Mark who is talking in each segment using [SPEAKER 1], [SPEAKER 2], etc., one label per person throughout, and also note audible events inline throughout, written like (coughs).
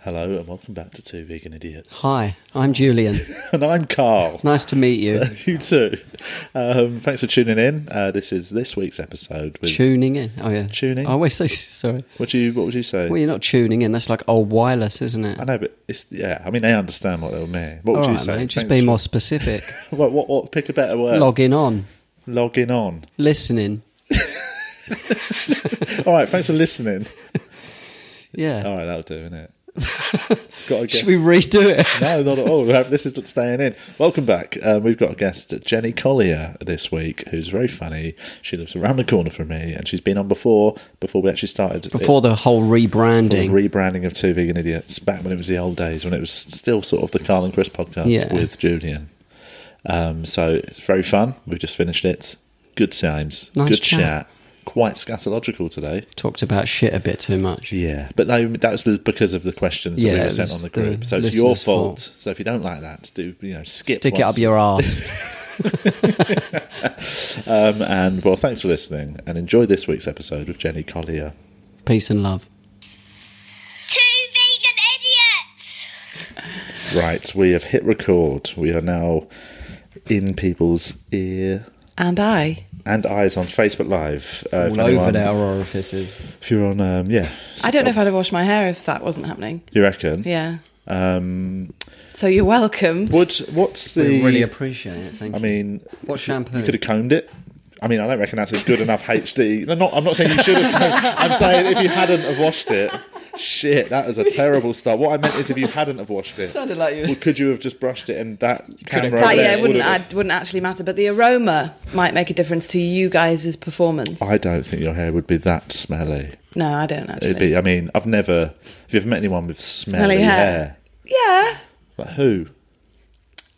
[SPEAKER 1] Hello and welcome back to Two Vegan Idiots. (laughs)
[SPEAKER 2] Hi, I'm Julian.
[SPEAKER 1] And I'm Carl. (laughs)
[SPEAKER 2] nice to meet you.
[SPEAKER 1] you too. Um, thanks for tuning in. Uh, this is this week's episode. With,
[SPEAKER 2] tuning in. Oh yeah.
[SPEAKER 1] Tuning.
[SPEAKER 2] I always say sorry.
[SPEAKER 1] what do you What would you say?
[SPEAKER 2] Well, you're not tuning in. That's like old wireless, isn't
[SPEAKER 1] I
[SPEAKER 2] it?
[SPEAKER 1] know, but it's yeah. I mean, they understand what they'll mean. What
[SPEAKER 2] All
[SPEAKER 1] would you
[SPEAKER 2] right,
[SPEAKER 1] say?
[SPEAKER 2] mate. Just
[SPEAKER 1] Thanks
[SPEAKER 2] be
[SPEAKER 1] for-
[SPEAKER 2] more specific.
[SPEAKER 1] (laughs) What, what? What? Pick a better word.
[SPEAKER 2] Logging on,
[SPEAKER 1] Logging on.
[SPEAKER 2] listening.
[SPEAKER 1] All right. Thanks for listening.
[SPEAKER 2] Yeah.
[SPEAKER 1] All right, that'll do, innit?
[SPEAKER 2] (laughs)
[SPEAKER 1] got a guest.
[SPEAKER 2] Should we redo it?
[SPEAKER 1] (laughs) No, not at all. We have- This is staying in. Welcome back. Um, we've got a guest, Jenny Collier, this week, who's very funny. She lives around the corner from me, and she's been on before. Before we actually started,
[SPEAKER 2] Before the whole
[SPEAKER 1] the
[SPEAKER 2] rebranding.
[SPEAKER 1] rebranding of Two Vegan Idiots, back when it was the old days, when it was still sort of the Carl and Chris podcast
[SPEAKER 2] Yeah.
[SPEAKER 1] with Julian. Um, so it's very fun. We've just finished it. Good times.
[SPEAKER 2] Nice
[SPEAKER 1] good
[SPEAKER 2] chat.
[SPEAKER 1] chat. Quite scatological today.
[SPEAKER 2] Talked about shit a bit too much.
[SPEAKER 1] Yeah, but no, that was because of the questions that we
[SPEAKER 2] Yeah,
[SPEAKER 1] were
[SPEAKER 2] it
[SPEAKER 1] sent on
[SPEAKER 2] was
[SPEAKER 1] the
[SPEAKER 2] the
[SPEAKER 1] group. so it's your
[SPEAKER 2] listener's
[SPEAKER 1] fault.
[SPEAKER 2] fault.
[SPEAKER 1] So if you don't like that, do you know skip?
[SPEAKER 2] Stick it
[SPEAKER 1] once. (laughs)
[SPEAKER 2] up your ass.
[SPEAKER 1] Um, and well, thanks for listening, and enjoy this week's episode with Jenny Collier.
[SPEAKER 2] Peace and love.
[SPEAKER 3] Two vegan idiots!
[SPEAKER 1] Right, we have hit record. We are now in people's ear
[SPEAKER 4] And I.
[SPEAKER 1] and eyes on Facebook Live. Uh, if
[SPEAKER 2] All over
[SPEAKER 1] anyone-
[SPEAKER 2] their orifices.
[SPEAKER 1] If you're on, um, yeah,
[SPEAKER 4] I don't know if I'd have washed my hair if that wasn't happening.
[SPEAKER 1] you reckon.
[SPEAKER 4] Yeah.
[SPEAKER 1] Um,
[SPEAKER 4] So you're welcome.
[SPEAKER 1] would what's the?
[SPEAKER 2] We really appreciate it. Thank
[SPEAKER 1] I
[SPEAKER 2] you.
[SPEAKER 1] mean,
[SPEAKER 2] what shampoo?
[SPEAKER 1] You could have combed it. I mean, I don't reckon that's a good enough HD. No, not, I'm not saying you should have. Combed. I'm saying if you hadn't have washed it, shit, that is a terrible start. What I meant is if you hadn't have washed it,
[SPEAKER 2] Sounded like
[SPEAKER 1] (laughs)
[SPEAKER 2] you-
[SPEAKER 1] well, could you have just brushed it and that camera?
[SPEAKER 2] have-
[SPEAKER 4] That,
[SPEAKER 1] there
[SPEAKER 4] yeah, it wouldn't,
[SPEAKER 1] would have-
[SPEAKER 4] add, wouldn't actually matter, but the aroma might make a difference to you guys' performance.
[SPEAKER 1] I don't think your hair would be that smelly.
[SPEAKER 4] no, I don't actually.
[SPEAKER 1] It'd be. I mean, I've never. If you've met anyone with smelly,
[SPEAKER 4] Smelly
[SPEAKER 1] hair.
[SPEAKER 4] hair. yeah.
[SPEAKER 1] like who?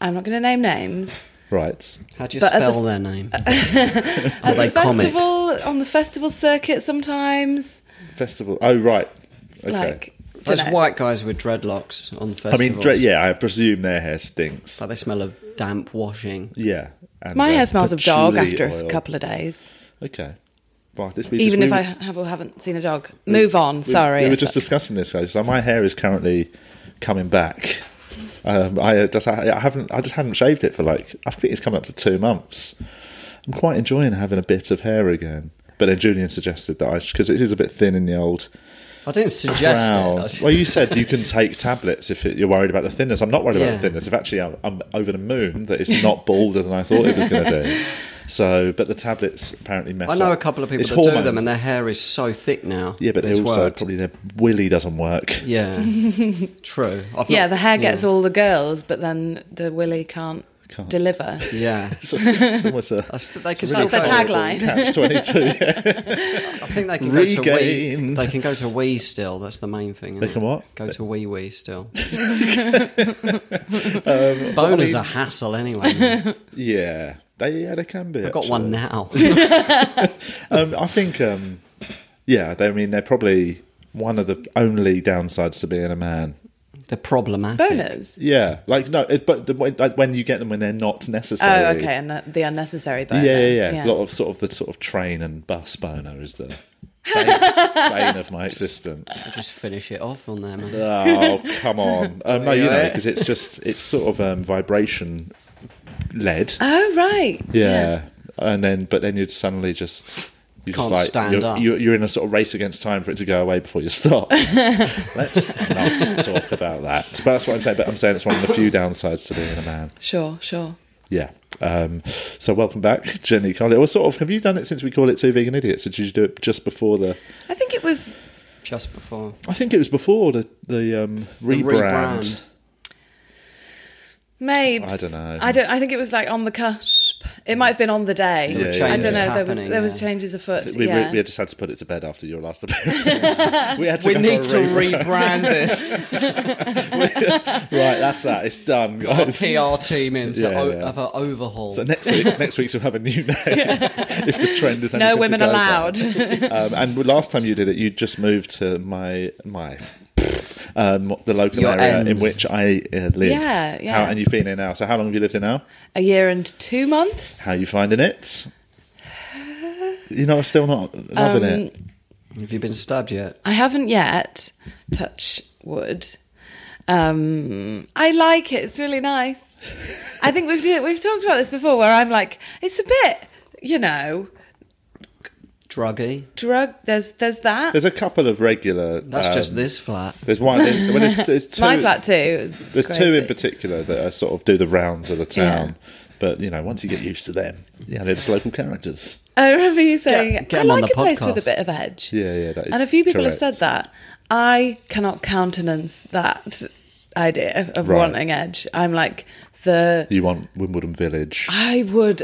[SPEAKER 4] I'm not going to name names.
[SPEAKER 1] Right.
[SPEAKER 2] How do you
[SPEAKER 4] but (laughs) at the-
[SPEAKER 2] spell their name? Are they comics?
[SPEAKER 4] festival, on the festival circuit sometimes.
[SPEAKER 1] Festival. Oh, right. Okay.
[SPEAKER 4] Like,
[SPEAKER 2] Those
[SPEAKER 4] dunno.
[SPEAKER 2] white guys with dreadlocks on the
[SPEAKER 1] I
[SPEAKER 2] festival.
[SPEAKER 1] mean, dre- yeah. I presume their hair stinks.
[SPEAKER 2] Like they smell of damp washing.
[SPEAKER 1] Yeah. And,
[SPEAKER 4] My
[SPEAKER 1] uh,
[SPEAKER 4] hair smells of dog
[SPEAKER 1] patchouli
[SPEAKER 4] after
[SPEAKER 1] oil.
[SPEAKER 4] a couple of days,
[SPEAKER 1] Okay. Well, this, we
[SPEAKER 4] even
[SPEAKER 1] just- we-
[SPEAKER 4] if I have or haven't seen a dog. Move on. Sorry.
[SPEAKER 1] We were
[SPEAKER 4] it's
[SPEAKER 1] just
[SPEAKER 4] like-
[SPEAKER 1] discussing this, guys. So my hair is currently coming back. Um, I uh, just I I haven't I just haven't shaved it for like I think it's coming up to two months. I'm quite enjoying having a bit of hair again. But then Julian suggested that I because it is a bit thin in the old
[SPEAKER 2] I didn't suggest
[SPEAKER 1] crown.
[SPEAKER 2] (laughs) it. I-
[SPEAKER 1] Well, you said you can take tablets if it, you're worried about the thinness. I'm not worried about
[SPEAKER 2] Yeah.
[SPEAKER 1] the thinness. If actually I'm, I'm over the moon that it's not balder than I thought it was going to
[SPEAKER 2] (laughs)
[SPEAKER 1] be. So, but the tablets apparently mess.
[SPEAKER 2] I know a
[SPEAKER 1] up.
[SPEAKER 2] couple of people
[SPEAKER 1] It's
[SPEAKER 2] that do
[SPEAKER 1] hormones.
[SPEAKER 2] them, and their hair is so thick now.
[SPEAKER 1] Yeah, but they
[SPEAKER 2] it's
[SPEAKER 1] also
[SPEAKER 2] worked.
[SPEAKER 1] probably their willy doesn't work.
[SPEAKER 4] (laughs)
[SPEAKER 2] Yeah, true. I've
[SPEAKER 4] Yeah,
[SPEAKER 2] not-
[SPEAKER 4] the hair gets
[SPEAKER 2] yeah.
[SPEAKER 4] all the girls, but then the willy can't,
[SPEAKER 1] Can't. (laughs)
[SPEAKER 4] deliver.
[SPEAKER 2] Yeah,
[SPEAKER 1] It's, a, (laughs) it's almost
[SPEAKER 2] (laughs)
[SPEAKER 1] a.
[SPEAKER 2] I st- they can still
[SPEAKER 4] really That's
[SPEAKER 2] go,
[SPEAKER 4] their tagline.
[SPEAKER 1] Catch twenty two.
[SPEAKER 2] (laughs) I think they can go to
[SPEAKER 1] Regain.
[SPEAKER 2] wee. They can go to wee still. That's the main thing.
[SPEAKER 1] They can what?
[SPEAKER 2] Go to wee
[SPEAKER 1] (laughs)
[SPEAKER 2] wee still.
[SPEAKER 1] Um,
[SPEAKER 2] Boners are hassle anyway. man.
[SPEAKER 1] Yeah, they yeah they can be.
[SPEAKER 2] I've got one now. (laughs)
[SPEAKER 1] Um, I think. Um, yeah, they, I mean they're probably one of the only downsides to being a man.
[SPEAKER 2] They're problematic.
[SPEAKER 4] Boners.
[SPEAKER 1] Yeah, like no, it, but the, when- like, when you get them when they're not
[SPEAKER 4] Oh,
[SPEAKER 1] necessary.
[SPEAKER 4] okay, and the- the unnecessary
[SPEAKER 1] Yeah,
[SPEAKER 4] boner.
[SPEAKER 1] yeah, yeah. A lot of sort of the sort of train and bus boner is the bane, bane of my existence.
[SPEAKER 2] Just finish it off on
[SPEAKER 1] (laughs)
[SPEAKER 2] there, man.
[SPEAKER 1] Oh come on! Um, no, you know
[SPEAKER 2] Yeah.
[SPEAKER 1] because it's just it's sort of um, vibration led.
[SPEAKER 4] Oh, right.
[SPEAKER 1] Yeah. and then but then you'd suddenly just you just
[SPEAKER 2] Can't
[SPEAKER 1] like
[SPEAKER 2] stand
[SPEAKER 1] you're,
[SPEAKER 2] up.
[SPEAKER 1] You're, you're in a sort of race against time for it to go away before you stop. Let's not talk about that. But that's what I'm saying. But I'm saying it's one of the few downsides to being a man.
[SPEAKER 4] Sure, sure.
[SPEAKER 1] Yeah. Um, so welcome back, Jenny Carly. Well, sort of. Have you done it since we call it Two Vegan Idiots? Or did you do it just before the?
[SPEAKER 4] I think it was.
[SPEAKER 2] Just before.
[SPEAKER 1] I think it was before the the, um, rebrand.
[SPEAKER 2] rebrand.
[SPEAKER 4] Maybe
[SPEAKER 1] I dunno.
[SPEAKER 4] I don't. I think it was like on the cusp. It might have been on the day.
[SPEAKER 1] were
[SPEAKER 4] I
[SPEAKER 1] changes
[SPEAKER 4] don't know. There was
[SPEAKER 2] happening,
[SPEAKER 4] there was
[SPEAKER 2] yeah.
[SPEAKER 4] changes afoot.
[SPEAKER 1] We,
[SPEAKER 4] yeah.
[SPEAKER 1] we, we just had to put it to bed after your last
[SPEAKER 4] (laughs)
[SPEAKER 1] appearance. we had to
[SPEAKER 2] We
[SPEAKER 1] go
[SPEAKER 2] need
[SPEAKER 1] for
[SPEAKER 2] to
[SPEAKER 1] a rebrand.
[SPEAKER 2] rebrand this.
[SPEAKER 1] (laughs) Right, that's that. It's done,
[SPEAKER 2] Our
[SPEAKER 1] guys.
[SPEAKER 2] PR team in to
[SPEAKER 1] Yeah,
[SPEAKER 2] o-
[SPEAKER 1] yeah.
[SPEAKER 2] have an overhaul.
[SPEAKER 1] So next week, next week's we'll have a new
[SPEAKER 4] (laughs)
[SPEAKER 1] name. (laughs) if the trend is anything
[SPEAKER 4] no
[SPEAKER 1] to
[SPEAKER 4] women
[SPEAKER 1] go by.
[SPEAKER 4] allowed. (laughs)
[SPEAKER 1] Um, and last time you did it, you just moved to my my um, the local
[SPEAKER 2] Your
[SPEAKER 1] area in
[SPEAKER 2] ends.
[SPEAKER 1] which I uh, live.
[SPEAKER 4] Yeah, yeah.
[SPEAKER 1] How, and you've been here now. So how long have you lived here now?
[SPEAKER 4] a year and two months.
[SPEAKER 1] How are you finding it? You know, I'm still not
[SPEAKER 4] Um,
[SPEAKER 1] loving it.
[SPEAKER 2] Have you been stabbed yet?
[SPEAKER 4] I haven't yet. Touch wood. Um, I like it. It's really nice. I think we've did, we've talked about this before, where I'm like, it's a bit, you know,
[SPEAKER 2] Druggy.
[SPEAKER 4] drug. There's there's that.
[SPEAKER 1] There's a couple of regular.
[SPEAKER 2] That's
[SPEAKER 1] um,
[SPEAKER 2] just this
[SPEAKER 1] (laughs)
[SPEAKER 2] flat.
[SPEAKER 1] There's one. In, well,
[SPEAKER 4] (laughs)
[SPEAKER 1] there's, there's two,
[SPEAKER 4] My flat too. is
[SPEAKER 1] There's
[SPEAKER 4] crazy.
[SPEAKER 1] two in particular that are sort of do the rounds of the
[SPEAKER 4] Yeah.
[SPEAKER 1] town. But you know, once you get used to them, you know, they're just local characters.
[SPEAKER 4] I remember you saying,
[SPEAKER 2] get
[SPEAKER 4] I
[SPEAKER 2] 'em on
[SPEAKER 4] like
[SPEAKER 2] the
[SPEAKER 4] a place
[SPEAKER 2] podcast."
[SPEAKER 4] with a bit of edge.
[SPEAKER 1] Yeah, yeah, that is
[SPEAKER 4] And a few people have
[SPEAKER 1] correct.
[SPEAKER 4] said that. I cannot countenance that idea of
[SPEAKER 1] Right.
[SPEAKER 4] wanting edge. I'm like, the.
[SPEAKER 1] You want Wimbledon Village,
[SPEAKER 4] I would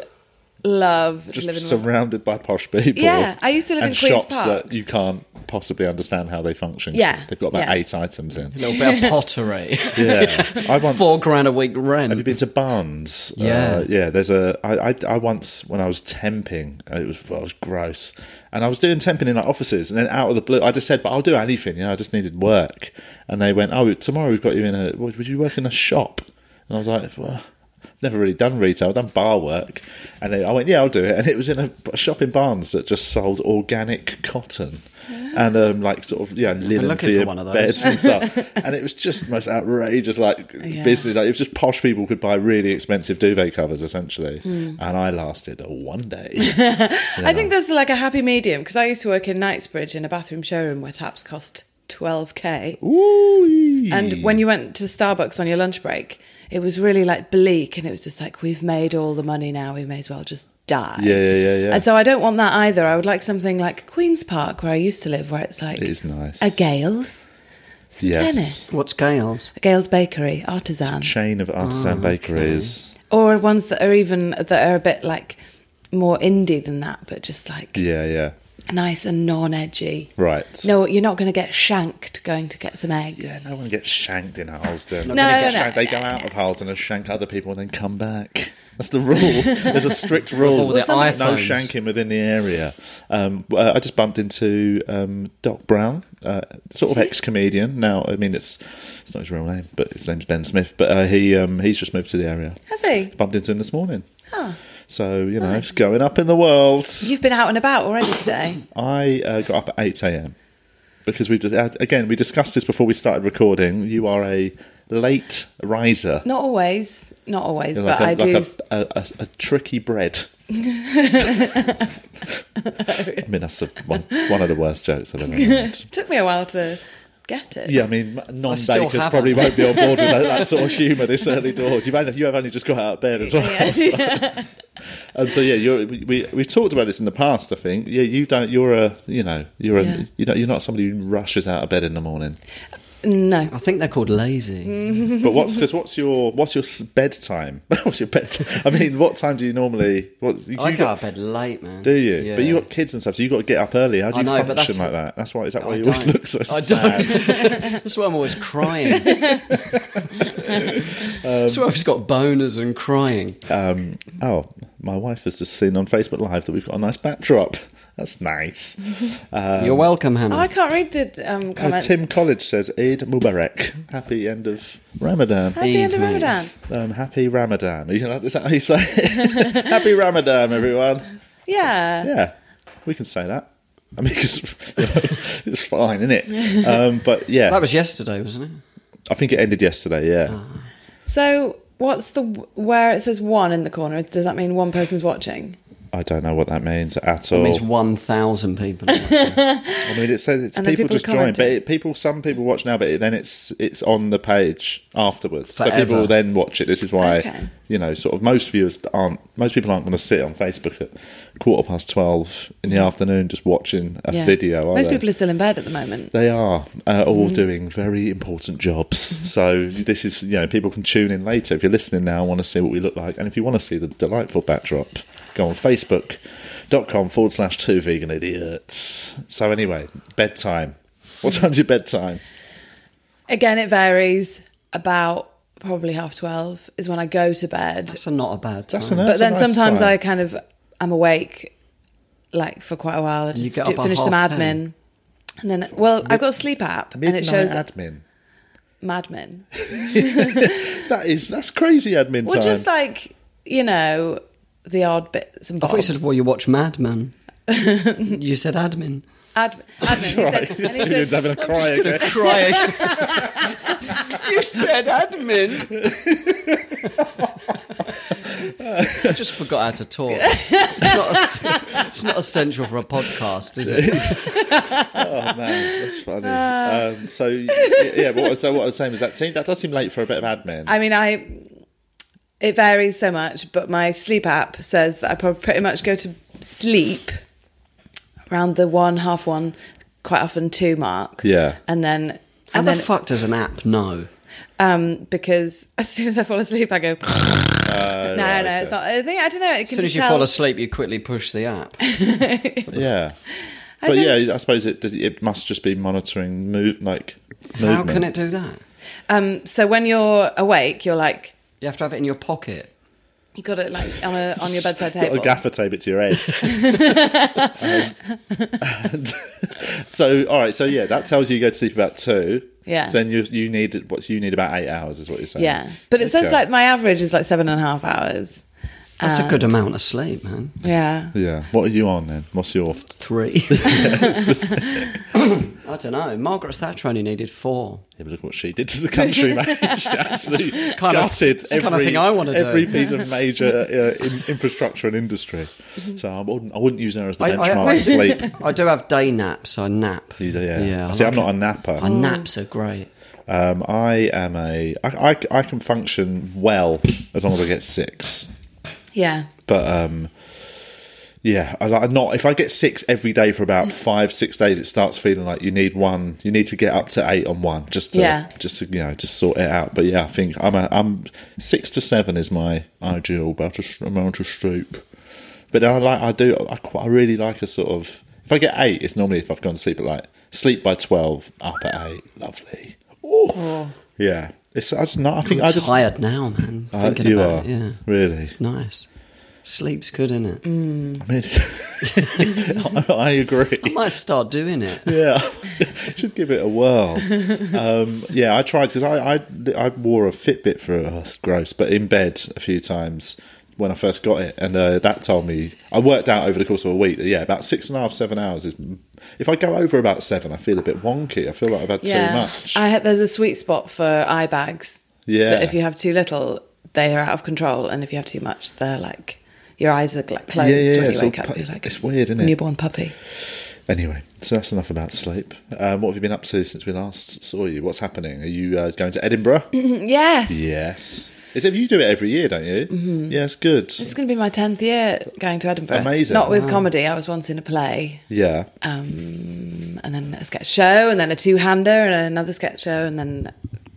[SPEAKER 4] love to
[SPEAKER 1] just
[SPEAKER 4] live in one.
[SPEAKER 1] surrounded by posh people.
[SPEAKER 4] Yeah, I used to live
[SPEAKER 1] and
[SPEAKER 4] in Queen's
[SPEAKER 1] shops
[SPEAKER 4] Park.
[SPEAKER 1] that you can't possibly understand how they function.
[SPEAKER 4] Yeah,
[SPEAKER 1] they've got about
[SPEAKER 4] yeah.
[SPEAKER 1] eight items in.
[SPEAKER 2] A little bit
[SPEAKER 1] (laughs)
[SPEAKER 2] of pottery.
[SPEAKER 1] Yeah, (laughs) I once
[SPEAKER 2] Four grand a week
[SPEAKER 1] Have you
[SPEAKER 2] rent.
[SPEAKER 1] been to Barnes?
[SPEAKER 2] Um, Yeah.
[SPEAKER 1] uh, yeah. There's a. I, I I once when I was temping, uh, it was well, it was gross, and I was doing temping in like offices, and then out of the blue, I just said, "But I'll do anything." You know, I just needed work, and they went, "Oh, tomorrow we've got you in a. Would would you work in a shop?" And I was like, well, I've never really done retail. I've done bar work, and they, I went, "Yeah, I'll do it." And it was in a, a shop in Barnes that just sold organic cotton. And um, like sort of yeah, linen for
[SPEAKER 2] looking for
[SPEAKER 1] your
[SPEAKER 2] one of those.
[SPEAKER 1] beds and stuff,
[SPEAKER 4] (laughs)
[SPEAKER 1] and it was just the most outrageous like
[SPEAKER 4] Yeah.
[SPEAKER 1] business. Like, it was just posh people could buy really expensive duvet covers essentially,
[SPEAKER 4] Hmm.
[SPEAKER 1] and I lasted one
[SPEAKER 4] (laughs)
[SPEAKER 1] day.
[SPEAKER 4] I think there's like a happy medium because I used to work in Knightsbridge in a bathroom showroom where taps cost 12k.
[SPEAKER 1] Ooh-wee.
[SPEAKER 4] And when you went to Starbucks on your lunch break, it was really like bleak, and it was just like we've made all the money now. We may as well just die.
[SPEAKER 1] Yeah, yeah, yeah, yeah.
[SPEAKER 4] And so I don't want that either. I would like something like Queens Park, where I used to live, where it's like
[SPEAKER 1] It is nice.
[SPEAKER 4] a Gales, some
[SPEAKER 1] Yes.
[SPEAKER 4] tennis,
[SPEAKER 2] What's Gales?
[SPEAKER 4] a Gales Bakery, artisan,
[SPEAKER 1] chain of
[SPEAKER 4] Oh,
[SPEAKER 1] artisan bakeries,
[SPEAKER 4] or ones that are even that are a bit like more indie than that, but just like
[SPEAKER 1] yeah, yeah,
[SPEAKER 4] nice and non-edgy.
[SPEAKER 1] right.
[SPEAKER 4] No, you're not going to get shanked going to get some eggs.
[SPEAKER 1] Yeah, no one gets shanked in Harlesden.
[SPEAKER 4] No, gonna get no,
[SPEAKER 1] shanked.
[SPEAKER 4] no,
[SPEAKER 1] they go out of Harlesden and shank other people and then come back. That's the rule. There's a strict rule.
[SPEAKER 2] With all their
[SPEAKER 1] no
[SPEAKER 2] iPhones.
[SPEAKER 1] shanking within the area. Um, uh, I just bumped into um, Doc Brown, uh, sort of ex-comedian. Now, I mean, it's it's not his real name, but his name's Ben Smith. But uh, he um, he's just moved to the area.
[SPEAKER 4] Has he?
[SPEAKER 1] Bumped into him this morning.
[SPEAKER 4] Ah.
[SPEAKER 1] So you know,
[SPEAKER 4] Nice.
[SPEAKER 1] it's going up in the world.
[SPEAKER 4] You've been out and about already today.
[SPEAKER 1] I uh, got up at 8 a.m. because we have again we discussed this before we started recording. You are a late riser,
[SPEAKER 4] Not always, not always,
[SPEAKER 1] You're
[SPEAKER 4] but I
[SPEAKER 1] like a,
[SPEAKER 4] do.
[SPEAKER 1] like a, a, a, a tricky
[SPEAKER 4] (laughs)
[SPEAKER 1] bread. I mean, that's a, one, one of the worst jokes I've ever
[SPEAKER 4] (laughs)
[SPEAKER 1] heard.
[SPEAKER 4] took me a while to get it. (laughs)
[SPEAKER 1] Yeah, I mean,
[SPEAKER 2] still
[SPEAKER 1] non-bakers
[SPEAKER 2] haven't.
[SPEAKER 1] probably won't be on board with that, that sort of humour this early doors. You've only, you have only just got out of bed as well. And so yeah, you're, we, we we've talked about this in the past. I think yeah, you don't. You're a you know you're a
[SPEAKER 4] Yeah.
[SPEAKER 1] you know you're not somebody who rushes out of bed in the morning.
[SPEAKER 4] No,
[SPEAKER 1] (laughs)
[SPEAKER 2] I think they're called lazy.
[SPEAKER 1] But what's because what's your what's your s- bedtime? (laughs) what's your bed? I mean, what time do you normally? What you
[SPEAKER 2] I get
[SPEAKER 1] got,
[SPEAKER 2] out of bed late, man.
[SPEAKER 1] do you?
[SPEAKER 2] Yeah.
[SPEAKER 1] But
[SPEAKER 2] (laughs)
[SPEAKER 1] you got kids and stuff, so you got to get up early. How do
[SPEAKER 2] I
[SPEAKER 1] you
[SPEAKER 2] know, but
[SPEAKER 1] function
[SPEAKER 2] that's-
[SPEAKER 1] like that? That's why is that why
[SPEAKER 2] I
[SPEAKER 1] you always
[SPEAKER 2] don't.
[SPEAKER 1] look so
[SPEAKER 2] I
[SPEAKER 1] sad?
[SPEAKER 2] don't. (laughs) That's why I'm always crying.
[SPEAKER 1] (laughs)
[SPEAKER 2] (laughs) That's why I've just got boners and crying.
[SPEAKER 1] Um, oh, my wife has just seen on Facebook Live that we've got a nice backdrop. That's nice. Um,
[SPEAKER 2] You're welcome, Hannah.
[SPEAKER 4] Oh, I can't read the um,
[SPEAKER 1] uh,
[SPEAKER 4] comments.
[SPEAKER 1] Tim College says Eid Mubarak. Happy end of Ramadan.
[SPEAKER 4] Happy end of
[SPEAKER 2] Eid, mate.
[SPEAKER 4] Ramadan.
[SPEAKER 1] Um, happy Ramadan. You know, is that how you say? it? (laughs) happy Ramadan, everyone.
[SPEAKER 4] Yeah.
[SPEAKER 1] Yeah, we can say that. I mean, (laughs) 'cause, you know, it's fine, isn't it? Um, but yeah,
[SPEAKER 2] That was yesterday, wasn't it?
[SPEAKER 1] I think it ended yesterday. Yeah,
[SPEAKER 4] So what's the where it says one in the corner? Does that mean one person's watching?
[SPEAKER 1] I don't know what that means at
[SPEAKER 2] It
[SPEAKER 1] all.
[SPEAKER 2] means 1,000
[SPEAKER 1] (laughs)
[SPEAKER 2] people.
[SPEAKER 1] I mean, it says it's people,
[SPEAKER 4] And then people
[SPEAKER 1] just join, but
[SPEAKER 4] commenting.
[SPEAKER 1] it, people, some people watch now, but it, then it's it's on the page afterwards, so
[SPEAKER 2] Forever.
[SPEAKER 1] people then watch it. This is why
[SPEAKER 4] Okay.
[SPEAKER 1] you know, sort of most viewers aren't, most people aren't going to sit on Facebook at quarter past twelve in the afternoon just watching a
[SPEAKER 4] Mm. Yeah.
[SPEAKER 1] video. Are
[SPEAKER 4] Most
[SPEAKER 1] they?
[SPEAKER 4] people are still in bed at the moment.
[SPEAKER 1] They are uh, all
[SPEAKER 4] Mm.
[SPEAKER 1] doing very important jobs. So this is, you know, people can tune in later if you're listening now and want to see what we look like. And if you want to see the delightful backdrop, go on facebook.com forward slash two vegan idiots. So anyway, bedtime. What time's your bedtime?
[SPEAKER 4] Again, it varies. About probably half twelve is when I go to bed.
[SPEAKER 2] That's a not a bad time.
[SPEAKER 1] That's an
[SPEAKER 4] but then
[SPEAKER 1] nice
[SPEAKER 4] sometimes
[SPEAKER 1] time.
[SPEAKER 4] I kind of am awake like for quite a while. I just
[SPEAKER 2] get
[SPEAKER 4] do,
[SPEAKER 2] up at
[SPEAKER 4] finish some
[SPEAKER 2] half
[SPEAKER 4] admin.
[SPEAKER 2] ten.
[SPEAKER 4] And then, well, I've got a sleep app, and
[SPEAKER 1] Midnight
[SPEAKER 4] it shows
[SPEAKER 1] admin. (laughs)
[SPEAKER 4] madmen.
[SPEAKER 1] That is that's crazy admin
[SPEAKER 4] Well,
[SPEAKER 1] time.
[SPEAKER 4] just like you know, the odd bits and
[SPEAKER 2] I
[SPEAKER 4] bobs.
[SPEAKER 2] thought you said, well, you watch Mad (laughs) Men. you said admin.
[SPEAKER 1] (laughs)
[SPEAKER 4] Ad- admin. He said, and he
[SPEAKER 1] Adrian's
[SPEAKER 4] (laughs)
[SPEAKER 2] (laughs)
[SPEAKER 4] said,
[SPEAKER 1] having a cry again.
[SPEAKER 2] Crying.
[SPEAKER 4] you said admin.
[SPEAKER 2] I just forgot how to talk. It's not, es- it's not essential for a podcast, is it?
[SPEAKER 1] Oh man, that's funny.
[SPEAKER 4] Uh.
[SPEAKER 1] um, so y- yeah, but what, so what I was saying was that seem, that does seem late for a bit of admin.
[SPEAKER 4] I mean, I. It varies so much, but my sleep app says that I probably pretty much go to sleep around the one, half one, quite often two mark.
[SPEAKER 1] Yeah.
[SPEAKER 4] And then.
[SPEAKER 2] How
[SPEAKER 4] and
[SPEAKER 2] the
[SPEAKER 4] then,
[SPEAKER 2] fuck does an app know?
[SPEAKER 4] um, because (laughs) as soon as I fall asleep,
[SPEAKER 1] (laughs)
[SPEAKER 4] I go.
[SPEAKER 1] Oh, Uh,
[SPEAKER 4] (laughs) no, no, it's not. I think I don't know. It
[SPEAKER 2] As
[SPEAKER 4] can
[SPEAKER 2] soon
[SPEAKER 4] just
[SPEAKER 2] as you
[SPEAKER 4] tell.
[SPEAKER 2] fall asleep, you quickly push the app. (laughs)
[SPEAKER 1] yeah, but yeah, I suppose it does. It must just be monitoring move like
[SPEAKER 2] How can it
[SPEAKER 1] movements.
[SPEAKER 2] do that?
[SPEAKER 4] Um, so when you're awake, you're like
[SPEAKER 2] You have to have it in your pocket.
[SPEAKER 4] you got it like on
[SPEAKER 1] (laughs)
[SPEAKER 4] a on your
[SPEAKER 1] Got
[SPEAKER 4] bedside table.
[SPEAKER 1] a gaffer tape it to your head.
[SPEAKER 2] (laughs)
[SPEAKER 1] Um, (laughs) and- so all right, so yeah, that tells you you go to sleep about two.
[SPEAKER 4] Yeah.
[SPEAKER 1] So then you you need what you need about eight hours is what you're saying.
[SPEAKER 4] Yeah, but it says
[SPEAKER 1] Okay.
[SPEAKER 4] like my average is like seven and a half hours.
[SPEAKER 2] That's a
[SPEAKER 4] And-
[SPEAKER 2] good amount of sleep, man.
[SPEAKER 1] (laughs)
[SPEAKER 4] Yeah,
[SPEAKER 1] Yeah. What are you on then? What's your
[SPEAKER 2] Three. (laughs) I don't know. Margaret Thatcher only needed four.
[SPEAKER 1] Yeah, but look what she did to the country, man.
[SPEAKER 2] (laughs)
[SPEAKER 1] She absolutely
[SPEAKER 2] kind of-
[SPEAKER 1] gutted
[SPEAKER 2] it's the
[SPEAKER 1] every,
[SPEAKER 2] kind of thing I wanna do.
[SPEAKER 1] every piece of
[SPEAKER 2] (laughs)
[SPEAKER 1] major uh, in, infrastructure and industry. So I wouldn't, I wouldn't use her as the
[SPEAKER 2] Mm-hmm. I- I-
[SPEAKER 1] benchmark
[SPEAKER 2] I- (laughs)
[SPEAKER 1] for sleep.
[SPEAKER 2] I do have day naps, so I nap.
[SPEAKER 1] You do, Yeah.
[SPEAKER 2] I
[SPEAKER 1] See, I'm not
[SPEAKER 2] like
[SPEAKER 1] a
[SPEAKER 2] it.
[SPEAKER 1] napper.
[SPEAKER 2] My naps are great.
[SPEAKER 1] Um, I am a. I, I, I can function well as long as I get six.
[SPEAKER 4] yeah.
[SPEAKER 1] But um, yeah, I like not. If I get six every day for about five, six days, it starts feeling like you need one. You need to get up to eight on one, just to,
[SPEAKER 4] Yeah.
[SPEAKER 1] just to, you know, just sort it out. But yeah, I think I'm a, I'm six to seven is my ideal about a, amount of sleep. But I like I do I quite I really like a sort of if I get eight, it's normally if I've gone to sleep at like sleep by twelve, up at eight, lovely. Ooh. Yeah, it's it's not. I think
[SPEAKER 2] I'm
[SPEAKER 1] I just
[SPEAKER 2] tired now, man.
[SPEAKER 1] Uh,
[SPEAKER 2] Thinking
[SPEAKER 1] you
[SPEAKER 2] about
[SPEAKER 1] are.
[SPEAKER 2] it, yeah.
[SPEAKER 1] Really?
[SPEAKER 2] It's nice. Sleep's good, isn't it?
[SPEAKER 1] I, mean, I, (laughs) I agree.
[SPEAKER 2] I might start
[SPEAKER 1] (laughs)
[SPEAKER 2] doing it.
[SPEAKER 1] Yeah, should give it a whirl. Um, yeah, I tried because I, I I wore a Fitbit for oh, it's gross, but in bed a few times when I first got it, and uh, that told me I worked out over the course of a week. That, yeah, about six and a half, seven hours is. If I go over about seven, I feel a bit wonky. I feel like I've had
[SPEAKER 4] yeah.
[SPEAKER 1] too much.
[SPEAKER 4] I had, there's a sweet spot for eye bags.
[SPEAKER 1] Yeah.
[SPEAKER 4] That if you have too little, they are out of control, and if you have too much, they're like your eyes are like closed when you
[SPEAKER 1] it's all
[SPEAKER 4] wake up.
[SPEAKER 1] pu-
[SPEAKER 4] You're like
[SPEAKER 1] it's weird, isn't it?
[SPEAKER 4] newborn puppy. (laughs)
[SPEAKER 1] Anyway, so that's enough about sleep. Um, what have you been up to since we last saw you? What's happening? Are you uh, going to Edinburgh?
[SPEAKER 4] Yes.
[SPEAKER 1] yes. Is it, you do it every year, don't you? Mm-hmm. Yes, good.
[SPEAKER 4] This is going to be my tenth year going to Edinburgh.
[SPEAKER 1] Amazing.
[SPEAKER 4] Not with comedy. I was once in a play,
[SPEAKER 1] yeah.
[SPEAKER 4] um, and then a sketch show, and then a two-hander, and another sketch show, and then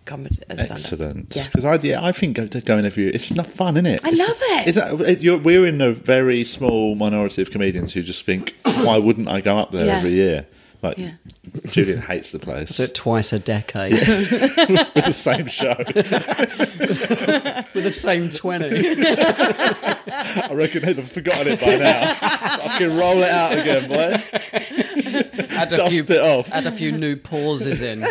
[SPEAKER 4] comedy. a stand-up.
[SPEAKER 1] Excellent.
[SPEAKER 4] Yeah.
[SPEAKER 1] Because I, yeah, I think go- going every year, it's not fun, isn't it?
[SPEAKER 4] I love it.
[SPEAKER 1] Is that, it- you're, we're in a very small minority of comedians who just think, (coughs) why wouldn't I go up there
[SPEAKER 4] Yeah.
[SPEAKER 1] every year? Like,
[SPEAKER 4] Yeah.
[SPEAKER 1] Julian hates the place.
[SPEAKER 2] Do it twice a
[SPEAKER 1] (laughs)
[SPEAKER 2] decade (laughs)
[SPEAKER 1] With the same show. (laughs)
[SPEAKER 2] with the
[SPEAKER 1] (laughs)
[SPEAKER 2] same twenty.
[SPEAKER 1] I reckon they'd have forgotten it by
[SPEAKER 4] (laughs)
[SPEAKER 1] now. I can roll it out again, boy.
[SPEAKER 2] Add a
[SPEAKER 1] Dust
[SPEAKER 2] few,
[SPEAKER 1] it off.
[SPEAKER 2] add a few new
[SPEAKER 1] (laughs)
[SPEAKER 2] pauses in.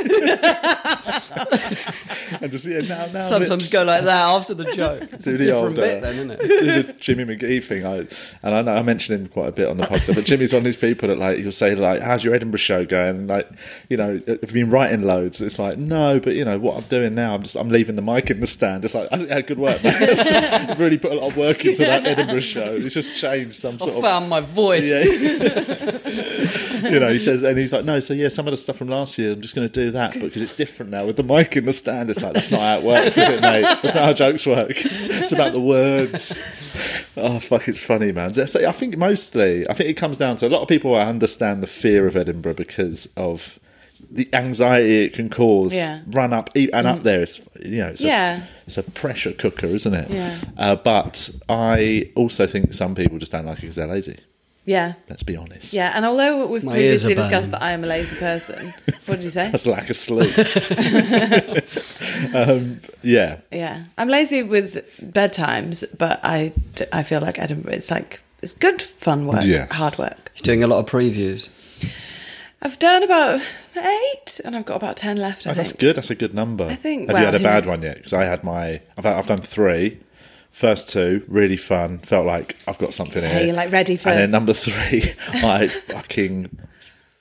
[SPEAKER 1] And just, yeah, now, now.
[SPEAKER 2] Sometimes go like that after the joke. It's
[SPEAKER 1] Do
[SPEAKER 2] a
[SPEAKER 1] the old,
[SPEAKER 2] different
[SPEAKER 1] uh,
[SPEAKER 2] bit, then,
[SPEAKER 1] (laughs)
[SPEAKER 2] isn't it?
[SPEAKER 1] do the Jimmy McGee thing. I, and I know I mentioned him quite a bit on the podcast, but Jimmy's one of these people that like he'll say like, "How's your Edinburgh show going?" And, like, you know, I've been writing loads. It's like, no, but you know what I'm doing now? I'm just I'm leaving the mic in the stand. It's like, I yeah, good work. Man. (laughs) It's like, I've really put a lot of work into that Edinburgh show. It's just changed some
[SPEAKER 2] I
[SPEAKER 1] sort of
[SPEAKER 2] found my voice.
[SPEAKER 1] yeah.
[SPEAKER 4] (laughs)
[SPEAKER 1] you know, he says, and he's like, no, so yeah, some of the stuff from last year, I'm just going to do that because it's different now with the mic in the stand. It's like, that's not how it works, is it, mate? That's not how jokes work. It's about the words. Oh, fuck, it's funny, man. So I think mostly, I think it comes down to a lot of people understand the fear of Edinburgh because of the anxiety it can cause.
[SPEAKER 4] Yeah. Mm.
[SPEAKER 1] Run up, e- and up there, it's, you know, it's a-
[SPEAKER 4] Yeah.
[SPEAKER 1] it's a pressure cooker, isn't it?
[SPEAKER 4] Yeah.
[SPEAKER 1] Uh, but I also think some people just don't like it because they're lazy.
[SPEAKER 4] Yeah.
[SPEAKER 1] Let's be honest.
[SPEAKER 4] Yeah, and although we've
[SPEAKER 2] My ears are
[SPEAKER 4] previously discussed
[SPEAKER 2] burning.
[SPEAKER 4] that I am a lazy person, what did
[SPEAKER 1] (laughs)
[SPEAKER 4] you
[SPEAKER 1] (laughs)
[SPEAKER 4] say?
[SPEAKER 1] That's lack of
[SPEAKER 4] (laughs)
[SPEAKER 1] sleep. um, yeah.
[SPEAKER 4] Yeah, I'm lazy with bedtimes, but I, d- I feel like Edinburgh. It's like it's good fun work,
[SPEAKER 1] Yes.
[SPEAKER 4] hard work.
[SPEAKER 2] You're doing a lot of previews.
[SPEAKER 4] I've done about eight, and I've got about ten left. I
[SPEAKER 1] Oh,
[SPEAKER 4] think.
[SPEAKER 1] that's good. That's a good number.
[SPEAKER 4] I think-
[SPEAKER 1] Have
[SPEAKER 4] well,
[SPEAKER 1] you had a
[SPEAKER 4] who
[SPEAKER 1] bad
[SPEAKER 4] knows?
[SPEAKER 1] one yet? Because I had my. I've, I've done three. First two really fun. Felt like I've got something
[SPEAKER 4] Yeah,
[SPEAKER 1] here.
[SPEAKER 4] (laughs) you're, like, ready for
[SPEAKER 1] And
[SPEAKER 4] it.
[SPEAKER 1] then number three, I fucking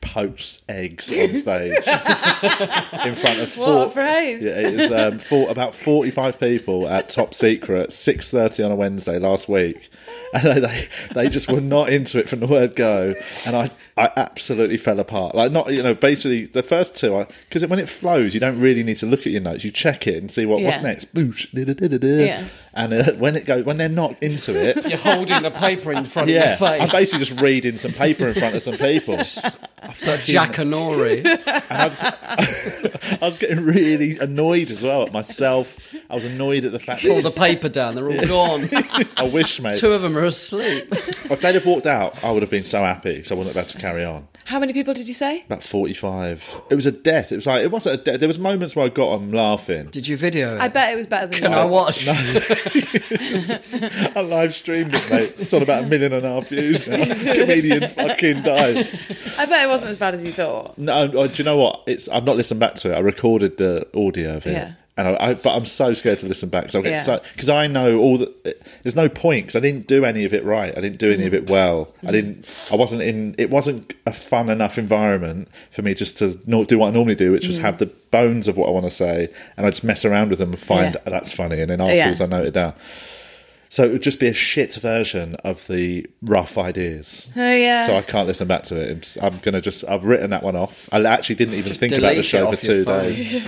[SPEAKER 1] poached eggs on
[SPEAKER 4] (laughs)
[SPEAKER 1] stage in front of
[SPEAKER 4] What a
[SPEAKER 1] four,
[SPEAKER 4] phrase.
[SPEAKER 1] Yeah, it was um, four, about forty-five people at Top Secret six thirty on a Wednesday last week, and they they just were not into it from the word go, and I I absolutely fell apart. Like not you know basically the first two because when it flows you don't really need to look at your notes. You check it and see what what's
[SPEAKER 4] Yeah.
[SPEAKER 1] next. Boosh, da-da-da-da-da.
[SPEAKER 4] Yeah.
[SPEAKER 1] and uh, when it goes when they're not into
[SPEAKER 2] (laughs)
[SPEAKER 1] it,
[SPEAKER 2] You're holding the paper in front
[SPEAKER 1] yeah,
[SPEAKER 2] of your
[SPEAKER 1] I'm
[SPEAKER 2] face.
[SPEAKER 1] basically just reading some paper in front of some people.
[SPEAKER 2] Like Jack Honori.
[SPEAKER 1] (laughs) And I, was, I was getting really annoyed as well at myself. I was annoyed at the fact
[SPEAKER 2] Pull the
[SPEAKER 1] that
[SPEAKER 2] paper down. They're all
[SPEAKER 1] (laughs)
[SPEAKER 2] gone.
[SPEAKER 1] I wish, mate,
[SPEAKER 2] Two of them
[SPEAKER 1] (laughs)
[SPEAKER 2] are asleep.
[SPEAKER 1] if they'd have walked out, I would have been so happy because I wouldn't have had to carry on.
[SPEAKER 4] How many people did you say?
[SPEAKER 1] About 45. It was a death. It was like, it wasn't a death. There was moments where I got them laughing.
[SPEAKER 2] Did you video it?
[SPEAKER 4] I bet it was better than
[SPEAKER 2] Can I
[SPEAKER 4] that.
[SPEAKER 2] watch?
[SPEAKER 1] (laughs) I live streamed it, mate. It's on about a million and a half views (laughs) now. Comedian fucking dies.
[SPEAKER 4] I bet it wasn't as bad as you thought.
[SPEAKER 1] No, uh, do you know what? It's I've not listened back to it. I recorded the audio of it,
[SPEAKER 4] Yeah.
[SPEAKER 1] and I, I, but I'm so scared to listen back because I get
[SPEAKER 4] Yeah.
[SPEAKER 1] so because I know all the. it- There's no point because I didn't do any of it right. I didn't do any of
[SPEAKER 4] Mm.
[SPEAKER 1] it well. I didn't. I wasn't in. It wasn't a fun enough environment for me just to not do what I normally do, which
[SPEAKER 4] Mm.
[SPEAKER 1] was have the bones of what I want to say, and I just mess around with them and find
[SPEAKER 4] Yeah.
[SPEAKER 1] "Oh, that's funny, and then afterwards
[SPEAKER 4] Yeah.
[SPEAKER 1] I note it down. So it would just be a shit version of the rough ideas.
[SPEAKER 4] Oh, yeah.
[SPEAKER 1] So I can't listen back to it. I'm s- I'm gonna just. I've written that one off. I actually didn't even think about
[SPEAKER 2] delete
[SPEAKER 1] the
[SPEAKER 2] it
[SPEAKER 1] show for
[SPEAKER 2] off your
[SPEAKER 1] two days.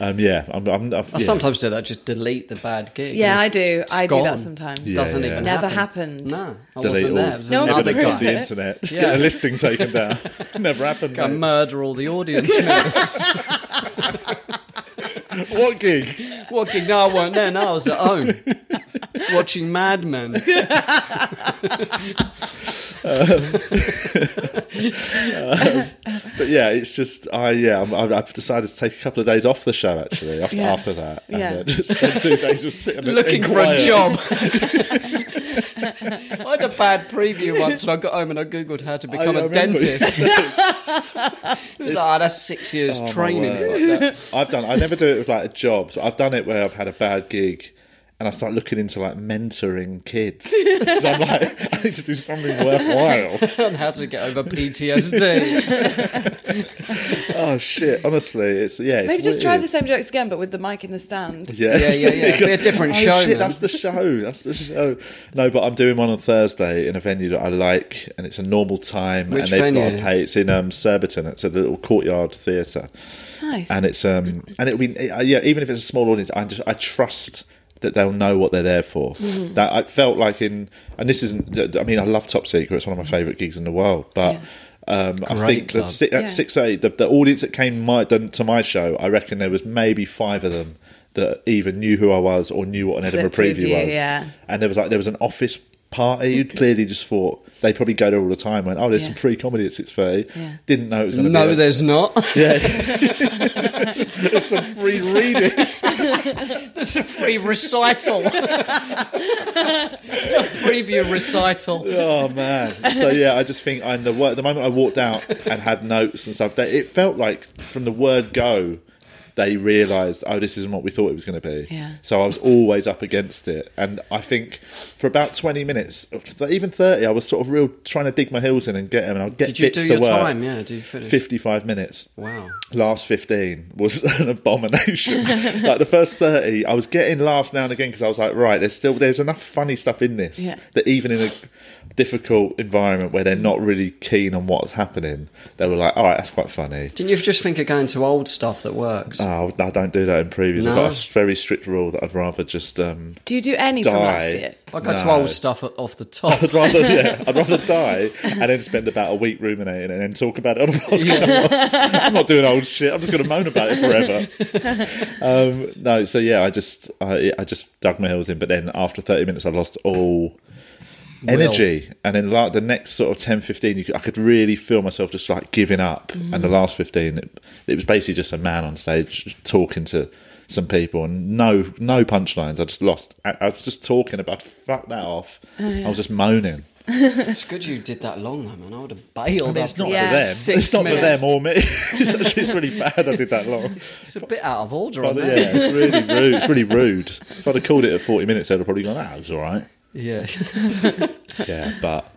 [SPEAKER 1] Um, yeah, I'm. I'm I've,
[SPEAKER 2] I
[SPEAKER 1] yeah.
[SPEAKER 2] sometimes do that. Just delete the bad gig.
[SPEAKER 4] Yeah,
[SPEAKER 2] It's-
[SPEAKER 4] I do.
[SPEAKER 2] it's
[SPEAKER 4] I do
[SPEAKER 2] gone.
[SPEAKER 4] that sometimes.
[SPEAKER 1] Yeah.
[SPEAKER 2] Doesn't even
[SPEAKER 4] Never
[SPEAKER 2] happen.
[SPEAKER 4] happened.
[SPEAKER 2] No, I
[SPEAKER 1] delete
[SPEAKER 2] wasn't
[SPEAKER 1] all
[SPEAKER 2] there. It was
[SPEAKER 4] No one
[SPEAKER 2] another
[SPEAKER 1] evidence
[SPEAKER 4] could
[SPEAKER 1] of
[SPEAKER 2] guy.
[SPEAKER 4] prove
[SPEAKER 1] the
[SPEAKER 4] it.
[SPEAKER 1] internet. Just
[SPEAKER 2] Yeah.
[SPEAKER 1] get a listing taken down. (laughs) Never happened.
[SPEAKER 2] Go
[SPEAKER 1] mate.
[SPEAKER 2] murder all the audience
[SPEAKER 4] (laughs)
[SPEAKER 2] members.
[SPEAKER 1] What gig?
[SPEAKER 2] What gig? No, I weren't there. No, I was
[SPEAKER 1] (laughs)
[SPEAKER 2] at home watching Mad Men.
[SPEAKER 1] But yeah, it's just I yeah I'm, I've- I've decided to take a couple of days off the show actually after,
[SPEAKER 4] Yeah.
[SPEAKER 1] after that and
[SPEAKER 4] Yeah.
[SPEAKER 1] uh, just (laughs) spend two days just
[SPEAKER 2] (laughs)
[SPEAKER 1] sitting and-
[SPEAKER 2] looking
[SPEAKER 1] in
[SPEAKER 2] for a
[SPEAKER 1] quiet. (laughs)
[SPEAKER 2] job. I had a bad preview once and I got home and I googled how to become a
[SPEAKER 1] remember. (laughs)
[SPEAKER 2] dentist. it was like, ah, that's six years
[SPEAKER 1] Oh, my
[SPEAKER 2] training.
[SPEAKER 1] word.
[SPEAKER 2] Like that.
[SPEAKER 4] (laughs)
[SPEAKER 1] I've done. I never do it with like a job. So I've done it where I've had a bad gig, and I start looking into like mentoring
[SPEAKER 4] (laughs)
[SPEAKER 1] kids. so I'm like, (laughs) I need to do something worthwhile.
[SPEAKER 2] (laughs) And how to get over
[SPEAKER 1] (laughs)
[SPEAKER 2] PTSD.
[SPEAKER 1] oh shit! Honestly, it's yeah. It's
[SPEAKER 4] Maybe just try
[SPEAKER 1] weird.
[SPEAKER 4] the same jokes again, but with the mic in the stand.
[SPEAKER 1] Yeah,
[SPEAKER 2] Yeah, yeah,
[SPEAKER 1] (laughs)
[SPEAKER 2] yeah. Be a different
[SPEAKER 1] oh,
[SPEAKER 2] show,
[SPEAKER 1] shit,
[SPEAKER 2] man.
[SPEAKER 1] that's the show. That's the show. No, but I'm doing one on Thursday in a venue that I like, and it's a normal time, and
[SPEAKER 2] Which
[SPEAKER 1] they've got
[SPEAKER 2] venue?
[SPEAKER 1] to pay. It's in um, Surbiton. It's a little courtyard theatre.
[SPEAKER 4] Nice.
[SPEAKER 1] and it's um and it'll be uh, yeah even if it's a small audience i just i trust that they'll know what they're there for
[SPEAKER 2] Mm-hmm.
[SPEAKER 1] that i felt like in and this isn't i mean i love top secret it's one of my favorite gigs in the world but um i
[SPEAKER 2] Great
[SPEAKER 1] think the
[SPEAKER 2] club.
[SPEAKER 1] si- at
[SPEAKER 4] Yeah.
[SPEAKER 1] 680 the, the audience that came my the, to my show i reckon there was maybe five of them that either knew who i was or knew what an edinburgh preview,
[SPEAKER 4] preview,
[SPEAKER 1] was
[SPEAKER 4] yeah.
[SPEAKER 1] and there was like there was an office party you clearly just thought they probably go there all the time went oh there's
[SPEAKER 4] Yeah.
[SPEAKER 1] some free comedy at 6.30
[SPEAKER 4] Yeah.
[SPEAKER 1] didn't know it was going to be
[SPEAKER 2] no,
[SPEAKER 1] a- (laughs)
[SPEAKER 2] there's not.
[SPEAKER 1] there's some free reading
[SPEAKER 2] There's a free recital. (laughs) a preview recital.
[SPEAKER 1] Oh man! So yeah, I just think I'm the word. The moment I walked out and had notes and stuff, that it felt like from the word go, they realised, oh, this isn't what we thought it was going to be.
[SPEAKER 4] Yeah.
[SPEAKER 1] So I was always up against it, and I think for about twenty minutes, even thirty, I was sort of real trying to dig my heels in and get them, and I'd get
[SPEAKER 2] Did you
[SPEAKER 1] bits
[SPEAKER 2] do
[SPEAKER 1] to
[SPEAKER 2] your
[SPEAKER 1] work.
[SPEAKER 2] time? Yeah, do you finish?
[SPEAKER 1] Fifty-five minutes
[SPEAKER 2] Wow.
[SPEAKER 1] last 15 was (laughs) an
[SPEAKER 4] (laughs)
[SPEAKER 1] abomination like the first 30 i was getting laughs now and again because i was like right there's still there's enough funny stuff in this
[SPEAKER 4] Yeah.
[SPEAKER 1] that even in a difficult environment where they're not really keen on what's happening they were like all right that's quite funny
[SPEAKER 2] Didn't you just think of going to old stuff that works?
[SPEAKER 1] oh, i don't do that in previews i've
[SPEAKER 2] No.
[SPEAKER 1] got a s- very strict rule that i'd rather just um
[SPEAKER 4] Do you do any from last
[SPEAKER 1] die
[SPEAKER 4] year?
[SPEAKER 2] I go to
[SPEAKER 1] No.
[SPEAKER 2] old stuff
[SPEAKER 1] (laughs)
[SPEAKER 2] off the top.
[SPEAKER 1] I'd
[SPEAKER 4] (laughs)
[SPEAKER 1] rather, yeah, I'd rather die and then spend about a week ruminating and then talk about it on a podcast. I'm not doing old shit. I'm just going to moan about it forever. Um, no, so yeah, I just, I, I just dug my heels in, but then after 30 minutes, I lost all energy, and then like the next sort of 10, 15, you could, I could really feel myself just like giving up. And the last 15, it, it was basically just a man on stage talking to. Some people and no no punchlines. I just lost. I, I was just talking about fuck that off. I was just moaning.
[SPEAKER 2] It's good you did that long though, man. I would have bailed.
[SPEAKER 1] But it's not
[SPEAKER 4] Yeah.
[SPEAKER 1] for them.
[SPEAKER 2] Six
[SPEAKER 1] it's not for
[SPEAKER 2] minutes.
[SPEAKER 1] them or me. (laughs) it's actually it's
[SPEAKER 2] (laughs)
[SPEAKER 1] really bad I did that long.
[SPEAKER 2] It's a bit out of order
[SPEAKER 1] But
[SPEAKER 2] on
[SPEAKER 1] yeah,
[SPEAKER 2] that.
[SPEAKER 1] it's really rude. It's really rude. If I'd have called it at 40 minutes, I'd have probably gone, ah, it was all right.
[SPEAKER 2] Yeah.
[SPEAKER 1] Yeah, (laughs) but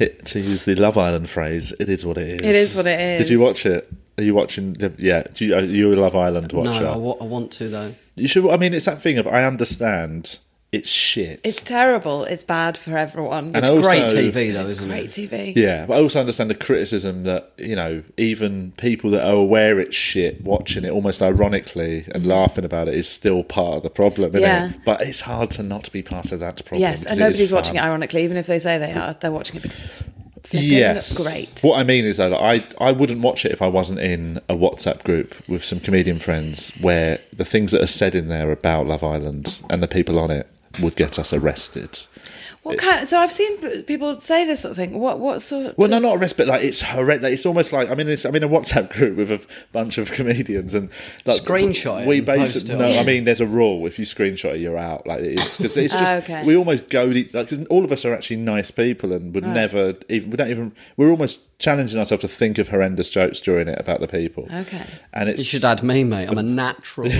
[SPEAKER 1] it, to use the Love Island phrase, it is what it is.
[SPEAKER 4] It is what it is.
[SPEAKER 1] Did you watch it? Are you watching? the- Yeah, do you, are you a Love Island
[SPEAKER 2] No,
[SPEAKER 1] watcher?
[SPEAKER 2] I wa- I want to though.
[SPEAKER 1] you should. I mean, it's that thing of I understand. It's shit.
[SPEAKER 4] It's terrible. It's bad for everyone.
[SPEAKER 1] And
[SPEAKER 4] It's
[SPEAKER 1] I also-
[SPEAKER 2] Great TV though, isn't
[SPEAKER 4] great
[SPEAKER 2] it?
[SPEAKER 4] TV.
[SPEAKER 1] Yeah, but I also understand the criticism that you know even people that are aware it's shit watching it almost ironically and laughing about it is still part of the problem. Isn't
[SPEAKER 4] Yeah.
[SPEAKER 1] it? but it's hard to not be part of that problem.
[SPEAKER 4] Yes,
[SPEAKER 1] 'cause
[SPEAKER 4] and
[SPEAKER 1] it is
[SPEAKER 4] nobody's watching it
[SPEAKER 1] fun.
[SPEAKER 4] ironically, even if they say they are. They're watching it because it's flipping
[SPEAKER 1] Yes,
[SPEAKER 4] great.
[SPEAKER 1] What I mean is that I I wouldn't watch it if I wasn't in a WhatsApp group with some comedian friends where the things that are said in there about Love Island and the people on it would get us arrested.
[SPEAKER 4] What kind? So I've seen people say this sort of thing. What what sort?
[SPEAKER 1] Well, no, not arrest, but like it's horrendous. Like, it's almost like I mean, it's, I'm in a WhatsApp (laughs) group with a bunch of comedians and like,
[SPEAKER 2] Screenshot it
[SPEAKER 1] We
[SPEAKER 2] and post
[SPEAKER 1] basically
[SPEAKER 2] it Oh,
[SPEAKER 1] no,
[SPEAKER 2] on-
[SPEAKER 1] I mean, there's a rule. If you screenshot it, you're out. Like it's because
[SPEAKER 2] (laughs)
[SPEAKER 1] it's just
[SPEAKER 4] okay.
[SPEAKER 1] we almost go because all of us are actually nice people and
[SPEAKER 2] Oh.
[SPEAKER 1] would never even we don't even we're almost challenging ourselves to think of horrendous jokes during it about the people.
[SPEAKER 4] Okay.
[SPEAKER 1] and it's
[SPEAKER 2] You should add me, mate. I'm
[SPEAKER 1] (laughs)
[SPEAKER 2] a natural.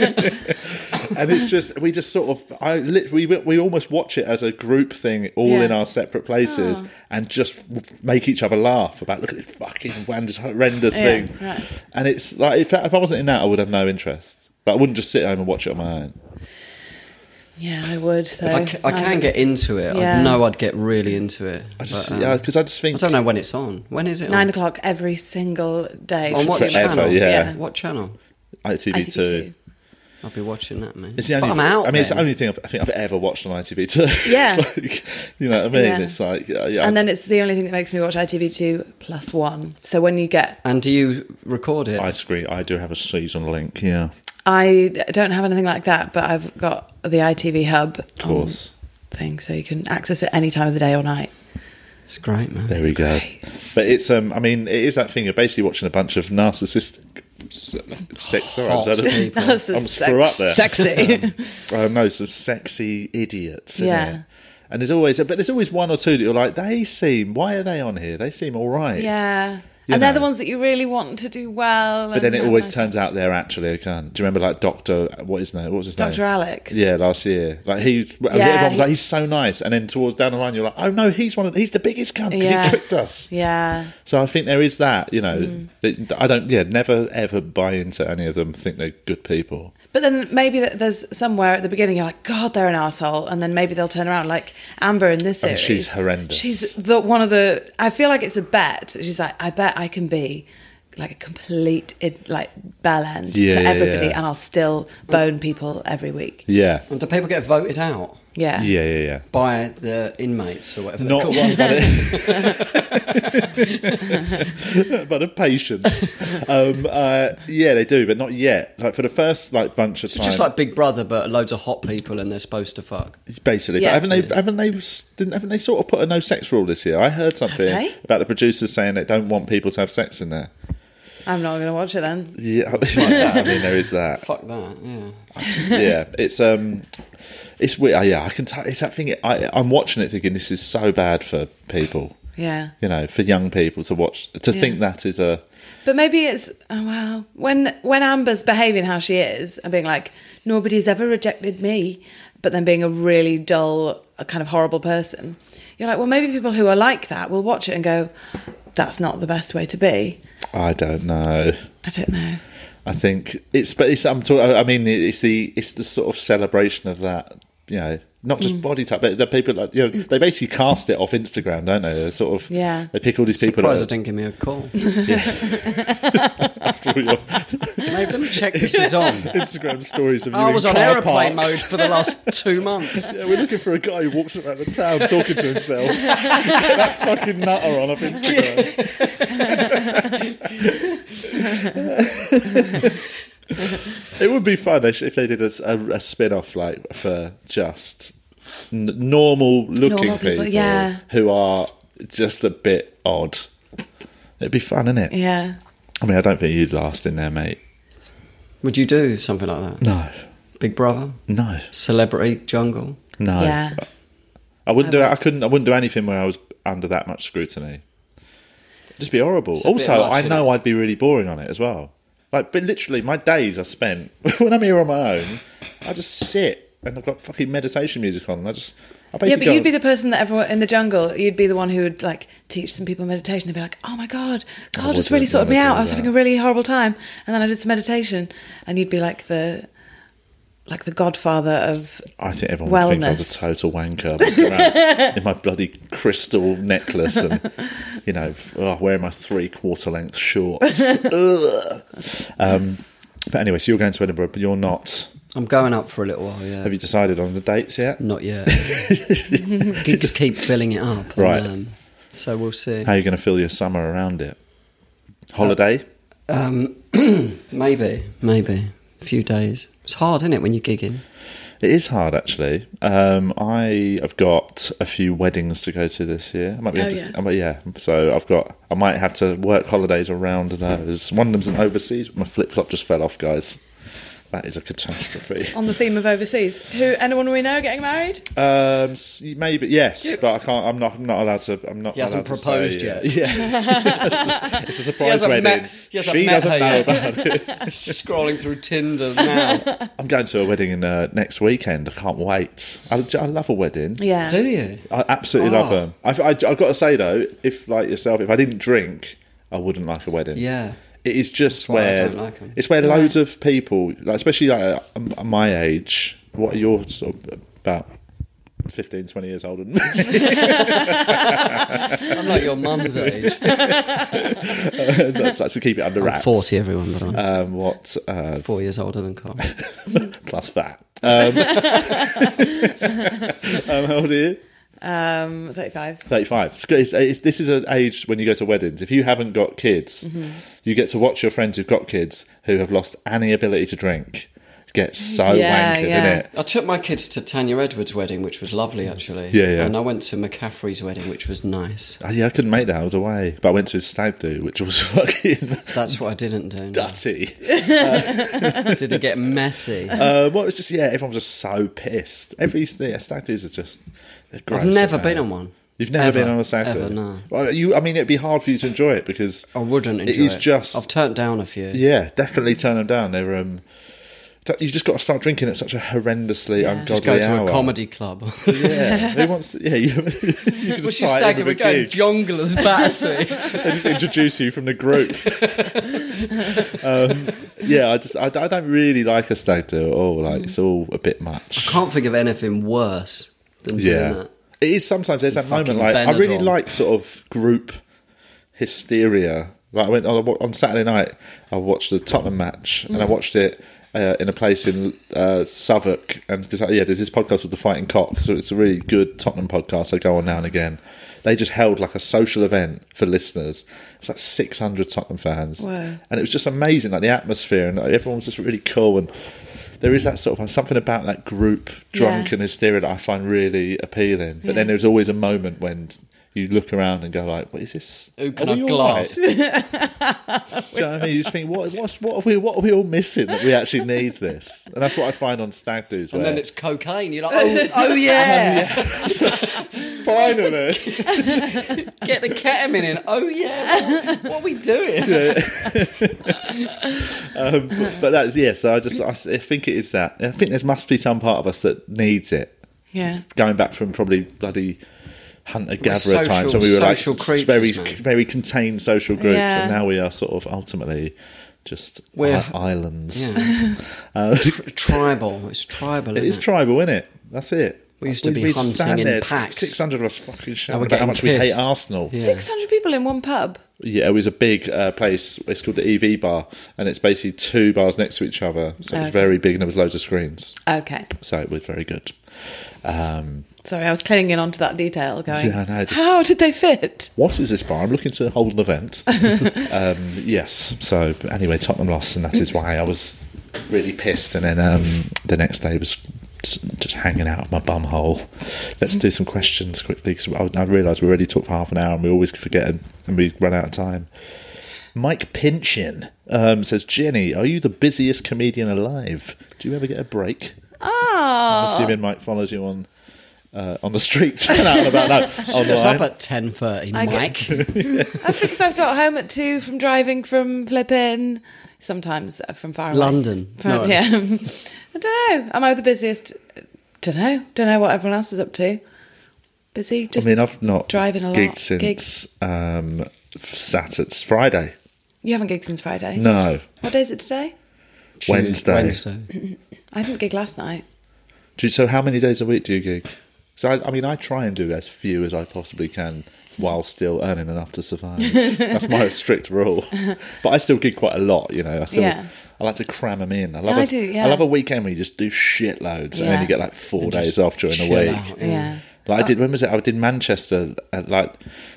[SPEAKER 1] and it's just we just sort of I lit, we we almost watch it as a group thing, all
[SPEAKER 4] Yeah. Oh.
[SPEAKER 1] in our separate places, and just make each other laugh about look at this fucking horrendous, horrendous
[SPEAKER 4] Yeah,
[SPEAKER 1] thing.
[SPEAKER 4] right.
[SPEAKER 1] And it's like if, if I wasn't in that, I would have no interest. But I wouldn't just sit home and watch it on my own.
[SPEAKER 4] yeah, I would. So
[SPEAKER 2] I, ca- I can get into it.
[SPEAKER 4] Yeah.
[SPEAKER 2] I know I'd get really into it.
[SPEAKER 1] I just
[SPEAKER 2] but, um,
[SPEAKER 1] yeah, because I just
[SPEAKER 2] I
[SPEAKER 1] think
[SPEAKER 2] don't know when it's on. When is it on?
[SPEAKER 4] nine o'clock every single day.
[SPEAKER 2] On
[SPEAKER 4] for
[SPEAKER 2] what
[SPEAKER 4] two
[SPEAKER 1] Forever,
[SPEAKER 4] months.
[SPEAKER 2] channel?
[SPEAKER 1] yeah.
[SPEAKER 2] What channel?
[SPEAKER 1] ITV two.
[SPEAKER 4] ITV2.
[SPEAKER 2] I'll be watching that, mate.
[SPEAKER 1] It's the only.
[SPEAKER 2] but I'm out.
[SPEAKER 1] I mean, it's the
[SPEAKER 2] then.
[SPEAKER 1] only thing I've, I think I've ever watched on ITV two. (laughs)
[SPEAKER 4] Yeah.
[SPEAKER 1] it's like, you know what I mean?
[SPEAKER 4] Yeah.
[SPEAKER 1] It's like yeah, yeah.
[SPEAKER 4] And then it's the only thing that makes me watch ITV2 plus one. So when you get,
[SPEAKER 2] And do you record it?
[SPEAKER 1] I screen. I do have a season link. Yeah,
[SPEAKER 4] I don't have anything like that, but I've got the ITV Hub of
[SPEAKER 1] course.
[SPEAKER 4] thing, so you can access it any time of the day or night. (laughs)
[SPEAKER 2] It's great, man.
[SPEAKER 1] There we go.
[SPEAKER 4] great.
[SPEAKER 1] But it's um, I mean, it is that thing. You're basically watching a bunch of narcissistic sex. Sorry, I
[SPEAKER 2] Hot
[SPEAKER 1] said
[SPEAKER 2] (laughs)
[SPEAKER 1] it.
[SPEAKER 2] people.
[SPEAKER 4] That's a
[SPEAKER 1] I'm threw up there.
[SPEAKER 4] Sexy.
[SPEAKER 1] (laughs) Oh no, some sexy idiots.
[SPEAKER 4] Yeah.
[SPEAKER 1] Yeah. And there's always, but there's always one or two that you're like, they seem. Why are they on here? They seem all right.
[SPEAKER 4] yeah.
[SPEAKER 1] You
[SPEAKER 4] and they're the
[SPEAKER 1] know.
[SPEAKER 4] ones that you really want to do well.
[SPEAKER 1] But then it always
[SPEAKER 4] turns.
[SPEAKER 1] turns out they're actually a cunt. Do you remember like Doctor? What is his name? What was his name?
[SPEAKER 4] Dr. Alex.
[SPEAKER 1] Yeah, last year. Like he,
[SPEAKER 4] Yeah,
[SPEAKER 1] everyone was
[SPEAKER 4] he-
[SPEAKER 1] like, he's so nice. And then towards down the line, you're like, oh no, he's one. Of, he's the biggest cunt because
[SPEAKER 4] Yeah.
[SPEAKER 1] he tricked us.
[SPEAKER 4] Yeah.
[SPEAKER 1] So I think there is that, you know.
[SPEAKER 4] Mm.
[SPEAKER 1] that- I don't, yeah, never ever buy into any of them. Think they're good people.
[SPEAKER 4] But then maybe that there's somewhere at the beginning you're like, God, they're an asshole, and then maybe they'll turn around like Amber in this
[SPEAKER 1] mean,
[SPEAKER 4] series.
[SPEAKER 1] she's horrendous.
[SPEAKER 4] She's the one of the. I feel like it's a bet. She's like, I bet I can be like a complete id- like bell end
[SPEAKER 1] Yeah,
[SPEAKER 4] to
[SPEAKER 1] yeah,
[SPEAKER 4] everybody,
[SPEAKER 1] yeah.
[SPEAKER 4] and I'll still bone people every week.
[SPEAKER 1] Yeah,
[SPEAKER 2] And do people get voted out
[SPEAKER 4] Yeah.
[SPEAKER 1] yeah, yeah, yeah.
[SPEAKER 2] by the inmates or whatever? they're
[SPEAKER 1] Not
[SPEAKER 2] called? (laughs)
[SPEAKER 1] one, but a, (laughs)
[SPEAKER 4] (laughs)
[SPEAKER 1] but a patience. Um, uh, yeah, they do, but not yet. Like for the first like bunch of
[SPEAKER 2] It's
[SPEAKER 1] time,
[SPEAKER 2] just like Big Brother, but loads of hot people, and they're supposed to fuck.
[SPEAKER 1] basically.
[SPEAKER 4] Yeah.
[SPEAKER 1] But haven't they? Haven't they? s- Didn't haven't they sort of put a no sex rule this year? I heard something
[SPEAKER 4] they?
[SPEAKER 1] about the producers saying they don't want people to have sex in there.
[SPEAKER 4] I'm not going to watch it then.
[SPEAKER 1] Yeah, (laughs) like that. I mean, there is that.
[SPEAKER 2] Fuck that, yeah.
[SPEAKER 1] yeah, it's um, it's weird. Yeah, I can tell. It's that thing. I, I'm watching it thinking this is so bad for people.
[SPEAKER 4] Yeah.
[SPEAKER 1] You know, for young people to watch to
[SPEAKER 4] Yeah.
[SPEAKER 1] think that is a
[SPEAKER 4] But maybe it's oh well when when Amber's behaving how she is and being like nobody's ever rejected me, but then being a really dull, a kind of horrible person. You're like, well, maybe people who are like that will watch it and go, that's not the best way to be.
[SPEAKER 1] I don't know.
[SPEAKER 4] I don't know.
[SPEAKER 1] I think it's but it's I'm talking. I mean, it's the it's the sort of celebration of that. You know, not
[SPEAKER 4] Mm.
[SPEAKER 1] just body type, but the people like you know they basically cast it off Instagram, don't they? They're sort of
[SPEAKER 4] Yeah.
[SPEAKER 1] They pick all these people.
[SPEAKER 2] Surprised
[SPEAKER 1] (laughs)
[SPEAKER 2] they
[SPEAKER 1] That,
[SPEAKER 2] didn't give me a (laughs) call.
[SPEAKER 1] after all your
[SPEAKER 2] Maybe let
[SPEAKER 1] (laughs)
[SPEAKER 2] me check this is on.
[SPEAKER 1] Instagram stories of you.
[SPEAKER 2] I
[SPEAKER 1] in
[SPEAKER 2] was on
[SPEAKER 1] car
[SPEAKER 2] aeroplane
[SPEAKER 1] parks.
[SPEAKER 2] mode for
[SPEAKER 1] (laughs)
[SPEAKER 2] the last two months.
[SPEAKER 1] Yeah, we're looking for a guy who walks around the town talking to
[SPEAKER 4] (laughs)
[SPEAKER 1] himself. Get that fucking nutter on off Instagram. it would be fun if if they did a, s- a- a spin-off like for just n- normal looking
[SPEAKER 4] Normal people,
[SPEAKER 1] people,
[SPEAKER 4] yeah.
[SPEAKER 1] who are just a bit odd. It'd be fun, innit?
[SPEAKER 4] Yeah.
[SPEAKER 1] I mean, I don't think you'd last in there, mate.
[SPEAKER 2] Would you do something like that?
[SPEAKER 1] No,
[SPEAKER 2] Big Brother?
[SPEAKER 1] no,
[SPEAKER 2] Celebrity Jungle?
[SPEAKER 1] no.
[SPEAKER 4] Yeah.
[SPEAKER 1] I wouldn't do. I couldn't. I wouldn't do anything where I was under that much scrutiny. It'd just be horrible.
[SPEAKER 2] a bit
[SPEAKER 1] Also,
[SPEAKER 2] much,
[SPEAKER 1] I
[SPEAKER 2] isn't
[SPEAKER 1] know
[SPEAKER 2] it?
[SPEAKER 1] I'd be really boring on it as well. Like, but literally, my days are (laughs) spent when I'm here on my own. I just sit and I've got fucking meditation music on, and I just I
[SPEAKER 4] yeah,
[SPEAKER 1] basically
[SPEAKER 4] but
[SPEAKER 1] go-
[SPEAKER 4] you'd be the person that everyone in the jungle, you'd be the one who would like teach some people meditation. They'd be like, oh my God,
[SPEAKER 1] I
[SPEAKER 4] God
[SPEAKER 1] wouldn't
[SPEAKER 4] just really sorted
[SPEAKER 1] wanna
[SPEAKER 4] me out.
[SPEAKER 1] do
[SPEAKER 4] I was
[SPEAKER 1] that.
[SPEAKER 4] having a really horrible time. And then I did some meditation. And you'd be like the, like the godfather of,
[SPEAKER 1] I think everyone would think I was a
[SPEAKER 4] Wellness. total
[SPEAKER 1] total wanker. I was
[SPEAKER 4] (laughs)
[SPEAKER 1] around in my bloody crystal necklace and, you know, oh, wearing my three quarter length
[SPEAKER 4] (laughs)
[SPEAKER 1] shorts. Ugh. um, but anyway, so you're going to Edinburgh, but you're not.
[SPEAKER 2] I'm going up for a little while. Yeah,
[SPEAKER 1] Have you decided on the dates yet?
[SPEAKER 2] not (laughs) yet. Gigs keep filling it up. and,
[SPEAKER 1] Right.
[SPEAKER 2] um, so we'll see.
[SPEAKER 1] How are you going to fill your summer around it? Holiday?
[SPEAKER 2] Um, (clears throat) maybe, maybe a few days. It's hard, isn't it, when you're gigging?
[SPEAKER 1] It is hard, actually. Um, I have got a few weddings to go to this year. I might be
[SPEAKER 4] Oh,
[SPEAKER 1] able to,
[SPEAKER 4] yeah.
[SPEAKER 1] I might, yeah. So I've got. I might have to work holidays around those. One of them's an overseas. My flip flop just fell off, guys. That is a
[SPEAKER 4] (laughs)
[SPEAKER 1] catastrophe.
[SPEAKER 4] on the theme of overseas. Who, anyone we know getting married?
[SPEAKER 1] Um, s- maybe yes, but I can't. I'm not. I'm not allowed to. I'm not.
[SPEAKER 2] He hasn't
[SPEAKER 1] allowed to
[SPEAKER 2] proposed
[SPEAKER 1] say
[SPEAKER 2] yet.
[SPEAKER 1] (laughs) Yeah, (laughs) it's a
[SPEAKER 2] He
[SPEAKER 1] surprise
[SPEAKER 2] hasn't
[SPEAKER 1] wedding.
[SPEAKER 2] met- he hasn't
[SPEAKER 1] she
[SPEAKER 2] met
[SPEAKER 1] doesn't
[SPEAKER 2] her
[SPEAKER 1] know
[SPEAKER 2] yet.
[SPEAKER 1] about it.
[SPEAKER 2] (laughs) Scrolling through Tinder now.
[SPEAKER 1] I'm going to a wedding in uh, next weekend. I can't wait. I, I love a wedding.
[SPEAKER 2] (laughs)
[SPEAKER 4] Yeah.
[SPEAKER 2] Do you?
[SPEAKER 1] I absolutely
[SPEAKER 2] Oh.
[SPEAKER 1] love them. I've, I, have got to say though, if like yourself, if I didn't drink, I wouldn't like a wedding.
[SPEAKER 2] Yeah.
[SPEAKER 1] it is just
[SPEAKER 2] why I
[SPEAKER 1] where
[SPEAKER 2] don't like 'em.
[SPEAKER 1] it's where loads of people, like especially like uh, m- my age. What are your sort of about 15, 20 years older than me?
[SPEAKER 2] (laughs)
[SPEAKER 1] (laughs)
[SPEAKER 2] I'm like your (laughs) mum's age.
[SPEAKER 1] That's like to keep it under
[SPEAKER 2] I'm
[SPEAKER 1] wraps.
[SPEAKER 2] 40, everyone, but I'm
[SPEAKER 1] Um, what uh, (laughs)
[SPEAKER 2] four years older than Carl.
[SPEAKER 1] plus that?
[SPEAKER 2] (laughs)
[SPEAKER 1] Um, (laughs) um, how old are you?
[SPEAKER 4] Um, 35.
[SPEAKER 1] 35. It's, it's, it's, this is an age when you go to weddings. If you haven't got kids,
[SPEAKER 2] Mm-hmm.
[SPEAKER 1] you get to watch your friends who've got kids who have lost any ability to drink get so
[SPEAKER 4] Yeah,
[SPEAKER 1] wankered,
[SPEAKER 4] yeah.
[SPEAKER 1] innit?
[SPEAKER 2] I took my kids to Tanya Edwards' wedding, which was lovely, actually.
[SPEAKER 1] Yeah, yeah.
[SPEAKER 2] And I went to McCaffrey's wedding, which was nice.
[SPEAKER 1] Oh, yeah, I couldn't make that. I was away. But I went to his stag do, which was (laughs) fucking
[SPEAKER 2] That's what I didn't do. no. (laughs)
[SPEAKER 1] dutty.
[SPEAKER 2] Did it get messy? (laughs)
[SPEAKER 1] Um, what was just, yeah, everyone was just so pissed. Every yeah, stag do's are just. they're gross,
[SPEAKER 2] I've never
[SPEAKER 1] aren't they?
[SPEAKER 2] been on one.
[SPEAKER 1] You've never
[SPEAKER 2] Ever.
[SPEAKER 1] been on a stag do?
[SPEAKER 2] Ever, no.
[SPEAKER 1] Well, you, I mean, it'd be hard for you to enjoy it because.
[SPEAKER 2] I wouldn't enjoy it.
[SPEAKER 1] It is just.
[SPEAKER 2] I've turned down a few.
[SPEAKER 1] Yeah, definitely turn them down. They're um, t- you just got to start drinking at such a horrendously
[SPEAKER 4] Yeah.
[SPEAKER 1] ungodly
[SPEAKER 2] Just go to
[SPEAKER 1] hour.
[SPEAKER 2] a comedy club. (laughs)
[SPEAKER 1] Yeah, who wants? Yeah, you. (laughs) you can
[SPEAKER 2] What's
[SPEAKER 1] just
[SPEAKER 2] your
[SPEAKER 1] start
[SPEAKER 2] stag
[SPEAKER 1] it
[SPEAKER 2] do?
[SPEAKER 1] with
[SPEAKER 2] We're
[SPEAKER 1] a
[SPEAKER 2] going
[SPEAKER 1] gig.
[SPEAKER 2] jonglers, Battersea.
[SPEAKER 1] (laughs) They just introduce you from the group. um, yeah, I just I, I don't really like a stag do at all. Like it's all a bit much.
[SPEAKER 2] (laughs) Can't think of anything worse than doing
[SPEAKER 1] Yeah,
[SPEAKER 2] that.
[SPEAKER 1] it is. Sometimes there's that moment
[SPEAKER 2] Fucking
[SPEAKER 1] like I really
[SPEAKER 2] Benidorm.
[SPEAKER 1] like sort of group hysteria. Like I went on, on Saturday night. I watched the Tottenham match, and I
[SPEAKER 2] Mm.
[SPEAKER 1] watched it uh, in a place in uh, Southwark. And because yeah, there's this podcast with the Fighting Cock, so it's a really good Tottenham podcast. I go on now and again. They just held like a social event for listeners. It was like 600 Tottenham fans,
[SPEAKER 4] Wow.
[SPEAKER 1] and it was just amazing. Like the atmosphere, and like, everyone was just really cool. And there is that sort of something about that group drunk
[SPEAKER 4] Yeah.
[SPEAKER 1] and hysteria that I find really appealing. But then
[SPEAKER 4] Yeah.
[SPEAKER 1] there's always a moment when you look around and go like, "What is this?
[SPEAKER 2] Who can
[SPEAKER 1] Are
[SPEAKER 2] I
[SPEAKER 1] we all
[SPEAKER 2] glass?"
[SPEAKER 1] right? (laughs) Do you know what I mean? You just think, what, what's, what are we, what are we all missing that we actually need this? And that's what I find on stag do's.
[SPEAKER 2] And
[SPEAKER 1] where
[SPEAKER 2] then it's cocaine. You're like, oh,
[SPEAKER 1] (laughs)
[SPEAKER 2] oh yeah.
[SPEAKER 1] finally.
[SPEAKER 2] oh, Get the ketamine in. Oh
[SPEAKER 1] (laughs)
[SPEAKER 2] yeah. What, what are we doing?
[SPEAKER 1] um, but, (laughs) but that's yeah. So I just I, I think it is that. I think there must be some part of us that needs it.
[SPEAKER 4] Yeah.
[SPEAKER 1] Going back from probably bloody hunter gatherer
[SPEAKER 2] social-
[SPEAKER 1] times when we were like
[SPEAKER 2] social
[SPEAKER 1] s- very
[SPEAKER 2] creatures, man.
[SPEAKER 1] very contained social groups,
[SPEAKER 4] Yeah.
[SPEAKER 1] and now we are sort of ultimately just
[SPEAKER 2] We're-
[SPEAKER 1] i- islands.
[SPEAKER 2] Yeah.
[SPEAKER 1] Uh,
[SPEAKER 2] (laughs) tribal. It's tribal.
[SPEAKER 1] (laughs) It
[SPEAKER 2] isn't
[SPEAKER 1] is tribal, isn't it? That's it.
[SPEAKER 2] We used to be hunting in packs.
[SPEAKER 1] Six hundred of us fucking shouting
[SPEAKER 2] we're
[SPEAKER 1] about how
[SPEAKER 2] getting
[SPEAKER 1] much we
[SPEAKER 2] pissed.
[SPEAKER 1] hate Arsenal.
[SPEAKER 2] Yeah.
[SPEAKER 4] 600 people in one pub.
[SPEAKER 1] Yeah, it was a big uh, place. It's called the EV Bar, and it's basically two bars next to each other. So it
[SPEAKER 4] Okay.
[SPEAKER 1] was very big, and there was loads of screens.
[SPEAKER 4] Okay.
[SPEAKER 1] So it was very good. Um,
[SPEAKER 4] Sorry, I was clinging on to that detail going,
[SPEAKER 1] Yeah, I know, just-
[SPEAKER 4] how did they fit?
[SPEAKER 1] what is this bar? I'm looking to hold an event. um, yes. So but anyway, Tottenham lost, and that is why I was really pissed. And then um, the next day was just just hanging out of my bum hole. Let's do some questions quickly because I, I realised we already talked for half an hour, and we always forget and, and we run out of time. Mike Pinchin um, says, Jenny, are you the busiest comedian alive? Do you ever get a break?
[SPEAKER 4] Oh,
[SPEAKER 1] Assuming Mike follows you on uh, on the streets (laughs) and out and about. No,
[SPEAKER 2] it? It's up
[SPEAKER 1] online.
[SPEAKER 2] at ten thirty,
[SPEAKER 4] I
[SPEAKER 2] Mike.
[SPEAKER 4] get- (laughs) that's because I've got home at two from driving from flipping, sometimes uh, from far away.
[SPEAKER 2] London.
[SPEAKER 4] From,
[SPEAKER 2] No.
[SPEAKER 4] (laughs) Yeah. I don't know. Am I the busiest? Don't know. Don't know what everyone else is up to. Busy. Just
[SPEAKER 1] I mean, I've not
[SPEAKER 4] driving a lot.
[SPEAKER 1] gigged
[SPEAKER 4] Gigs.
[SPEAKER 1] since um, Saturday, it's Friday.
[SPEAKER 4] You haven't gigged since Friday.
[SPEAKER 1] No,
[SPEAKER 4] What day is it today?
[SPEAKER 2] Tuesday,
[SPEAKER 1] Wednesday.
[SPEAKER 2] Wednesday.
[SPEAKER 4] I didn't gig last night.
[SPEAKER 1] Do you, so how many days a week do you gig? So I, I mean, I try and do as few as I possibly can while still earning enough to
[SPEAKER 4] (laughs)
[SPEAKER 1] survive. That's my strict rule. But I still gig quite a lot, you know. I still,
[SPEAKER 4] Yeah.
[SPEAKER 1] I like to cram them in. I love
[SPEAKER 4] I
[SPEAKER 1] a-
[SPEAKER 4] do, yeah.
[SPEAKER 1] I love a weekend where you just do shit loads and then
[SPEAKER 4] Yeah.
[SPEAKER 1] you get like four days
[SPEAKER 2] just
[SPEAKER 1] off during the
[SPEAKER 2] chill
[SPEAKER 1] week.
[SPEAKER 2] out,
[SPEAKER 4] Yeah. Uh,
[SPEAKER 1] Like I did, when was it? I did Manchester uh, like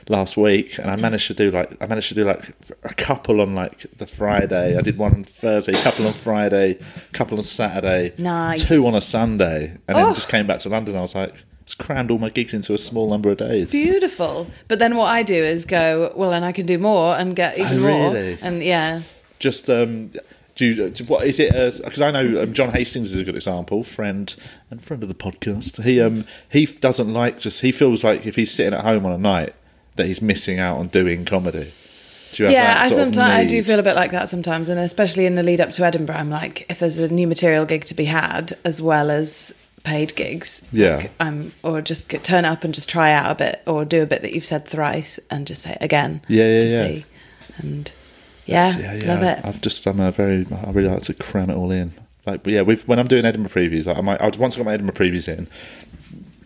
[SPEAKER 1] last week, and I managed to do like I managed to do like a couple on like the Friday. I did one on Thursday, a couple on Friday, a couple on Saturday,
[SPEAKER 4] Nice.
[SPEAKER 1] two on a Sunday, and then
[SPEAKER 4] Oh.
[SPEAKER 1] just came back to London. I was like, just crammed all my gigs into a small number of days.
[SPEAKER 4] Beautiful. But then what I do is go, well, and I can do more and get even more.
[SPEAKER 1] Oh, really?
[SPEAKER 4] And yeah.
[SPEAKER 1] Just um, do you, do- what is it? Because I know um, John Hastings is a good example, friend and friend of the podcast. He um he doesn't like just he feels like if he's sitting at home on a night that he's missing out on doing comedy. Do you have
[SPEAKER 4] Yeah,
[SPEAKER 1] that
[SPEAKER 4] I
[SPEAKER 1] sort of
[SPEAKER 4] sometimes I do
[SPEAKER 1] need?
[SPEAKER 4] feel a bit like that sometimes, and especially in the lead up to Edinburgh, I'm like, if there's a new material gig to be had, as well as paid gigs,
[SPEAKER 1] Yeah.
[SPEAKER 4] like, I'm or just get, turn up and just try out a bit, or do a bit that you've said thrice and just say it again,
[SPEAKER 1] Yeah, yeah,
[SPEAKER 4] to
[SPEAKER 1] yeah.
[SPEAKER 4] see, and yeah, love it.
[SPEAKER 1] I, have just I'm a very I really like to cram it all in. Like but yeah, with, when I'm doing Edinburgh previews, like I might I would once I got my Edinburgh previews in,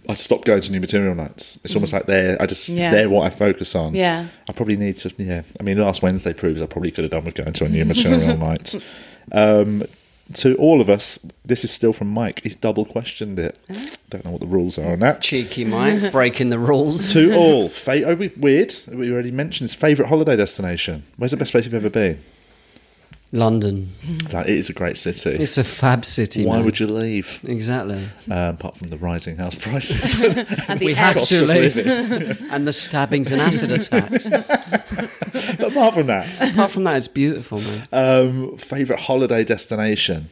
[SPEAKER 1] I stopped going to new material nights. It's almost like they're I just
[SPEAKER 4] Mm. Yeah.
[SPEAKER 1] they're what I focus on.
[SPEAKER 4] Yeah.
[SPEAKER 1] I probably need to yeah. I mean last Wednesday proves I probably could have done with going to a new material
[SPEAKER 4] (laughs)
[SPEAKER 1] night. Um to all of us, this is still from Mike. He's double questioned it. Don't know what the rules are on that.
[SPEAKER 2] Cheeky Mike, breaking
[SPEAKER 1] (laughs)
[SPEAKER 2] the rules.
[SPEAKER 1] to all, fa- oh, we- weird. We already mentioned his favourite holiday destination. Where's the best place you've ever been?
[SPEAKER 2] London.
[SPEAKER 1] Like it is a great city.
[SPEAKER 2] It's a fab city.
[SPEAKER 1] Why
[SPEAKER 2] man.
[SPEAKER 1] would you leave?
[SPEAKER 2] Exactly.
[SPEAKER 1] Uh, apart from the rising house
[SPEAKER 4] (laughs)
[SPEAKER 1] prices,
[SPEAKER 4] And
[SPEAKER 2] we
[SPEAKER 4] the
[SPEAKER 2] have
[SPEAKER 1] cost
[SPEAKER 2] to
[SPEAKER 1] of
[SPEAKER 2] leave.
[SPEAKER 1] living.
[SPEAKER 2] and the stabbings and acid
[SPEAKER 4] (laughs)
[SPEAKER 2] attacks.
[SPEAKER 1] (laughs) But apart from that,
[SPEAKER 2] Apart from that, it's beautiful, man.
[SPEAKER 1] um, favorite holiday destination.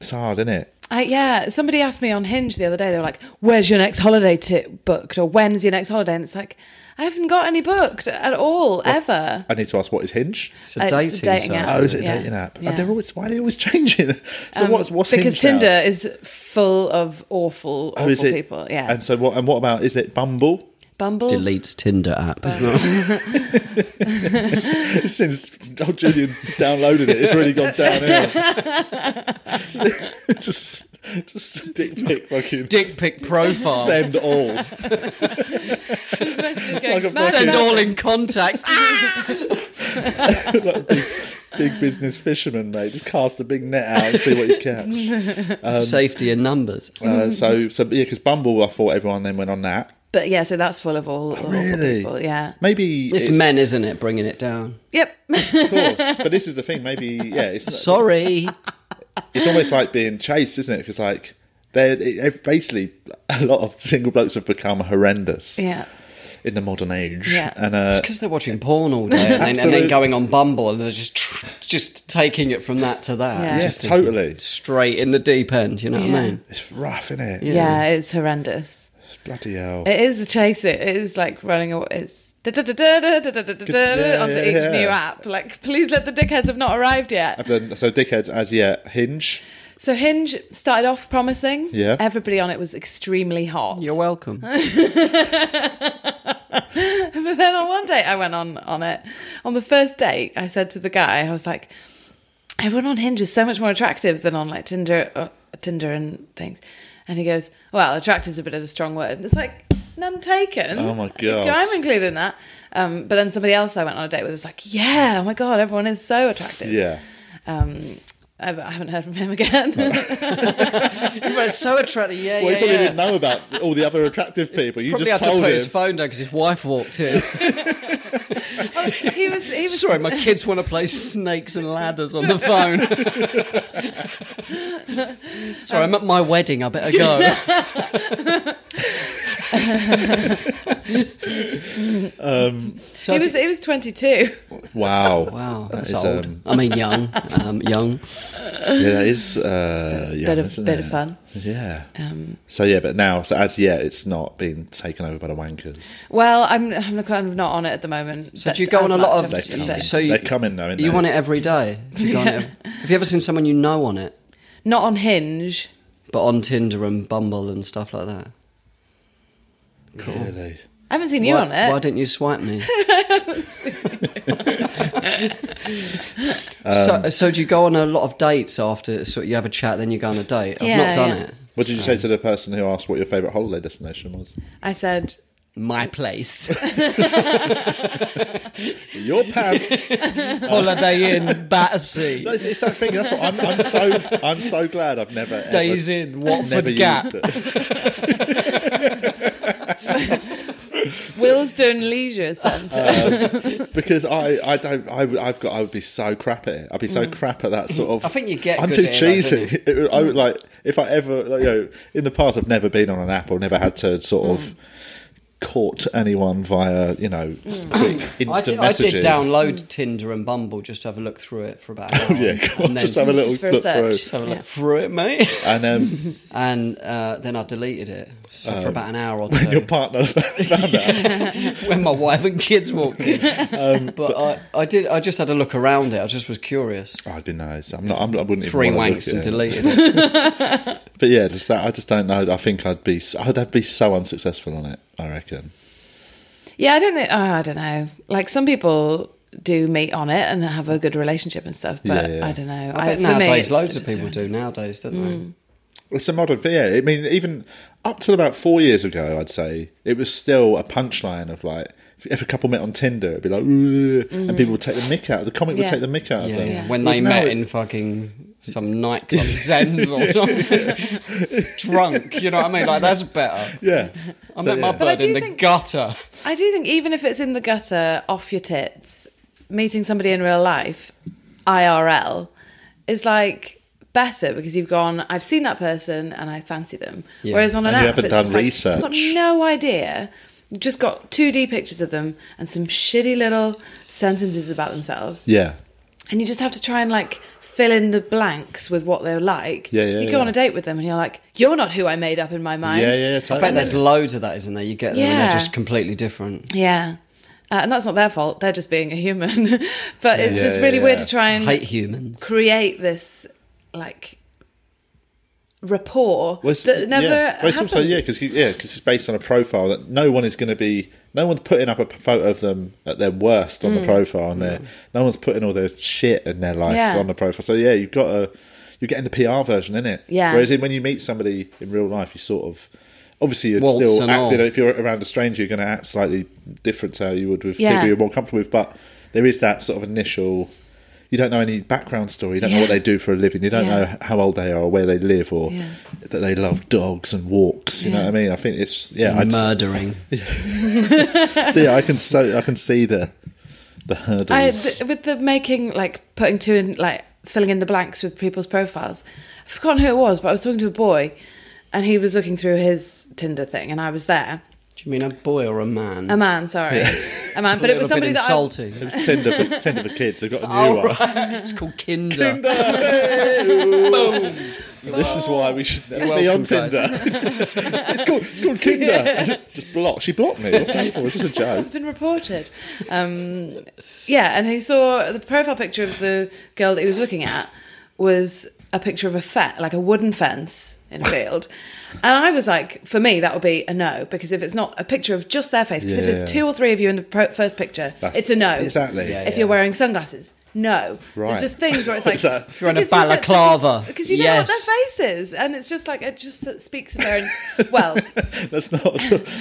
[SPEAKER 1] It's hard, isn't it?
[SPEAKER 4] I, yeah, somebody asked me on Hinge the other day. They were like, "Where's your next holiday tip booked?" or "When's your next holiday?" And it's like, I haven't got any booked at all ever.
[SPEAKER 1] I need to ask what is Hinge.
[SPEAKER 2] It's a
[SPEAKER 4] Uh, It's a
[SPEAKER 2] dating,
[SPEAKER 4] dating
[SPEAKER 2] site.
[SPEAKER 4] app.
[SPEAKER 1] Oh, is it a
[SPEAKER 4] Yeah.
[SPEAKER 1] dating app?
[SPEAKER 4] Yeah.
[SPEAKER 1] They're always why are they always (laughs) changing? So
[SPEAKER 4] Um,
[SPEAKER 1] what's what's
[SPEAKER 4] because
[SPEAKER 1] Hinge now?
[SPEAKER 4] Tinder is full of awful, awful
[SPEAKER 1] Oh, is it?
[SPEAKER 4] people. Yeah,
[SPEAKER 1] And so what? And what about is it Bumble? (laughs)
[SPEAKER 4] Bumble. (laughs)
[SPEAKER 2] Deletes Tinder app.
[SPEAKER 1] Since old Julian downloaded it, it's really gone
[SPEAKER 4] (laughs)
[SPEAKER 1] downhill. (laughs) just, just dick pic, fucking
[SPEAKER 2] Dick pic
[SPEAKER 4] (laughs)
[SPEAKER 2] profile. Send,
[SPEAKER 1] send all. like a fucking-
[SPEAKER 2] all in (laughs) contacts.
[SPEAKER 1] big business fisherman, mate. Just cast a big net out and see
[SPEAKER 2] (laughs)
[SPEAKER 1] what you catch.
[SPEAKER 2] Ah! Safety in numbers.
[SPEAKER 1] uh, so, so yeah, because Bumble, I thought everyone then went on that.
[SPEAKER 4] But yeah, so that's full of all awful people. Yeah.
[SPEAKER 1] Maybe
[SPEAKER 2] It's, men, isn't it, bringing it down?
[SPEAKER 4] Yep. (laughs)
[SPEAKER 1] of course. But this is the thing. Maybe yeah, it's
[SPEAKER 2] (laughs) Sorry.
[SPEAKER 1] it's almost like being chased, isn't it? Because like they're it, ev- basically a lot of single blokes have become horrendous
[SPEAKER 4] yeah.
[SPEAKER 1] in the modern age.
[SPEAKER 4] Yeah.
[SPEAKER 1] and
[SPEAKER 2] It's
[SPEAKER 1] uh,
[SPEAKER 2] because they're watching porn all day and, then, and
[SPEAKER 1] Absolutely.
[SPEAKER 2] then going on Bumble and they're just tr- just taking it from that to that.
[SPEAKER 4] Yeah.
[SPEAKER 1] yeah,
[SPEAKER 4] Yes,
[SPEAKER 2] Just thinking
[SPEAKER 1] totally.
[SPEAKER 2] Straight in the deep end, you know what
[SPEAKER 4] Yeah.
[SPEAKER 2] I mean?
[SPEAKER 1] It's rough, isn't it?
[SPEAKER 4] yeah. It's horrendous.
[SPEAKER 1] Bloody hell.
[SPEAKER 2] Eh.
[SPEAKER 4] It is a chase. It is like running away. It's da- da- da- da- da- da- da- da- da-
[SPEAKER 1] yeah,
[SPEAKER 4] da- onto
[SPEAKER 1] yeah,
[SPEAKER 4] each
[SPEAKER 1] yeah.
[SPEAKER 4] new app. Like, please let the dickheads have not arrived yet.
[SPEAKER 1] Then- So dickheads as yet hinge.
[SPEAKER 4] So Hinge started off promising.
[SPEAKER 1] Yeah.
[SPEAKER 4] Everybody on it was extremely hot.
[SPEAKER 2] You're welcome.
[SPEAKER 4] (laughs) But then on one date I went on on it. On the first date, I said to the guy, I was like, everyone on Hinge is so much more attractive than on like Tinder, uh, Tinder and things. And he goes, well, attractive is a bit of a strong word. And it's like none taken. (laughs)
[SPEAKER 1] Oh, my God.
[SPEAKER 4] I'm including that. Um, but then somebody else I went on a date with was like, yeah, oh my god, everyone is so attractive.
[SPEAKER 1] Yeah.
[SPEAKER 4] Um, I I haven't heard from him again.
[SPEAKER 1] (laughs)
[SPEAKER 4] (laughs)
[SPEAKER 2] But it's so attractive. Yeah,
[SPEAKER 1] Well,
[SPEAKER 2] yeah,
[SPEAKER 1] he probably
[SPEAKER 2] yeah.
[SPEAKER 1] didn't know about all the other attractive people. You
[SPEAKER 2] Probably
[SPEAKER 1] just
[SPEAKER 2] had to
[SPEAKER 1] told
[SPEAKER 2] put
[SPEAKER 1] him.
[SPEAKER 2] his phone down because his wife walked in.
[SPEAKER 4] he was he was
[SPEAKER 2] Sorry, my kids want to play snakes and ladders on the phone. Sorry, I'm at my wedding. I better go.
[SPEAKER 1] Um,
[SPEAKER 2] so
[SPEAKER 4] he was he was 22.
[SPEAKER 1] Wow.
[SPEAKER 2] wow, that's
[SPEAKER 1] is,
[SPEAKER 2] old.
[SPEAKER 1] um,
[SPEAKER 2] I mean, young, um, young.
[SPEAKER 1] Yeah, that is uh, young,
[SPEAKER 4] bit of-
[SPEAKER 1] isn't
[SPEAKER 4] bit
[SPEAKER 1] it?
[SPEAKER 4] of fun.
[SPEAKER 1] Yeah.
[SPEAKER 4] Um,
[SPEAKER 1] so yeah, but now, so as yet, it's not been taken over by the wankers.
[SPEAKER 4] Well, I'm I'm kind of not on it at the moment.
[SPEAKER 2] So do you go on a lot of?
[SPEAKER 1] They
[SPEAKER 4] Just a
[SPEAKER 1] come
[SPEAKER 4] bit.
[SPEAKER 1] in.
[SPEAKER 2] So you,
[SPEAKER 1] they come in though.
[SPEAKER 2] you want it every day. If you go on it ev- have you ever seen someone you know on it,
[SPEAKER 4] Not on Hinge.
[SPEAKER 2] but on Tinder and Bumble and stuff like that?
[SPEAKER 1] Really?
[SPEAKER 4] I haven't seen you
[SPEAKER 2] why,
[SPEAKER 4] on it.
[SPEAKER 2] Why didn't you swipe
[SPEAKER 4] (laughs)
[SPEAKER 2] me? so, so do you go on a lot of dates after? So you have a chat, then you go on a date. I've
[SPEAKER 4] Yeah,
[SPEAKER 2] not done
[SPEAKER 4] yeah.
[SPEAKER 2] it.
[SPEAKER 1] What did you say to the person who asked what your favourite holiday destination was?
[SPEAKER 4] I said,
[SPEAKER 2] My place,
[SPEAKER 1] Your pants.
[SPEAKER 2] (laughs) Holiday Inn, Battersea, (laughs)
[SPEAKER 1] No, (laughs) it's, it's that thing. That's what I'm, I'm so. I'm so glad I've never ever-
[SPEAKER 2] Days Inn,
[SPEAKER 1] never
[SPEAKER 2] Watford Gap.
[SPEAKER 1] used it.
[SPEAKER 4] Will's doing
[SPEAKER 2] (laughs)
[SPEAKER 4] leisure centre.
[SPEAKER 2] Uh.
[SPEAKER 1] because I, I don't. I, would- I've got. I would be so crap at it. I'd be so crap at that sort of.
[SPEAKER 2] Mm. I think you get
[SPEAKER 1] I'm
[SPEAKER 2] good
[SPEAKER 1] too
[SPEAKER 2] at it, though,
[SPEAKER 1] cheesy.
[SPEAKER 2] don't you?
[SPEAKER 1] (laughs)
[SPEAKER 2] Mm.
[SPEAKER 1] It would- I would like if I ever. Like, you know, in the past, I've never been on an app or never had to sort
[SPEAKER 2] Mm.
[SPEAKER 1] of court anyone via you know s- quick instant
[SPEAKER 2] (clears throat) I did, I
[SPEAKER 1] messages.
[SPEAKER 2] did download Tinder and Bumble just to have a look through it for about. An hour,
[SPEAKER 1] (laughs) Yeah, go on,
[SPEAKER 2] and then
[SPEAKER 1] just have a little
[SPEAKER 4] Just for a
[SPEAKER 1] look
[SPEAKER 4] search.
[SPEAKER 1] through.
[SPEAKER 2] have a
[SPEAKER 4] Yeah.
[SPEAKER 2] look through it, mate. (laughs)
[SPEAKER 1] And um, (laughs)
[SPEAKER 2] and uh, then I deleted it so for about an
[SPEAKER 1] (laughs)
[SPEAKER 2] hour or two.
[SPEAKER 1] your partner found out.
[SPEAKER 2] when my wife and kids walked
[SPEAKER 4] (laughs)
[SPEAKER 2] in.
[SPEAKER 4] Um,
[SPEAKER 2] but I, I did. I just had a look around it. I just was curious.
[SPEAKER 1] I'd be nice. I'm not. I'm, I wouldn't
[SPEAKER 2] Three
[SPEAKER 1] even wanna look
[SPEAKER 2] wanks
[SPEAKER 1] at
[SPEAKER 2] and
[SPEAKER 1] it. (laughs)
[SPEAKER 2] deleted it.
[SPEAKER 1] But yeah, just that. I just don't know. I think I'd be. s- I'd, I'd be so unsuccessful on it. I reckon.
[SPEAKER 4] yeah, I don't think, oh, I don't know. Like some people do meet on it and have a good relationship and stuff, but
[SPEAKER 1] Yeah, yeah.
[SPEAKER 4] I don't know.
[SPEAKER 2] I bet
[SPEAKER 4] for me,
[SPEAKER 2] nowadays
[SPEAKER 4] it's-
[SPEAKER 2] loads
[SPEAKER 4] it's Mm.
[SPEAKER 2] of people do
[SPEAKER 4] horrendous.
[SPEAKER 2] nowadays, don't
[SPEAKER 1] It's a modern thing. Yeah, I mean, even up till about four years ago, I'd say it was still a punchline of like, if, if a couple met on Tinder, it'd be like, "Ugh," and people would take the mick out. The comic
[SPEAKER 4] Yeah.
[SPEAKER 1] would take the mick out of
[SPEAKER 2] they? Yeah,
[SPEAKER 1] them.
[SPEAKER 2] When
[SPEAKER 1] Whereas
[SPEAKER 2] they
[SPEAKER 1] now
[SPEAKER 2] met
[SPEAKER 1] it-
[SPEAKER 2] in fucking some nightclub, Zens or something, drunk. You know what I mean? Like that's better.
[SPEAKER 1] (laughs) yeah,
[SPEAKER 2] (laughs) I
[SPEAKER 1] So,
[SPEAKER 2] met my
[SPEAKER 1] yeah.
[SPEAKER 4] I
[SPEAKER 2] bird
[SPEAKER 4] do
[SPEAKER 2] in the
[SPEAKER 4] think-
[SPEAKER 2] gutter.
[SPEAKER 4] I do think even if it's in the gutter, off your tits, meeting somebody in real life, IRL, is like better because you've gone. I've seen that person and I fancy them.
[SPEAKER 2] Yeah.
[SPEAKER 4] Whereas on an
[SPEAKER 1] And you
[SPEAKER 4] app,
[SPEAKER 1] haven't
[SPEAKER 4] it's
[SPEAKER 1] done
[SPEAKER 4] just like,
[SPEAKER 1] research.
[SPEAKER 4] You've got no idea. You've just got 2D pictures of them and some shitty little sentences about themselves
[SPEAKER 1] yeah,
[SPEAKER 4] and you just have to try and like fill in the blanks with what they're like.
[SPEAKER 1] Yeah, yeah,
[SPEAKER 4] You go on
[SPEAKER 1] yeah.
[SPEAKER 4] a date with them, and you're like, "You're not who I made up in my mind."
[SPEAKER 1] yeah, yeah.
[SPEAKER 2] I
[SPEAKER 1] Totally.
[SPEAKER 2] bet there's loads of that, isn't there? You get them and
[SPEAKER 4] Yeah.
[SPEAKER 2] they're just completely different.
[SPEAKER 4] Yeah. Uh, and that's not their fault; they're just being a human. (laughs) but it's
[SPEAKER 1] Yeah,
[SPEAKER 4] just
[SPEAKER 1] yeah,
[SPEAKER 4] really weird
[SPEAKER 1] yeah.
[SPEAKER 4] to try
[SPEAKER 2] I
[SPEAKER 4] and
[SPEAKER 2] hate humans.
[SPEAKER 4] create this like rapport
[SPEAKER 1] Well, it's-
[SPEAKER 4] that never
[SPEAKER 1] yeah. Well, it's also-
[SPEAKER 4] happens.
[SPEAKER 1] yeah, because yeah, 'cause it's based on a profile that no one is going to be. No one's putting up a p- photo of them at their worst
[SPEAKER 4] Mm.
[SPEAKER 1] on the profile, and their no one's putting all their shit in their life
[SPEAKER 4] Yeah.
[SPEAKER 1] on the profile. So yeah, you've got to you're getting the PR version in it.
[SPEAKER 4] Yeah.
[SPEAKER 1] Whereas in, when you meet somebody in real life, you sort of obviously you're
[SPEAKER 2] Waltz
[SPEAKER 1] still
[SPEAKER 2] and
[SPEAKER 1] acting.
[SPEAKER 2] all.
[SPEAKER 1] If you're around a stranger, you're going to act slightly different to how you would with
[SPEAKER 4] Yeah.
[SPEAKER 1] people you're more comfortable with. But there is that sort of initial. You don't know any background story. You don't know what
[SPEAKER 4] Yeah.
[SPEAKER 1] they do for a living. You don't
[SPEAKER 4] Yeah.
[SPEAKER 1] know how old they are or where they live or
[SPEAKER 4] Yeah.
[SPEAKER 1] that they love dogs and walks. You know
[SPEAKER 4] Yeah.
[SPEAKER 1] what I mean? I think it's yeah. I just, (laughs)
[SPEAKER 2] Murdering.
[SPEAKER 1] so yeah, I can so I can see the the hurdles. (laughs)
[SPEAKER 4] I, th- with the making, like putting two in, like filling in the blanks with people's profiles. I've forgotten who it was, but I was talking to a boy, and he was looking through his Tinder thing, and I was there.
[SPEAKER 2] Do you mean a boy or a man?
[SPEAKER 4] A man, sorry, a man.
[SPEAKER 1] (laughs)
[SPEAKER 2] It's a
[SPEAKER 4] but it was
[SPEAKER 2] little
[SPEAKER 4] somebody
[SPEAKER 2] bit
[SPEAKER 4] that I,
[SPEAKER 2] insulting.
[SPEAKER 1] it was Tinder for Tinder for kids. I got a new
[SPEAKER 2] Oh,
[SPEAKER 1] one.
[SPEAKER 2] right. It's called Kinder.
[SPEAKER 1] (laughs) This is why we should never
[SPEAKER 2] You're
[SPEAKER 1] be on
[SPEAKER 2] welcome,
[SPEAKER 1] Tinder. (laughs) it's called it's called Tinder. Just block. She blocked me. What's that for? It's just a joke.
[SPEAKER 4] I've been reported. Um, yeah, and he saw the profile picture of the girl that he was looking at was a picture of a fe- like a wooden fence
[SPEAKER 1] (laughs)
[SPEAKER 4] in a field. And I was like, for me, that would be a no because if it's not a picture of just their face, because if
[SPEAKER 1] Yeah.
[SPEAKER 4] there's two or three of you in the pro- first picture,
[SPEAKER 1] That's-
[SPEAKER 4] it's a no.
[SPEAKER 1] Exactly.
[SPEAKER 2] Yeah,
[SPEAKER 4] If you're wearing sunglasses, no.
[SPEAKER 1] Right.
[SPEAKER 4] There's just
[SPEAKER 1] (laughs)
[SPEAKER 4] things where it's like
[SPEAKER 1] Exactly.
[SPEAKER 4] if
[SPEAKER 2] you're in a balaclava,
[SPEAKER 4] because you don't know
[SPEAKER 2] yes.
[SPEAKER 4] what their face is, and it's just like it just speaks of their.
[SPEAKER 1] (laughs)
[SPEAKER 4] well,
[SPEAKER 1] That's not.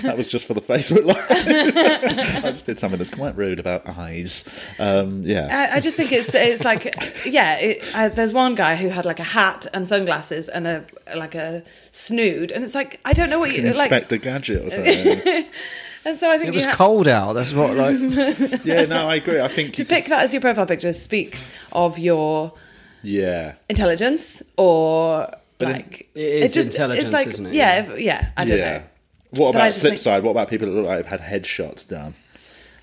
[SPEAKER 1] That was just for the Facebook live. (laughs) I just did something that's quite rude about eyes. Um, yeah.
[SPEAKER 4] I, I just think it's it's like yeah. It, I, there's one guy who had like a hat and sunglasses and a like a snood, and it's like I don't know what you like.
[SPEAKER 1] Inspector Gadget or something.
[SPEAKER 4] And so I think
[SPEAKER 2] It
[SPEAKER 4] you
[SPEAKER 2] was
[SPEAKER 4] ha-
[SPEAKER 2] cold out. That's what
[SPEAKER 4] (laughs)
[SPEAKER 2] like
[SPEAKER 1] yeah. No, I agree. I think.
[SPEAKER 4] to pick that as your profile picture speaks of your
[SPEAKER 1] Yeah.
[SPEAKER 4] intelligence or like
[SPEAKER 2] it is intelligence,
[SPEAKER 4] it's like,
[SPEAKER 2] isn't it?
[SPEAKER 4] Yeah, if- yeah. I don't know.
[SPEAKER 1] What
[SPEAKER 4] But I
[SPEAKER 1] about
[SPEAKER 4] just
[SPEAKER 1] flip
[SPEAKER 4] think-
[SPEAKER 1] side? What about people that look like they've had headshots done?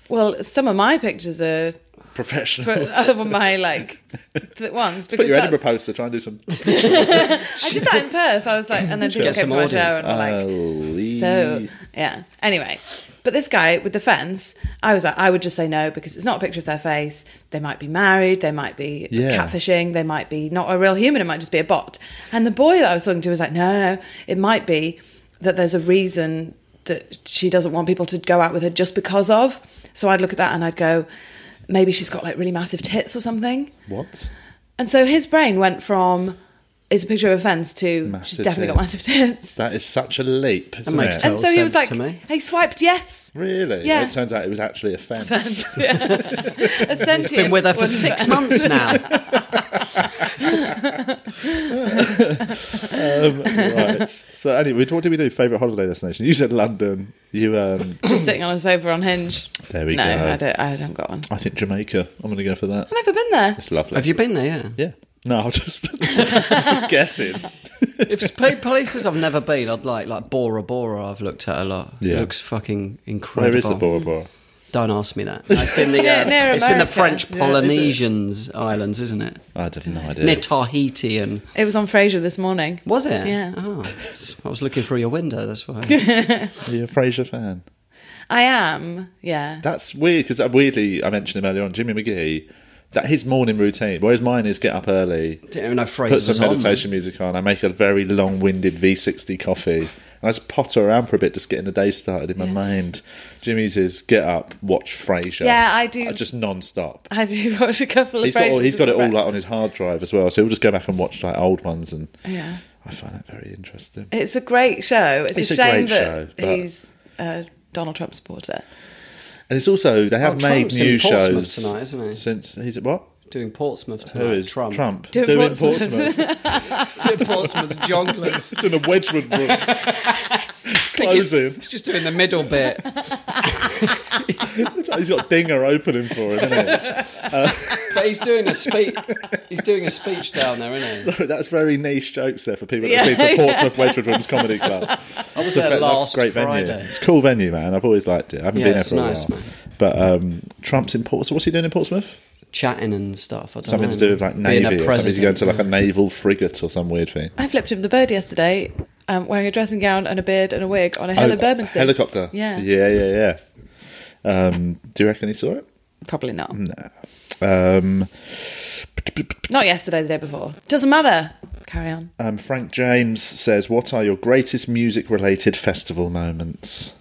[SPEAKER 4] Well, some of my pictures are
[SPEAKER 1] Professional.
[SPEAKER 4] for, (laughs) of my like th-
[SPEAKER 1] (laughs)
[SPEAKER 4] ones because
[SPEAKER 1] Put your
[SPEAKER 4] that's-
[SPEAKER 1] Edinburgh poster. Try and do
[SPEAKER 4] (laughs)
[SPEAKER 1] some.
[SPEAKER 4] I did that in Perth. I was like, and then people
[SPEAKER 2] Get some
[SPEAKER 4] came to my show
[SPEAKER 2] audience.
[SPEAKER 4] and were
[SPEAKER 1] Oh,
[SPEAKER 4] like,
[SPEAKER 1] Holy-
[SPEAKER 4] So yeah. Anyway, but this guy with the fence, I was like, I would just say no because it's not a picture of their face. They might be married. They might be
[SPEAKER 1] Yeah.
[SPEAKER 4] catfishing. They might be not a real human. It might just be a bot. And the boy that I was talking to was like, no, no, no. It might be that there's a reason that she doesn't want people to go out with her just because of. So I'd look at that and I'd go, maybe she's got like really massive tits or something.
[SPEAKER 1] What?
[SPEAKER 4] And so his brain went from it's a picture of a fence to she's
[SPEAKER 1] Massive
[SPEAKER 4] definitely got massive (laughs)
[SPEAKER 1] tits.
[SPEAKER 4] tits.
[SPEAKER 1] That is such a leap. Isn't
[SPEAKER 2] makes
[SPEAKER 1] it?
[SPEAKER 2] total-
[SPEAKER 4] and so he was like,
[SPEAKER 2] sense to me.
[SPEAKER 4] he swiped yes. (laughs)
[SPEAKER 1] Really?
[SPEAKER 4] Yeah.
[SPEAKER 1] It turns out it was actually a fence.
[SPEAKER 4] (laughs) Yeah. A sentient
[SPEAKER 2] Been with her for
[SPEAKER 4] one. (laughs)
[SPEAKER 2] six months now.
[SPEAKER 1] Um, right. So, anyway, what do we do? Favorite holiday destination? You said London. You, um,
[SPEAKER 4] Just sitting on a sofa on Hinge.
[SPEAKER 1] There we
[SPEAKER 4] no,
[SPEAKER 1] go.
[SPEAKER 4] I don't, I haven't got one.
[SPEAKER 1] I think Jamaica. I'm going to go for that.
[SPEAKER 4] I've never been there.
[SPEAKER 1] It's lovely.
[SPEAKER 2] Have you been there?
[SPEAKER 4] (laughs)
[SPEAKER 2] Yeah.
[SPEAKER 1] Yeah. No, I'm just, (laughs) I'm just guessing.
[SPEAKER 2] If it's pla- places I've never been, I'd like like Bora Bora. I've looked at a lot.
[SPEAKER 1] Yeah.
[SPEAKER 2] It looks fucking incredible.
[SPEAKER 1] Where is the Bora Bora?
[SPEAKER 2] Don't ask me that. It's in the
[SPEAKER 4] (laughs) Near-
[SPEAKER 2] uh,
[SPEAKER 4] near
[SPEAKER 2] it's in the
[SPEAKER 4] America.
[SPEAKER 2] French
[SPEAKER 4] Yeah, is it?
[SPEAKER 2] Polynesians islands, isn't it?
[SPEAKER 1] I have no idea.
[SPEAKER 2] Near Tahiti and
[SPEAKER 4] It was on Fraser this morning.
[SPEAKER 2] was it?
[SPEAKER 4] Yeah.
[SPEAKER 2] Oh, s- I was looking through your window. That's
[SPEAKER 4] (laughs)
[SPEAKER 2] why.
[SPEAKER 1] Are you a Frasier fan?
[SPEAKER 4] I am. Yeah.
[SPEAKER 1] That's weird because weirdly, I mentioned him earlier on, Jimmy McGee, that his morning routine, whereas mine is get up early,
[SPEAKER 2] Didn't even know Fraser
[SPEAKER 1] put some
[SPEAKER 2] was on.
[SPEAKER 1] meditation music on, I make a very long winded V60 coffee, and I just potter around for a bit just getting the day started in my
[SPEAKER 4] Yeah.
[SPEAKER 1] mind. Jimmy's is get up, watch Frasier.
[SPEAKER 4] Yeah, I do.
[SPEAKER 1] Uh, Just non stop.
[SPEAKER 4] I do (laughs) watch a couple of
[SPEAKER 1] He's got, all,
[SPEAKER 4] Frasers
[SPEAKER 1] he's got it
[SPEAKER 4] for
[SPEAKER 1] all like, on
[SPEAKER 4] breakfast.
[SPEAKER 1] his hard drive as well, so he'll just go back and watch like old ones, and
[SPEAKER 4] Yeah.
[SPEAKER 1] I find that very interesting.
[SPEAKER 4] It's a great show. It's,
[SPEAKER 1] It's
[SPEAKER 4] a
[SPEAKER 1] a
[SPEAKER 4] shame
[SPEAKER 1] great show,
[SPEAKER 4] that
[SPEAKER 1] but-
[SPEAKER 4] he's a Donald Trump supporter.
[SPEAKER 1] And it's also they have
[SPEAKER 2] Oh,
[SPEAKER 1] made
[SPEAKER 2] Trump's in
[SPEAKER 1] new
[SPEAKER 2] Portsmouth
[SPEAKER 1] shows
[SPEAKER 2] tonight, isn't he?
[SPEAKER 1] since he's at what?
[SPEAKER 2] Doing Portsmouth
[SPEAKER 1] Who
[SPEAKER 2] tonight.
[SPEAKER 1] is
[SPEAKER 2] Trump.
[SPEAKER 4] (laughs)
[SPEAKER 1] Trump
[SPEAKER 4] Doing
[SPEAKER 1] doing
[SPEAKER 4] Portsmouth.
[SPEAKER 1] Portsmouth.
[SPEAKER 2] Portsmouth jonglers.
[SPEAKER 1] It's in a Wedgwood room. (laughs) it's closing.
[SPEAKER 2] He's just doing the middle bit.
[SPEAKER 1] He's got Dinger opening for him,
[SPEAKER 2] (laughs)
[SPEAKER 1] isn't
[SPEAKER 2] But he's doing a speech. He's doing a speech down there, isn't he?
[SPEAKER 1] he? That's very niche jokes there for people that
[SPEAKER 4] Yeah,
[SPEAKER 1] have been
[SPEAKER 2] (laughs)
[SPEAKER 1] to Portsmouth Wedgwood Rooms Comedy Club.
[SPEAKER 2] I was
[SPEAKER 1] It's a
[SPEAKER 2] there
[SPEAKER 1] ve-
[SPEAKER 2] last
[SPEAKER 1] great
[SPEAKER 2] Friday.
[SPEAKER 1] venue. It's a cool venue, man. I've always liked it. I haven't
[SPEAKER 2] Yeah,
[SPEAKER 1] been there
[SPEAKER 2] it's
[SPEAKER 1] for a
[SPEAKER 2] nice,
[SPEAKER 1] while.
[SPEAKER 2] man.
[SPEAKER 1] But um, Trump's in Portsmouth. What's he doing in Portsmouth?
[SPEAKER 2] Chatting and stuff. I don't
[SPEAKER 1] Something
[SPEAKER 2] know,
[SPEAKER 1] to do with like
[SPEAKER 2] Being a
[SPEAKER 1] navy. Or something. He's going
[SPEAKER 2] president.
[SPEAKER 1] to like a naval frigate or some weird thing.
[SPEAKER 4] I flipped him the bird yesterday, um, wearing a dressing gown and a beard and a wig on a hill
[SPEAKER 1] Oh,
[SPEAKER 4] in Bermondsey.
[SPEAKER 1] helicopter.
[SPEAKER 4] Yeah.
[SPEAKER 1] yeah, yeah, yeah. Um, do you reckon he saw it?
[SPEAKER 4] Probably not.
[SPEAKER 1] Um,
[SPEAKER 4] Not yesterday, the day before. Doesn't matter. Carry on.
[SPEAKER 1] Um, Frank James says, "What are your greatest music-related festival moments?"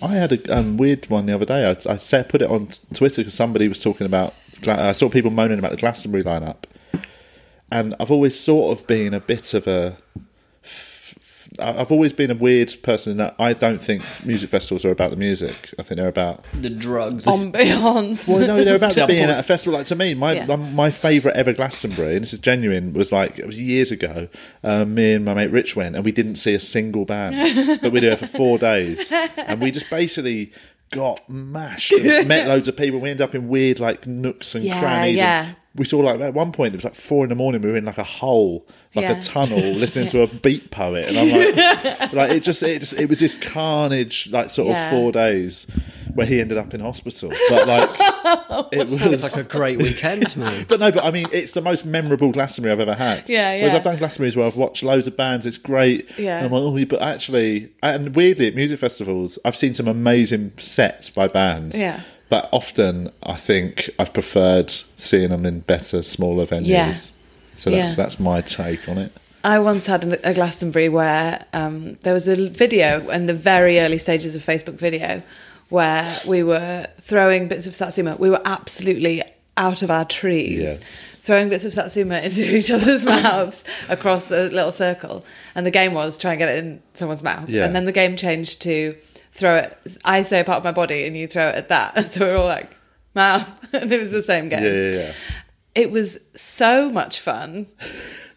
[SPEAKER 1] I had a um, weird one the other day. I, I said, put it on t- Twitter because somebody was talking about. Gla- I saw people moaning about the Glastonbury lineup, and I've always sort of been a bit of a. f- f- I- I've always been a weird person in that I don't think music festivals are about the music. I think they're about
[SPEAKER 2] The drugs.
[SPEAKER 4] Oh, Ambiance.
[SPEAKER 1] well, no, they're about
[SPEAKER 2] Yeah,
[SPEAKER 1] to being
[SPEAKER 2] pause.
[SPEAKER 1] at a festival. Like to me, my
[SPEAKER 4] Yeah.
[SPEAKER 1] um, my favourite ever Glastonbury, and this is genuine, was like it was years ago. Um, me and my mate Rich went, and we didn't see a single band, but we were there for four days, and we just basically got mashed, and met loads of people. We ended up in weird like nooks and
[SPEAKER 4] Yeah,
[SPEAKER 1] crannies.
[SPEAKER 4] yeah.
[SPEAKER 1] And we saw like at one point it was like four in the morning. We were in like a hole, like
[SPEAKER 4] Yeah.
[SPEAKER 1] a
[SPEAKER 4] (laughs)
[SPEAKER 1] tunnel, listening to a beat poet, and I'm like, like it just it just it was this carnage, like sort
[SPEAKER 4] Yeah.
[SPEAKER 1] of four days. Where he ended up in hospital, but like it was
[SPEAKER 2] It's like a great weekend, man.
[SPEAKER 1] but no, but I mean, it's the most memorable Glastonbury I've ever had.
[SPEAKER 4] Yeah, yeah.
[SPEAKER 1] Whereas I've done Glastonbury's where I've watched loads of bands. It's great.
[SPEAKER 4] Yeah.
[SPEAKER 1] And I'm like, oh, yeah, but actually, and weirdly at music festivals, I've seen some amazing sets by bands.
[SPEAKER 4] Yeah.
[SPEAKER 1] But often, I think I've preferred seeing them in better, smaller venues.
[SPEAKER 4] Yeah.
[SPEAKER 1] So that's
[SPEAKER 4] Yeah.
[SPEAKER 1] that's my take on it.
[SPEAKER 4] I once had a, a Glastonbury where um, there was a l- video in the very early stages of Facebook video where we were throwing bits of satsuma. We were absolutely out of our trees,
[SPEAKER 1] Yes.
[SPEAKER 4] throwing bits of satsuma into each other's (laughs) mouths across a little circle. And the game was try and get it in someone's mouth.
[SPEAKER 1] Yeah.
[SPEAKER 4] And then the game changed to throw it. I say a part of my body and you throw it at that. (laughs) And so we are all like, mouth. (laughs) and it was the same game
[SPEAKER 1] Yeah, yeah, yeah.
[SPEAKER 4] it was so much fun.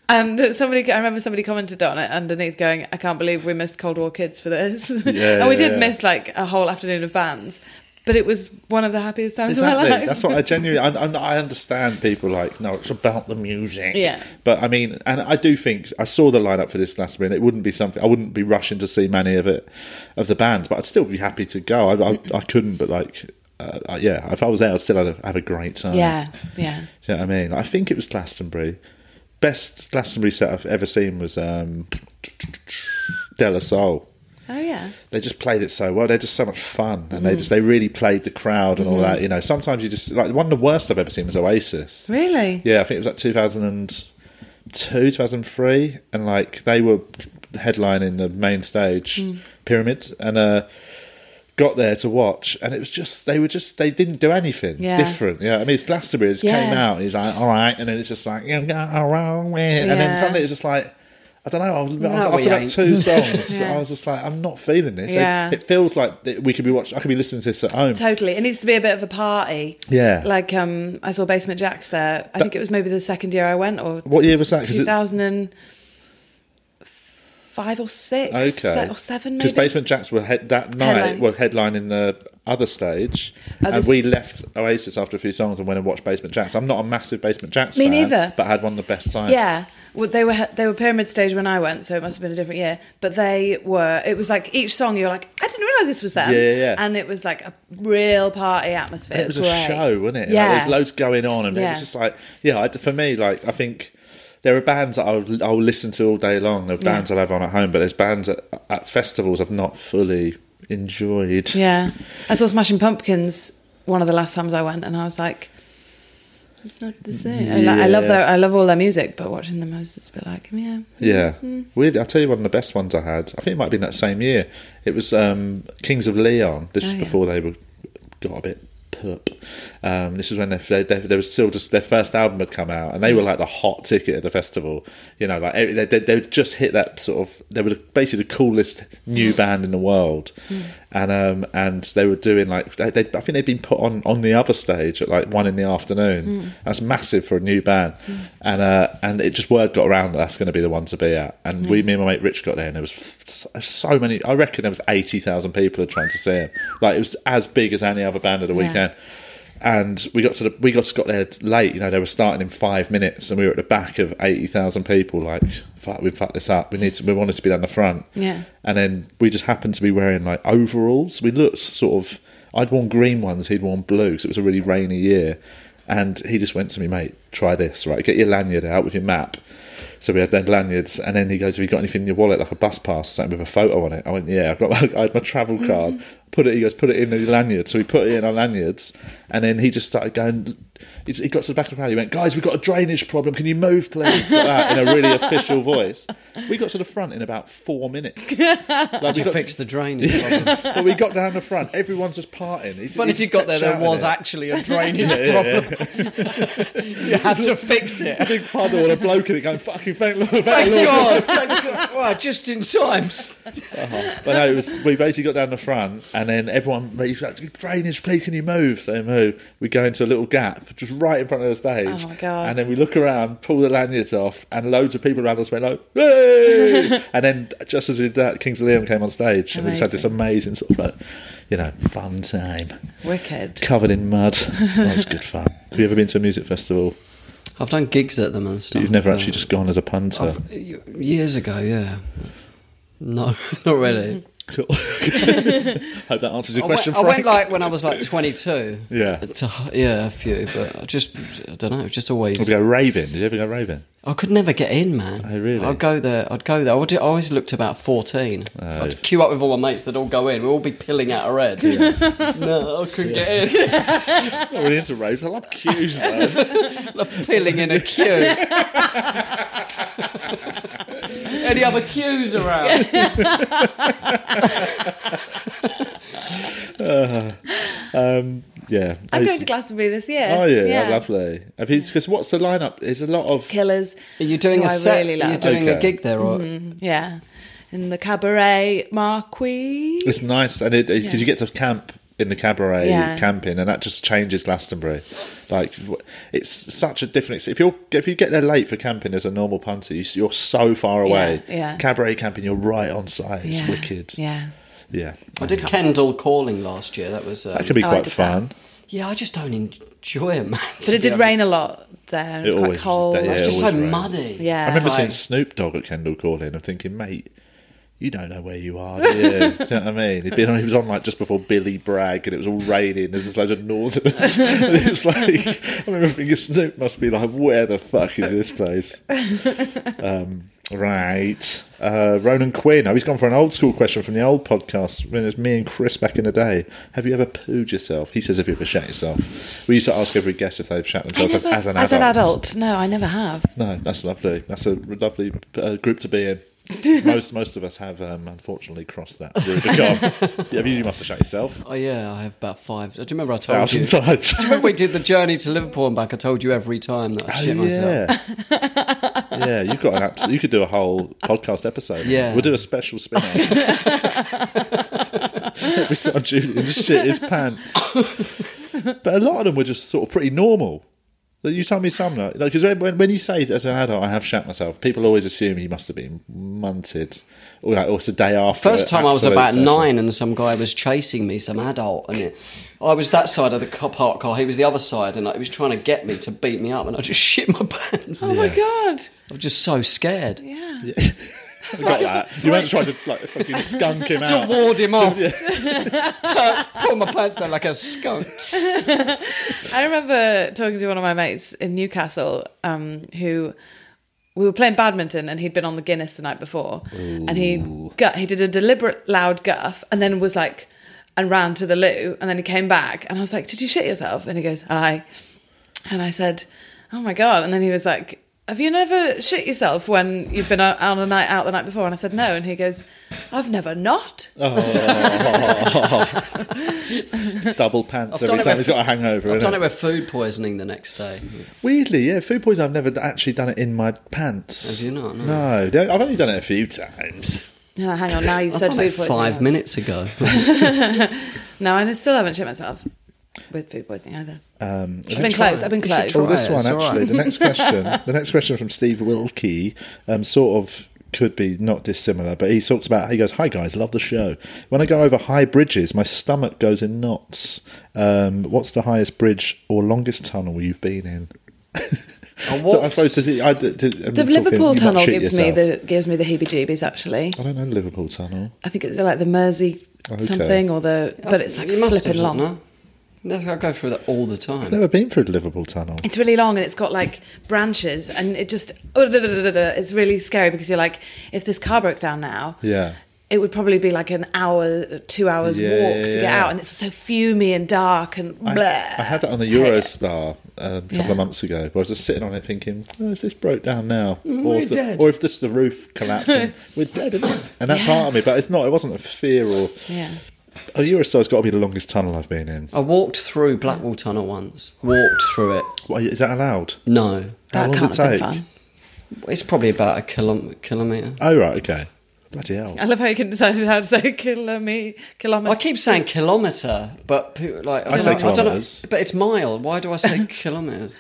[SPEAKER 4] And somebody, I remember somebody commented on it underneath, going, "I can't believe we missed Cold War Kids for this." (laughs) and we
[SPEAKER 1] yeah,
[SPEAKER 4] did
[SPEAKER 1] yeah.
[SPEAKER 4] miss like a whole afternoon of bands, but it was one of the happiest times of my
[SPEAKER 1] Exactly.
[SPEAKER 4] life. (laughs)
[SPEAKER 1] That's what I genuinely. I, I I understand people like no, it's about the music.
[SPEAKER 4] Yeah.
[SPEAKER 1] But I mean, and I do think I saw the lineup for this Glastonbury, and it wouldn't be something I wouldn't be rushing to see many of it of the bands, but I'd still be happy to go. I I, I couldn't, but like. Uh, uh, yeah, if I was there, I'd still have a, have a great time.
[SPEAKER 4] yeah, yeah.
[SPEAKER 1] Do you know what I mean? I think it was Glastonbury. Best Glastonbury set I've ever seen was um, De La Soul
[SPEAKER 4] Oh yeah.
[SPEAKER 1] they just played it so well. They're just so much fun, and they just they really played the crowd and all that. You know, sometimes you just like one of the worst I've ever seen was Oasis.
[SPEAKER 4] Really?
[SPEAKER 1] Yeah, I think it was like 2002, two, two thousand three, and like they were headlining the main stage
[SPEAKER 4] Hmm.
[SPEAKER 1] pyramid, and uh, got there to watch, and it was just they were just they didn't do anything
[SPEAKER 4] Yeah.
[SPEAKER 1] different. Yeah, I mean it's Glastonbury, it just
[SPEAKER 4] Yeah.
[SPEAKER 1] came out, and he's like, all right, and then it's just like, you know, wrong way, and
[SPEAKER 4] Yeah.
[SPEAKER 1] then suddenly it's just like. I don't know. I was, I was-
[SPEAKER 2] No, we
[SPEAKER 1] after about
[SPEAKER 2] ain't.
[SPEAKER 1] two songs,
[SPEAKER 4] (laughs) Yeah.
[SPEAKER 1] I was just like, I'm not feeling this. It-
[SPEAKER 4] Yeah.
[SPEAKER 1] It, feels like that we could be watching. I could be listening to this at home.
[SPEAKER 4] Totally. It needs to be a bit of a party.
[SPEAKER 1] Yeah.
[SPEAKER 4] Like um I saw Basement Jacks there. I think it was maybe the second year I went or
[SPEAKER 1] What year was that? 'Cause it-
[SPEAKER 4] 2005 or 6
[SPEAKER 1] Okay.
[SPEAKER 4] se- or 7 maybe.
[SPEAKER 1] Because Basement Jacks were head, that night
[SPEAKER 4] Headlining.
[SPEAKER 1] were headlining the other stage, and
[SPEAKER 4] Others-
[SPEAKER 1] we left Oasis after a few songs and went and watched Basement Jacks. I'm not a massive Basement Jacks
[SPEAKER 4] Me
[SPEAKER 1] fan,
[SPEAKER 4] neither.
[SPEAKER 1] but I had one of the best times.
[SPEAKER 4] Yeah. Well, they were they were pyramid stage when I went, so it must have been a different year. But they were. It was like each song you were like, I didn't realize this was them.
[SPEAKER 1] Yeah, yeah, yeah.
[SPEAKER 4] And it was like a real party atmosphere.
[SPEAKER 1] And it was
[SPEAKER 4] great.
[SPEAKER 1] a show, wasn't it?
[SPEAKER 4] Yeah.
[SPEAKER 1] Like, there was loads going on, and it
[SPEAKER 4] Yeah.
[SPEAKER 1] was just like, yeah. I, for me, like I think there are bands that I'll, I'll listen to all day long. There are bands I'll have on at home, but there's bands at, at festivals I've not fully enjoyed.
[SPEAKER 4] Yeah. I saw Smashing Pumpkins one of the last times I went, and I was like, it's not the same. I, like, I love
[SPEAKER 1] Yeah.
[SPEAKER 4] their, I love all their music, but watching them, I was just a bit like, yeah.
[SPEAKER 1] Yeah.
[SPEAKER 4] Hmm.
[SPEAKER 1] Weird. I'll tell you one of the best ones I had. I think it might have been that same year. It was um, Kings of Leon. This
[SPEAKER 4] Oh,
[SPEAKER 1] was
[SPEAKER 4] yeah.
[SPEAKER 1] before they were got a bit pup. Um, this is when they, they, they, they were still just their first album had come out, and they were
[SPEAKER 4] Hmm.
[SPEAKER 1] like the hot ticket at the festival. You know, like every- they they, they just hit that sort of they were basically the coolest new band in the world,
[SPEAKER 4] Hmm.
[SPEAKER 1] and um and they were doing like they, they I think they'd been put on on the other stage at like one in the afternoon.
[SPEAKER 4] Hmm.
[SPEAKER 1] That's massive for a new band, and uh and it just word got around that that's going to be the one to be at, and we me and my mate Rich got there, and there was f- so- so many. I reckon there was eighty thousand people who trying to see him. Like it was as big as any other band at the
[SPEAKER 4] Yeah.
[SPEAKER 1] weekend and we got to the, we got got there late. You know, they were starting in five minutes, and we were at the back of eighty thousand people. Like, fuck, we fucked this up. We need to, we wanted to be down the front.
[SPEAKER 4] Yeah.
[SPEAKER 1] And then we just happened to be wearing like overalls. We looked sort of. I'd worn green ones. He'd worn blue because it was a really rainy year. And he just went to me, mate. Try this, right? Get your lanyard out with your map. So we had then lanyards, and then he goes, "Have you got anything in your wallet, like a bus pass or something with a photo on it?" I went, "Yeah, I've got. My, (laughs) I had my travel card. Put it." He goes, "Put it in the lanyard." So we put it in our lanyards, and then he just started going. he's- He got to the back of the crowd. He went, "Guys, we've got a drainage problem. Can you move, please?" Like that, in a really official voice. We got to the front in about four minutes. Like, we
[SPEAKER 2] to
[SPEAKER 1] got
[SPEAKER 2] fix the
[SPEAKER 1] (laughs)
[SPEAKER 2] drainage problem.
[SPEAKER 1] but we got down the front. Everyone's just partying. He's-
[SPEAKER 2] But if
[SPEAKER 1] he's
[SPEAKER 2] you got there, there
[SPEAKER 1] shouting
[SPEAKER 2] was
[SPEAKER 1] it.
[SPEAKER 2] actually a drainage problem. you had to fix it.
[SPEAKER 1] a big puddle and a bloke in it going, "Fucking thank Lord, thank
[SPEAKER 2] Thank
[SPEAKER 1] Lord."
[SPEAKER 2] God! Thank God! Wow, just in time.
[SPEAKER 1] But no, it was, we basically got down the front, and then everyone he's like, drainage, please, can you move? So they move. We go into a little gap, just right in front of the stage.
[SPEAKER 4] Oh, my God.
[SPEAKER 1] And then we look around, pull the lanyards off, and loads of people around us went like, "Hey!" and then just as we did that, Kings of Leon came on stage, and we just had this amazing sort of, like, you know, fun time,
[SPEAKER 4] Wicked.
[SPEAKER 1] covered in mud. That was good fun. Have you ever been to a music festival?
[SPEAKER 2] I've done gigs at them and stuff.
[SPEAKER 1] But you've never
[SPEAKER 2] but-
[SPEAKER 1] actually just gone as a punter.
[SPEAKER 2] I've- years ago, yeah. No, not really.
[SPEAKER 1] (laughs) Cool. (laughs) Hope that answers your
[SPEAKER 2] I
[SPEAKER 1] question.
[SPEAKER 2] went, I went
[SPEAKER 1] Frank.
[SPEAKER 2] like when I was like 22.
[SPEAKER 1] Yeah.
[SPEAKER 2] (laughs) To, yeah, a few, but I just, I don't know, just
[SPEAKER 1] Did
[SPEAKER 2] always.
[SPEAKER 1] you go raving? Did you ever go raving?
[SPEAKER 2] I could never get in, man.
[SPEAKER 1] Oh, really?
[SPEAKER 2] I'd go there. I'd go there. I, would, I always looked about fourteen.
[SPEAKER 1] Oh.
[SPEAKER 2] I'd queue up with all my mates. They'd all go in. We'd all be pilling out our heads. (laughs) no, I couldn't get in. (laughs)
[SPEAKER 1] not really into raves. I love queues though.
[SPEAKER 2] Love pilling in a queue. (laughs) Any other queues around?
[SPEAKER 1] um, (laughs) yeah.
[SPEAKER 4] I'm
[SPEAKER 1] I
[SPEAKER 4] going
[SPEAKER 1] used-
[SPEAKER 4] to Glastonbury this year.
[SPEAKER 1] Oh yeah, yeah, lovely. Have you? Because what's the lineup? There's a lot of.
[SPEAKER 4] Killers.
[SPEAKER 2] Are you doing
[SPEAKER 4] who
[SPEAKER 2] a
[SPEAKER 4] I
[SPEAKER 2] set?
[SPEAKER 4] really
[SPEAKER 2] Are
[SPEAKER 4] love. Mm-hmm.
[SPEAKER 2] you doing a
[SPEAKER 1] Okay.
[SPEAKER 2] gig there? Or
[SPEAKER 4] yeah. In the cabaret Marquis.
[SPEAKER 1] It's nice, and it because
[SPEAKER 4] Yeah.
[SPEAKER 1] you get to camp in the cabaret
[SPEAKER 4] Yeah.
[SPEAKER 1] camping, and that just changes Glastonbury. Like wh- it's such a different. If you're if you get there late for camping as a normal punter, you- you're so far away.
[SPEAKER 4] yeah.
[SPEAKER 1] Cabaret camping, you're right on site. It's
[SPEAKER 4] yeah.
[SPEAKER 1] wicked.
[SPEAKER 4] Yeah.
[SPEAKER 1] Yeah.
[SPEAKER 2] I did Kendall calling last year. That was. Um,
[SPEAKER 1] That could be
[SPEAKER 4] Oh, I
[SPEAKER 1] quite
[SPEAKER 4] did that.
[SPEAKER 1] fun.
[SPEAKER 2] Yeah, I just don't enjoy it, man.
[SPEAKER 4] But it did rain a lot there. It was quite
[SPEAKER 1] always-
[SPEAKER 4] cold.
[SPEAKER 1] yeah,
[SPEAKER 4] I
[SPEAKER 1] it
[SPEAKER 4] was
[SPEAKER 2] It's
[SPEAKER 4] just-
[SPEAKER 2] just so
[SPEAKER 1] always rains.
[SPEAKER 2] muddy.
[SPEAKER 4] Yeah.
[SPEAKER 1] I remember
[SPEAKER 2] Like-
[SPEAKER 1] seeing Snoop Dogg at Kendall call in. I'm thinking, mate, you don't know where you (laughs) are, do you? Do you know what I mean? He'd been on, he was on like just before Billy Bragg, and it was all raining. There's just loads of northerners. (laughs) and it was like, I remember thinking Snoop must be like, where the fuck is this place? Um, Right. Uh, Ronan Quinn. Oh, he's gone for an old school question from the old podcast when it was me and Chris back in the day. Have you ever pooed yourself? He says, Have you ever shat yourself? We used to ask every guest if they've shat
[SPEAKER 4] I
[SPEAKER 1] themselves
[SPEAKER 4] never,
[SPEAKER 1] as, an adult.
[SPEAKER 4] no, I never have.
[SPEAKER 1] No, that's lovely. That's a lovely uh, group to
[SPEAKER 2] (laughs)
[SPEAKER 1] be in. most most of us have, um, unfortunately, crossed that
[SPEAKER 2] (laughs)
[SPEAKER 1] Rubicon. yeah, you must have shat yourself.
[SPEAKER 2] Oh yeah, I have about five. Do you remember I told you?
[SPEAKER 1] Thousand times.
[SPEAKER 2] when we did the journey to Liverpool and back, I told you every time that I shit myself.
[SPEAKER 1] Oh, yeah.
[SPEAKER 2] (laughs)
[SPEAKER 1] yeah, you've got an absolute. You could do a whole podcast episode.
[SPEAKER 2] Yeah.
[SPEAKER 1] We'll do a special spin
[SPEAKER 2] (laughs)
[SPEAKER 1] off. Every time Julian shit his pants. But a lot of them were just sort of pretty normal. Like, You tell me some, like, because when, when you say as an adult, I have shat myself, people always assume you must have been munted. Or, like, or it's the day after.
[SPEAKER 2] First time I was
[SPEAKER 1] absolute
[SPEAKER 2] about
[SPEAKER 1] session.
[SPEAKER 2] nine, and some guy was chasing me, some adult, and it, I was that side of the car park car. He was the other side, and like, he was trying to get me to beat me up, and I just (laughs) shit my pants.
[SPEAKER 4] Oh my god!
[SPEAKER 2] I was just so scared.
[SPEAKER 4] Yeah.
[SPEAKER 1] I got that. (laughs) You weren't trying to like, fucking skunk
[SPEAKER 2] (laughs)
[SPEAKER 1] him
[SPEAKER 2] To
[SPEAKER 1] out.
[SPEAKER 2] ward him
[SPEAKER 1] (laughs)
[SPEAKER 2] off, to pull my pants down like a skunk.
[SPEAKER 4] I remember talking to one of my mates in Newcastle um, who we were playing badminton and he'd been on the Guinness the night before and he gut he did a deliberate loud guff and then was like and ran to the loo and then he came back and I was like, "Did you shit yourself?" And he goes, "Aye." And I said, "Oh my god!" And then he was like, "Have you never shit yourself when you've been out on a night out the night before?" And I said, "No." And he goes, "I've never not."
[SPEAKER 2] Oh.
[SPEAKER 1] Double pants
[SPEAKER 2] I've
[SPEAKER 1] every
[SPEAKER 2] done it
[SPEAKER 1] time
[SPEAKER 2] with-
[SPEAKER 1] he's got a hangover.
[SPEAKER 2] I've
[SPEAKER 1] innit?
[SPEAKER 2] done it with food poisoning the next day.
[SPEAKER 1] Weirdly, yeah, food poisoning. I've never actually done it in my pants.
[SPEAKER 2] Have you not? No.
[SPEAKER 1] No, don't- I've only done it a few times.
[SPEAKER 4] And I, Hang on, now you've
[SPEAKER 2] I
[SPEAKER 4] said
[SPEAKER 2] done it
[SPEAKER 4] food poisoning.
[SPEAKER 2] five minutes ago.
[SPEAKER 4] No, and I still haven't shit myself with food poisoning either.
[SPEAKER 1] Um,
[SPEAKER 4] I've been close. I've been
[SPEAKER 2] You should
[SPEAKER 4] close.
[SPEAKER 1] well,
[SPEAKER 2] try
[SPEAKER 1] this
[SPEAKER 2] it,
[SPEAKER 1] one
[SPEAKER 2] it's all
[SPEAKER 1] actually.
[SPEAKER 2] right.
[SPEAKER 1] The next
[SPEAKER 2] (laughs)
[SPEAKER 1] question. the next question from Steve Wilkie, um, sort of could be not dissimilar, but he talks about. He goes, "Hi guys, love the show. When I go over high bridges, my stomach goes in knots. Um, what's the highest bridge or longest tunnel you've been
[SPEAKER 2] (laughs)
[SPEAKER 1] in?" so I
[SPEAKER 2] what's-
[SPEAKER 1] suppose does it, I, d- d- I'm
[SPEAKER 4] The
[SPEAKER 1] talking, you
[SPEAKER 4] Liverpool
[SPEAKER 1] might
[SPEAKER 4] tunnel
[SPEAKER 1] shit
[SPEAKER 4] gives
[SPEAKER 1] yourself.
[SPEAKER 4] me the gives me the heebie-jeebies. Actually,
[SPEAKER 1] I don't know the Liverpool tunnel.
[SPEAKER 4] I think it's like the Mersey
[SPEAKER 1] Oh, Okay.
[SPEAKER 4] something or the, but it's like
[SPEAKER 2] you must have
[SPEAKER 4] flipping long.
[SPEAKER 2] done that. I go through that all the time.
[SPEAKER 1] I've never been through the Liverpool tunnel.
[SPEAKER 4] It's really long and it's got like branches and it just oh, da, da, da, da, da. it's really scary because you're like, if this car broke down now,
[SPEAKER 1] Yeah.
[SPEAKER 4] it would probably be like an hour, two hours
[SPEAKER 1] Yeah,
[SPEAKER 4] walk to get
[SPEAKER 1] yeah.
[SPEAKER 4] out, and it's so fumy and dark and
[SPEAKER 1] I,
[SPEAKER 4] bleh.
[SPEAKER 1] I had that on the Eurostar um, a couple
[SPEAKER 4] Yeah.
[SPEAKER 1] of months ago. Where I was just sitting on it thinking, oh, if this broke down now, or,
[SPEAKER 4] Mm,
[SPEAKER 2] we're
[SPEAKER 1] if the,
[SPEAKER 2] dead.
[SPEAKER 1] or if just the roof collapsed,
[SPEAKER 4] (laughs)
[SPEAKER 1] and we're dead, isn't it? And that part of me, but it's not. It wasn't a fear or
[SPEAKER 4] Yeah.
[SPEAKER 1] a Eurostar's got to be the longest tunnel I've been in.
[SPEAKER 2] I walked through Blackwall Tunnel once. Walked through it.
[SPEAKER 1] What, is that allowed?
[SPEAKER 2] No.
[SPEAKER 1] How
[SPEAKER 4] That
[SPEAKER 1] long
[SPEAKER 4] can't
[SPEAKER 1] did
[SPEAKER 4] have
[SPEAKER 1] it
[SPEAKER 4] been
[SPEAKER 1] take?
[SPEAKER 4] fun.
[SPEAKER 2] It's probably about a kilom- kilometre.
[SPEAKER 1] Oh right, okay. Bloody hell!
[SPEAKER 4] I love how you can decide how to say kilo me, kilometer.
[SPEAKER 2] I keep saying kilometre, but people, like
[SPEAKER 1] I say
[SPEAKER 2] don't know- don't know-
[SPEAKER 1] kilometres.
[SPEAKER 2] but it's mile. Why do I
[SPEAKER 1] (laughs)
[SPEAKER 2] say kilometres?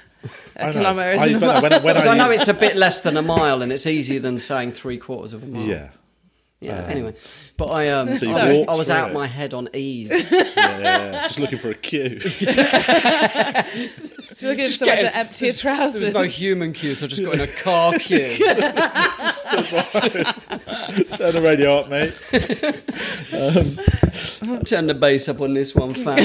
[SPEAKER 1] I know.
[SPEAKER 4] kilometre is
[SPEAKER 1] I-
[SPEAKER 4] a
[SPEAKER 1] but no, when I- when
[SPEAKER 2] Because I
[SPEAKER 1] I-
[SPEAKER 2] know it's
[SPEAKER 1] (laughs)
[SPEAKER 2] a bit less than a mile, and it's easier than saying three quarters of a
[SPEAKER 4] (laughs)
[SPEAKER 2] mile.
[SPEAKER 1] Yeah. um,
[SPEAKER 2] Yeah. anyway, but I um,
[SPEAKER 1] So you
[SPEAKER 2] I was,
[SPEAKER 1] walked
[SPEAKER 2] I was
[SPEAKER 1] through
[SPEAKER 2] out
[SPEAKER 1] it.
[SPEAKER 2] my head on
[SPEAKER 4] (laughs)
[SPEAKER 2] ease.
[SPEAKER 1] Yeah, yeah, yeah. just looking for a queue.
[SPEAKER 4] (laughs)
[SPEAKER 1] (laughs)
[SPEAKER 4] You're looking for someone to empty your
[SPEAKER 2] there's- There was
[SPEAKER 4] trousers.
[SPEAKER 2] no human queue, so I just got in
[SPEAKER 4] (laughs)
[SPEAKER 2] a car queue.
[SPEAKER 1] Turn the radio up, mate.
[SPEAKER 2] Turn the bass up on this one, fam.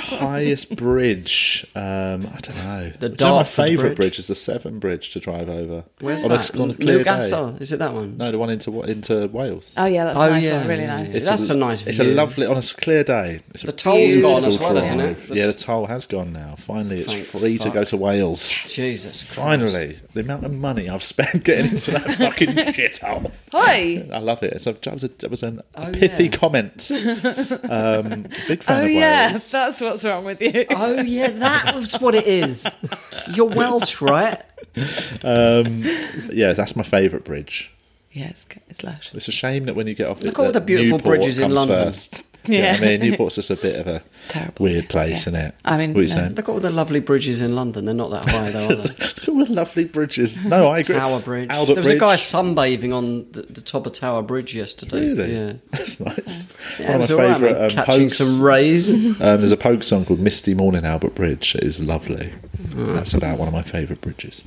[SPEAKER 1] Highest bridge. Um, I don't know.
[SPEAKER 2] The
[SPEAKER 1] Do you know my
[SPEAKER 2] Dartford
[SPEAKER 1] favourite
[SPEAKER 2] Bridge?
[SPEAKER 1] bridge is the Severn Bridge to drive over.
[SPEAKER 2] Where's
[SPEAKER 1] on a-
[SPEAKER 2] that?
[SPEAKER 1] on a clear day.
[SPEAKER 2] Newcastle. Is it that one?
[SPEAKER 1] No, the one into wa- into Wales.
[SPEAKER 4] Oh yeah, that's
[SPEAKER 2] Oh,
[SPEAKER 4] a nice
[SPEAKER 2] yeah,
[SPEAKER 4] one. Really
[SPEAKER 2] yeah,
[SPEAKER 4] nice.
[SPEAKER 2] yeah. That's a nice
[SPEAKER 1] It's
[SPEAKER 2] view.
[SPEAKER 1] a lovely on a s- clear day. It's a
[SPEAKER 2] The toll's
[SPEAKER 1] beautiful
[SPEAKER 2] gone as well,
[SPEAKER 1] drive.
[SPEAKER 2] hasn't it? The
[SPEAKER 1] yeah,
[SPEAKER 2] t-
[SPEAKER 1] the toll has gone now. Finally, it's
[SPEAKER 2] Thank
[SPEAKER 1] free to
[SPEAKER 2] fuck.
[SPEAKER 1] go to Wales.
[SPEAKER 2] Jesus.
[SPEAKER 1] Finally, the amount of money I've spent getting into
[SPEAKER 2] (laughs)
[SPEAKER 1] that fucking shithole.
[SPEAKER 4] Hi.
[SPEAKER 1] I love it. It's a, that was a, that was an, a
[SPEAKER 2] Oh,
[SPEAKER 1] pithy
[SPEAKER 2] yeah.
[SPEAKER 1] comment. Um, big fan
[SPEAKER 2] (laughs)
[SPEAKER 4] Oh
[SPEAKER 1] of
[SPEAKER 4] yeah,
[SPEAKER 1] Wales.
[SPEAKER 4] that's what's wrong with you.
[SPEAKER 2] Oh yeah, that was what it is. You're Welsh, right?
[SPEAKER 1] Um, yeah, that's my favourite bridge.
[SPEAKER 4] Yes, it's lush.
[SPEAKER 1] It's a shame that when you get off,
[SPEAKER 2] Look at all the beautiful
[SPEAKER 1] Newport
[SPEAKER 2] bridges in
[SPEAKER 1] comes
[SPEAKER 2] London. (laughs)
[SPEAKER 1] First. Yeah,
[SPEAKER 4] Yeah.
[SPEAKER 1] I mean Newport's just a bit of a
[SPEAKER 4] Terrible.
[SPEAKER 1] weird place,
[SPEAKER 4] Yeah.
[SPEAKER 1] isn't it?
[SPEAKER 4] I mean,
[SPEAKER 1] what are you
[SPEAKER 4] no.
[SPEAKER 1] saying? (laughs)
[SPEAKER 2] They've got all the lovely bridges in London. They're not that high though, are they?
[SPEAKER 1] Look at all the lovely bridges. No, I agree.
[SPEAKER 2] Tower Bridge.
[SPEAKER 1] Albert
[SPEAKER 2] there was
[SPEAKER 1] Bridge.
[SPEAKER 2] a guy sunbathing on the, the top of Tower Bridge yesterday.
[SPEAKER 1] Really?
[SPEAKER 2] Yeah.
[SPEAKER 1] (laughs) That's nice.
[SPEAKER 2] Yeah, it
[SPEAKER 1] One
[SPEAKER 2] was
[SPEAKER 1] of
[SPEAKER 2] all
[SPEAKER 1] my
[SPEAKER 2] right,
[SPEAKER 1] favourite
[SPEAKER 2] mate.
[SPEAKER 1] um,
[SPEAKER 2] catching
[SPEAKER 1] pokes.
[SPEAKER 2] some rays. (laughs)
[SPEAKER 1] um, there's a poke song called Misty Morning Albert Bridge. It is lovely. That's about one of my favourite bridges.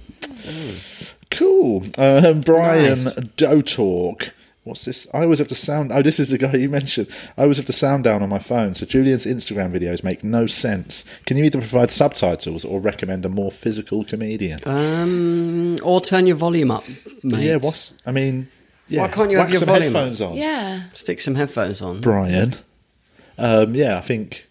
[SPEAKER 1] Cool. Um, Brian
[SPEAKER 2] Nice.
[SPEAKER 1] Doe Talk. What's this? I always have to sound. Oh, this is the guy you mentioned. I always have to sound down on my phone. So Julian's Instagram videos make no sense. Can you either provide subtitles or recommend a more physical comedian?
[SPEAKER 2] Um, or turn your volume up.
[SPEAKER 1] But
[SPEAKER 2] mate.
[SPEAKER 1] yeah, what's. I mean, yeah.
[SPEAKER 2] Why can't you
[SPEAKER 1] whack
[SPEAKER 2] have your
[SPEAKER 1] some
[SPEAKER 2] volume up?
[SPEAKER 1] headphones on?
[SPEAKER 4] Yeah.
[SPEAKER 2] Stick some headphones on.
[SPEAKER 1] Brian. Um, yeah, I think.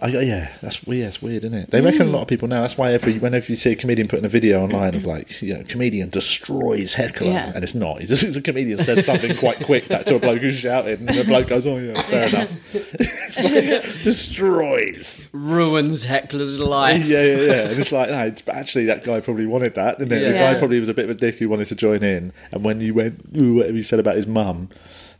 [SPEAKER 1] I, yeah, that's weird. Yeah, it's weird, isn't it? They reckon a lot of people now. That's why every whenever you see a comedian putting a video online of like, you know, comedian destroys heckler,
[SPEAKER 4] Yeah.
[SPEAKER 1] and it's not. He just it's a comedian says something quite quick back to a bloke who's shouted, and the bloke goes, "Oh yeah, fair enough." (laughs) it's like destroys.
[SPEAKER 2] Ruins heckler's
[SPEAKER 1] (laughs)
[SPEAKER 2] life.
[SPEAKER 1] Yeah, yeah, yeah. And it's like, no, it's, actually, that guy probably wanted that, didn't it? The
[SPEAKER 4] Yeah.
[SPEAKER 1] guy probably was a bit of a dick who wanted to join in. And when you went, ooh, whatever you said about his mum,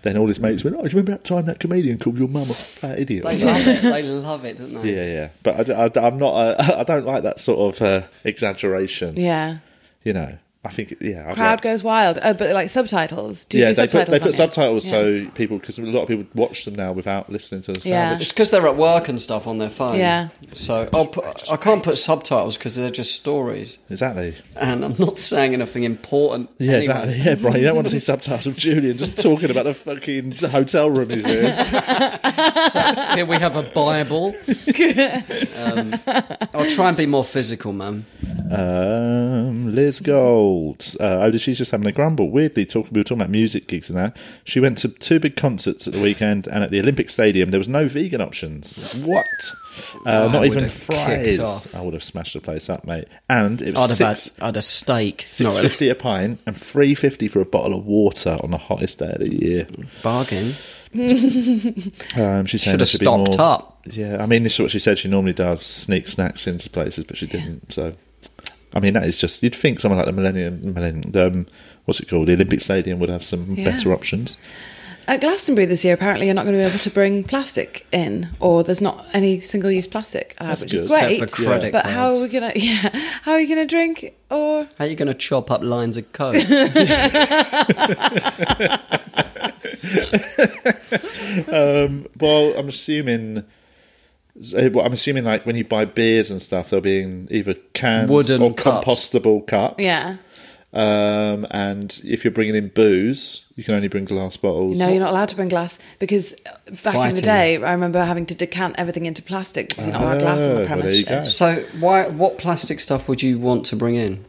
[SPEAKER 1] then all his mates went, oh, do you remember that time that comedian called your mum a fat idiot?
[SPEAKER 2] They love it. They love it, don't they?
[SPEAKER 1] (laughs) yeah, yeah. But I, am not, uh, I (laughs) don't like that sort of uh, exaggeration.
[SPEAKER 4] Yeah.
[SPEAKER 1] You know, I think, yeah. I'd
[SPEAKER 4] Crowd
[SPEAKER 1] like-
[SPEAKER 4] goes wild. Oh, but like subtitles. Do you
[SPEAKER 1] yeah,
[SPEAKER 4] do
[SPEAKER 1] they put,
[SPEAKER 4] subtitles?
[SPEAKER 1] they put
[SPEAKER 4] on it?
[SPEAKER 1] subtitles
[SPEAKER 4] Yeah.
[SPEAKER 1] so people, because a lot of people watch them now without listening to the sound.
[SPEAKER 4] Yeah.
[SPEAKER 1] which-
[SPEAKER 2] It's because they're at work and stuff on their phone.
[SPEAKER 4] Yeah.
[SPEAKER 2] So I'll put, I can't put subtitles because they're just stories,
[SPEAKER 1] Exactly.
[SPEAKER 2] and I'm not saying anything important.
[SPEAKER 1] Yeah,
[SPEAKER 2] anyway.
[SPEAKER 1] exactly. Yeah, Brian, you don't want to see subtitles of Julian just talking about the fucking hotel room he's in.
[SPEAKER 2] (laughs) Here we have a
[SPEAKER 1] (laughs)
[SPEAKER 2] Bible. um, I'll try and be more physical, man.
[SPEAKER 1] Um, Liz Gold. Uh, oh, she's just having a grumble. Weirdly, talking, we were talking about music gigs and that. She went to two big concerts at the weekend, and at the Olympic Stadium, there was no vegan options. What? Uh, not
[SPEAKER 2] I would
[SPEAKER 1] even
[SPEAKER 2] have kicked
[SPEAKER 1] fries.
[SPEAKER 2] off.
[SPEAKER 1] I would have smashed the place up, mate. And it
[SPEAKER 2] I'd
[SPEAKER 1] was
[SPEAKER 2] have
[SPEAKER 1] six,
[SPEAKER 2] had I'd a steak.
[SPEAKER 1] six
[SPEAKER 2] Not really.
[SPEAKER 1] fifty a pint and three fifty for a bottle of water on the hottest day of the year.
[SPEAKER 2] bargain.
[SPEAKER 1] Um, she
[SPEAKER 2] Should have stocked up.
[SPEAKER 1] Yeah, I mean, this is what she said. She normally does sneak snacks into places, but she didn't. So, I mean, that is just you'd think someone like the Millennium, Millennium um, what's it called, the Olympic Stadium would have some
[SPEAKER 4] Yeah.
[SPEAKER 1] better options.
[SPEAKER 4] At Glastonbury this year, apparently you're not going to be able to bring plastic in, or there's not any single-use plastic, allowed,
[SPEAKER 1] That's
[SPEAKER 4] which
[SPEAKER 1] good.
[SPEAKER 4] is
[SPEAKER 1] Except
[SPEAKER 4] great.
[SPEAKER 2] for credit
[SPEAKER 4] but how
[SPEAKER 2] cards.
[SPEAKER 4] are we gonna? (laughs) Yeah, how are you gonna drink? Or
[SPEAKER 2] How are you going to chop up lines of
[SPEAKER 1] (laughs)
[SPEAKER 2] coke?
[SPEAKER 1] Well, I'm assuming. eh, well, I'm assuming, like when you buy beers and stuff, they'll be in either cans
[SPEAKER 2] Wooden
[SPEAKER 1] or
[SPEAKER 2] cups.
[SPEAKER 1] compostable cups.
[SPEAKER 4] yeah,
[SPEAKER 1] Um, and if you're bringing in booze, you can only bring glass bottles.
[SPEAKER 4] no, you're not allowed to bring glass because back in the
[SPEAKER 2] Fighting.
[SPEAKER 4] day, I remember having to decant everything into plastic because you're not allowed glass on
[SPEAKER 1] Oh,
[SPEAKER 4] the
[SPEAKER 1] well, there you
[SPEAKER 4] premise.
[SPEAKER 1] go.
[SPEAKER 2] so, why? What plastic stuff would you want to bring in?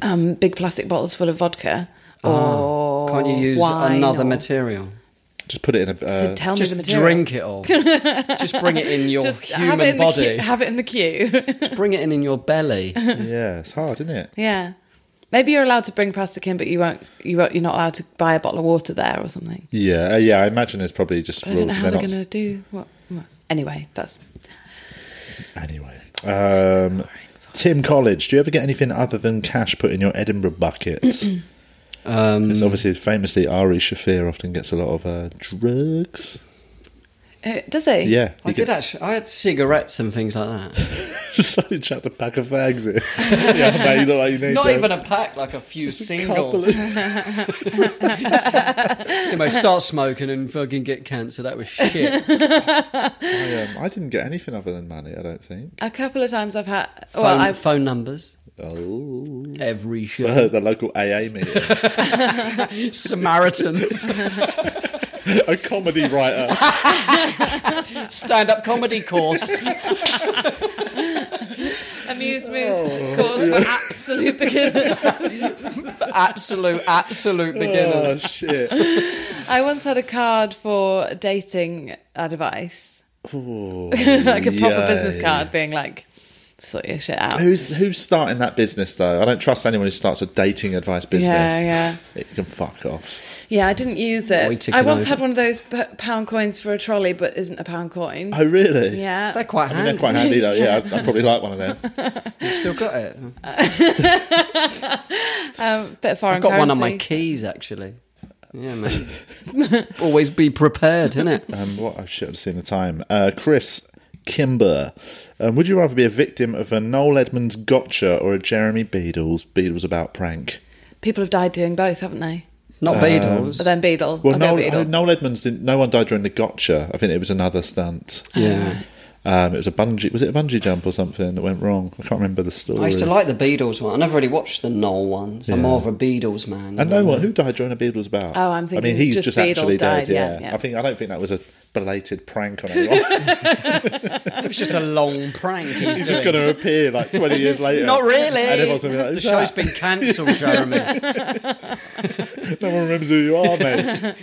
[SPEAKER 4] um, big plastic bottles full of vodka. Or
[SPEAKER 2] Ah, Can't you use
[SPEAKER 4] wine
[SPEAKER 2] another
[SPEAKER 4] or-
[SPEAKER 2] material?
[SPEAKER 1] Just put it in a.
[SPEAKER 4] So
[SPEAKER 1] Uh,
[SPEAKER 4] tell me
[SPEAKER 2] Just
[SPEAKER 4] the material.
[SPEAKER 2] drink it (laughs) all. Just bring it in your
[SPEAKER 4] Just have it
[SPEAKER 2] human
[SPEAKER 4] in The
[SPEAKER 2] body. (laughs)
[SPEAKER 4] queue, have it in the queue. (laughs)
[SPEAKER 2] Just bring it in in your belly.
[SPEAKER 1] (laughs) yeah, it's hard, isn't it?
[SPEAKER 4] yeah. Maybe you're allowed to bring plastic in, but you won't. You won't. You're not allowed to buy a bottle of water there or something.
[SPEAKER 1] Yeah, uh, yeah. I imagine it's probably just
[SPEAKER 4] But I
[SPEAKER 1] rules.
[SPEAKER 4] don't know
[SPEAKER 1] and
[SPEAKER 4] how
[SPEAKER 1] they're
[SPEAKER 4] they're
[SPEAKER 1] not-
[SPEAKER 4] going to do what, what. Anyway, that's
[SPEAKER 1] Anyway, um, Tim College. Do you ever get anything other than cash put in your Edinburgh bucket? it's
[SPEAKER 2] Um,
[SPEAKER 1] obviously famously Ari Shafir often gets a lot of uh, drugs.
[SPEAKER 4] uh, does he?
[SPEAKER 1] Yeah,
[SPEAKER 2] I did actually. I had cigarettes and things like that.
[SPEAKER 1] (laughs) actually. Suddenly chucked a pack of fags
[SPEAKER 4] (laughs)
[SPEAKER 1] in. yeah, mate, you look like you need
[SPEAKER 2] Not
[SPEAKER 1] them.
[SPEAKER 2] even a pack, like a few
[SPEAKER 1] Couple
[SPEAKER 2] singles.
[SPEAKER 1] of-
[SPEAKER 2] (laughs) You know, start smoking and fucking get cancer. That was shit.
[SPEAKER 1] I, um, I didn't get anything other than money. I don't think.
[SPEAKER 4] A couple of times I've had.
[SPEAKER 2] Phone,
[SPEAKER 4] well, I've
[SPEAKER 2] phone numbers.
[SPEAKER 1] Oh,
[SPEAKER 2] Every
[SPEAKER 1] (laughs)
[SPEAKER 2] show.
[SPEAKER 1] the local AA
[SPEAKER 4] (laughs)
[SPEAKER 1] meeting.
[SPEAKER 2] (laughs) Samaritans.
[SPEAKER 1] a comedy
[SPEAKER 4] (laughs)
[SPEAKER 1] writer.
[SPEAKER 2] Stand up comedy course.
[SPEAKER 4] amused moose course for
[SPEAKER 2] Oh.
[SPEAKER 4] absolute beginners. (laughs)
[SPEAKER 2] Absolute, absolute
[SPEAKER 1] oh
[SPEAKER 2] beginners.
[SPEAKER 1] shit.
[SPEAKER 4] I once had a card for dating advice,
[SPEAKER 1] Ooh,
[SPEAKER 4] (laughs) (laughs) like a proper
[SPEAKER 1] yay.
[SPEAKER 4] business card, being like, sort your shit out.
[SPEAKER 1] Who's who's starting that business though? I don't trust anyone who starts a dating advice business.
[SPEAKER 4] Yeah, yeah.
[SPEAKER 1] It can fuck off.
[SPEAKER 4] Yeah, I didn't use
[SPEAKER 2] We
[SPEAKER 4] it.
[SPEAKER 2] took
[SPEAKER 4] I
[SPEAKER 2] it
[SPEAKER 4] once
[SPEAKER 2] over.
[SPEAKER 4] had one of those p- pound coins for a trolley, but isn't a pound coin.
[SPEAKER 1] Oh really?
[SPEAKER 4] yeah.
[SPEAKER 2] They're quite
[SPEAKER 1] I mean, they're
[SPEAKER 2] handy.
[SPEAKER 1] quite handy though.
[SPEAKER 4] (laughs)
[SPEAKER 1] Yeah, I'd, I'd probably like one of them.
[SPEAKER 2] You still got it.
[SPEAKER 4] um, bit of foreign
[SPEAKER 2] I've got one on my
[SPEAKER 4] currency.
[SPEAKER 2] keys actually. Yeah, (laughs) man. Always be prepared, innit?
[SPEAKER 1] Um, what I should have seen the time. Uh, Chris Kimber, um, would you rather be a victim of a Noel Edmonds gotcha or a Jeremy Beadle's Beadle's about prank?
[SPEAKER 4] People have died doing both, haven't they?
[SPEAKER 2] Not Beatles.
[SPEAKER 4] But then Beadle.
[SPEAKER 1] Well,
[SPEAKER 4] I'll go
[SPEAKER 1] Noel,
[SPEAKER 4] Beadle.
[SPEAKER 1] uh, Noel Edmonds didn't. No one died during the gotcha. I think it was another stunt.
[SPEAKER 2] yeah.
[SPEAKER 1] Um, it was a bungee. Was it a bungee jump or something that went wrong? I can't remember the story.
[SPEAKER 2] I used to like the Beatles one. I never really watched the Noel ones. I'm
[SPEAKER 1] Yeah.
[SPEAKER 2] more of a Beatles man.
[SPEAKER 1] And no one who died during a Beatles about.
[SPEAKER 4] Oh, I'm
[SPEAKER 1] I
[SPEAKER 4] thinking
[SPEAKER 1] mean, he's
[SPEAKER 4] just
[SPEAKER 1] just,
[SPEAKER 4] Beadle
[SPEAKER 1] actually
[SPEAKER 4] died,
[SPEAKER 1] dead.
[SPEAKER 4] yeah,
[SPEAKER 1] Yeah.
[SPEAKER 4] yeah.
[SPEAKER 1] I think I don't think that was a belated prank
[SPEAKER 4] (laughs)
[SPEAKER 1] on anyone.
[SPEAKER 2] It was just a long prank. He's
[SPEAKER 1] he's just going to appear like 20
[SPEAKER 4] (laughs)
[SPEAKER 1] years later.
[SPEAKER 2] Not really.
[SPEAKER 1] And everyone's going to be like,
[SPEAKER 2] the
[SPEAKER 1] "Who's
[SPEAKER 2] show's
[SPEAKER 1] that?
[SPEAKER 2] been
[SPEAKER 1] (laughs)
[SPEAKER 2] cancelled, Jeremy.
[SPEAKER 1] no one remembers who you are,
[SPEAKER 2] (laughs)
[SPEAKER 1] mate.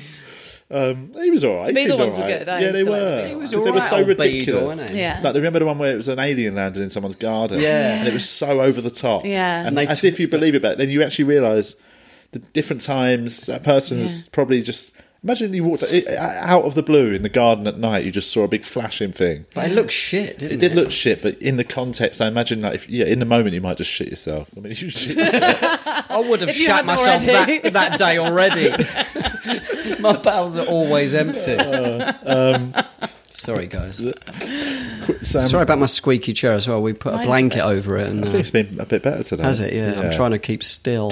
[SPEAKER 1] Um, he was all right.
[SPEAKER 4] The
[SPEAKER 1] He seemed
[SPEAKER 4] Beatle ones were
[SPEAKER 1] all right.
[SPEAKER 4] good. I
[SPEAKER 1] Yeah, they
[SPEAKER 4] used to like the
[SPEAKER 1] were.
[SPEAKER 4] Beatle He was
[SPEAKER 1] Because they were
[SPEAKER 2] alright
[SPEAKER 1] so
[SPEAKER 2] old Beatle,
[SPEAKER 1] ridiculous.
[SPEAKER 2] wasn't he?
[SPEAKER 4] Yeah.
[SPEAKER 1] Like, do you remember the one where it was an alien landed in someone's garden?
[SPEAKER 2] Yeah.
[SPEAKER 1] And it was so over the top.
[SPEAKER 4] Yeah.
[SPEAKER 1] And,
[SPEAKER 4] And
[SPEAKER 2] they
[SPEAKER 1] as
[SPEAKER 2] tw-
[SPEAKER 1] if you believe it, but then you actually realise the different times that person's
[SPEAKER 4] Yeah.
[SPEAKER 1] probably just. Imagine you walked i- i- out of the blue in the garden at night, you just saw a big flashing thing.
[SPEAKER 2] But it looked shit, didn't
[SPEAKER 1] It
[SPEAKER 2] it?
[SPEAKER 1] did look shit, but in the context, I imagine that if, yeah, in the moment you might just shit yourself. I mean, (laughs) you
[SPEAKER 2] (laughs)
[SPEAKER 1] shit yourself.
[SPEAKER 2] I would have
[SPEAKER 4] If you
[SPEAKER 2] shat
[SPEAKER 4] hadn't
[SPEAKER 2] myself
[SPEAKER 4] already.
[SPEAKER 2] that, that day
[SPEAKER 1] (laughs)
[SPEAKER 2] already. My bowels are always empty.
[SPEAKER 1] Uh, um,
[SPEAKER 2] Sorry, guys.
[SPEAKER 1] Sam,
[SPEAKER 2] Sorry about my squeaky chair as well. We put a
[SPEAKER 4] Mine's
[SPEAKER 2] blanket over it, and
[SPEAKER 1] I
[SPEAKER 2] uh,
[SPEAKER 1] think it's been a bit better today.
[SPEAKER 2] has it? Yeah, I'm trying to
[SPEAKER 1] (laughs)
[SPEAKER 2] keep still,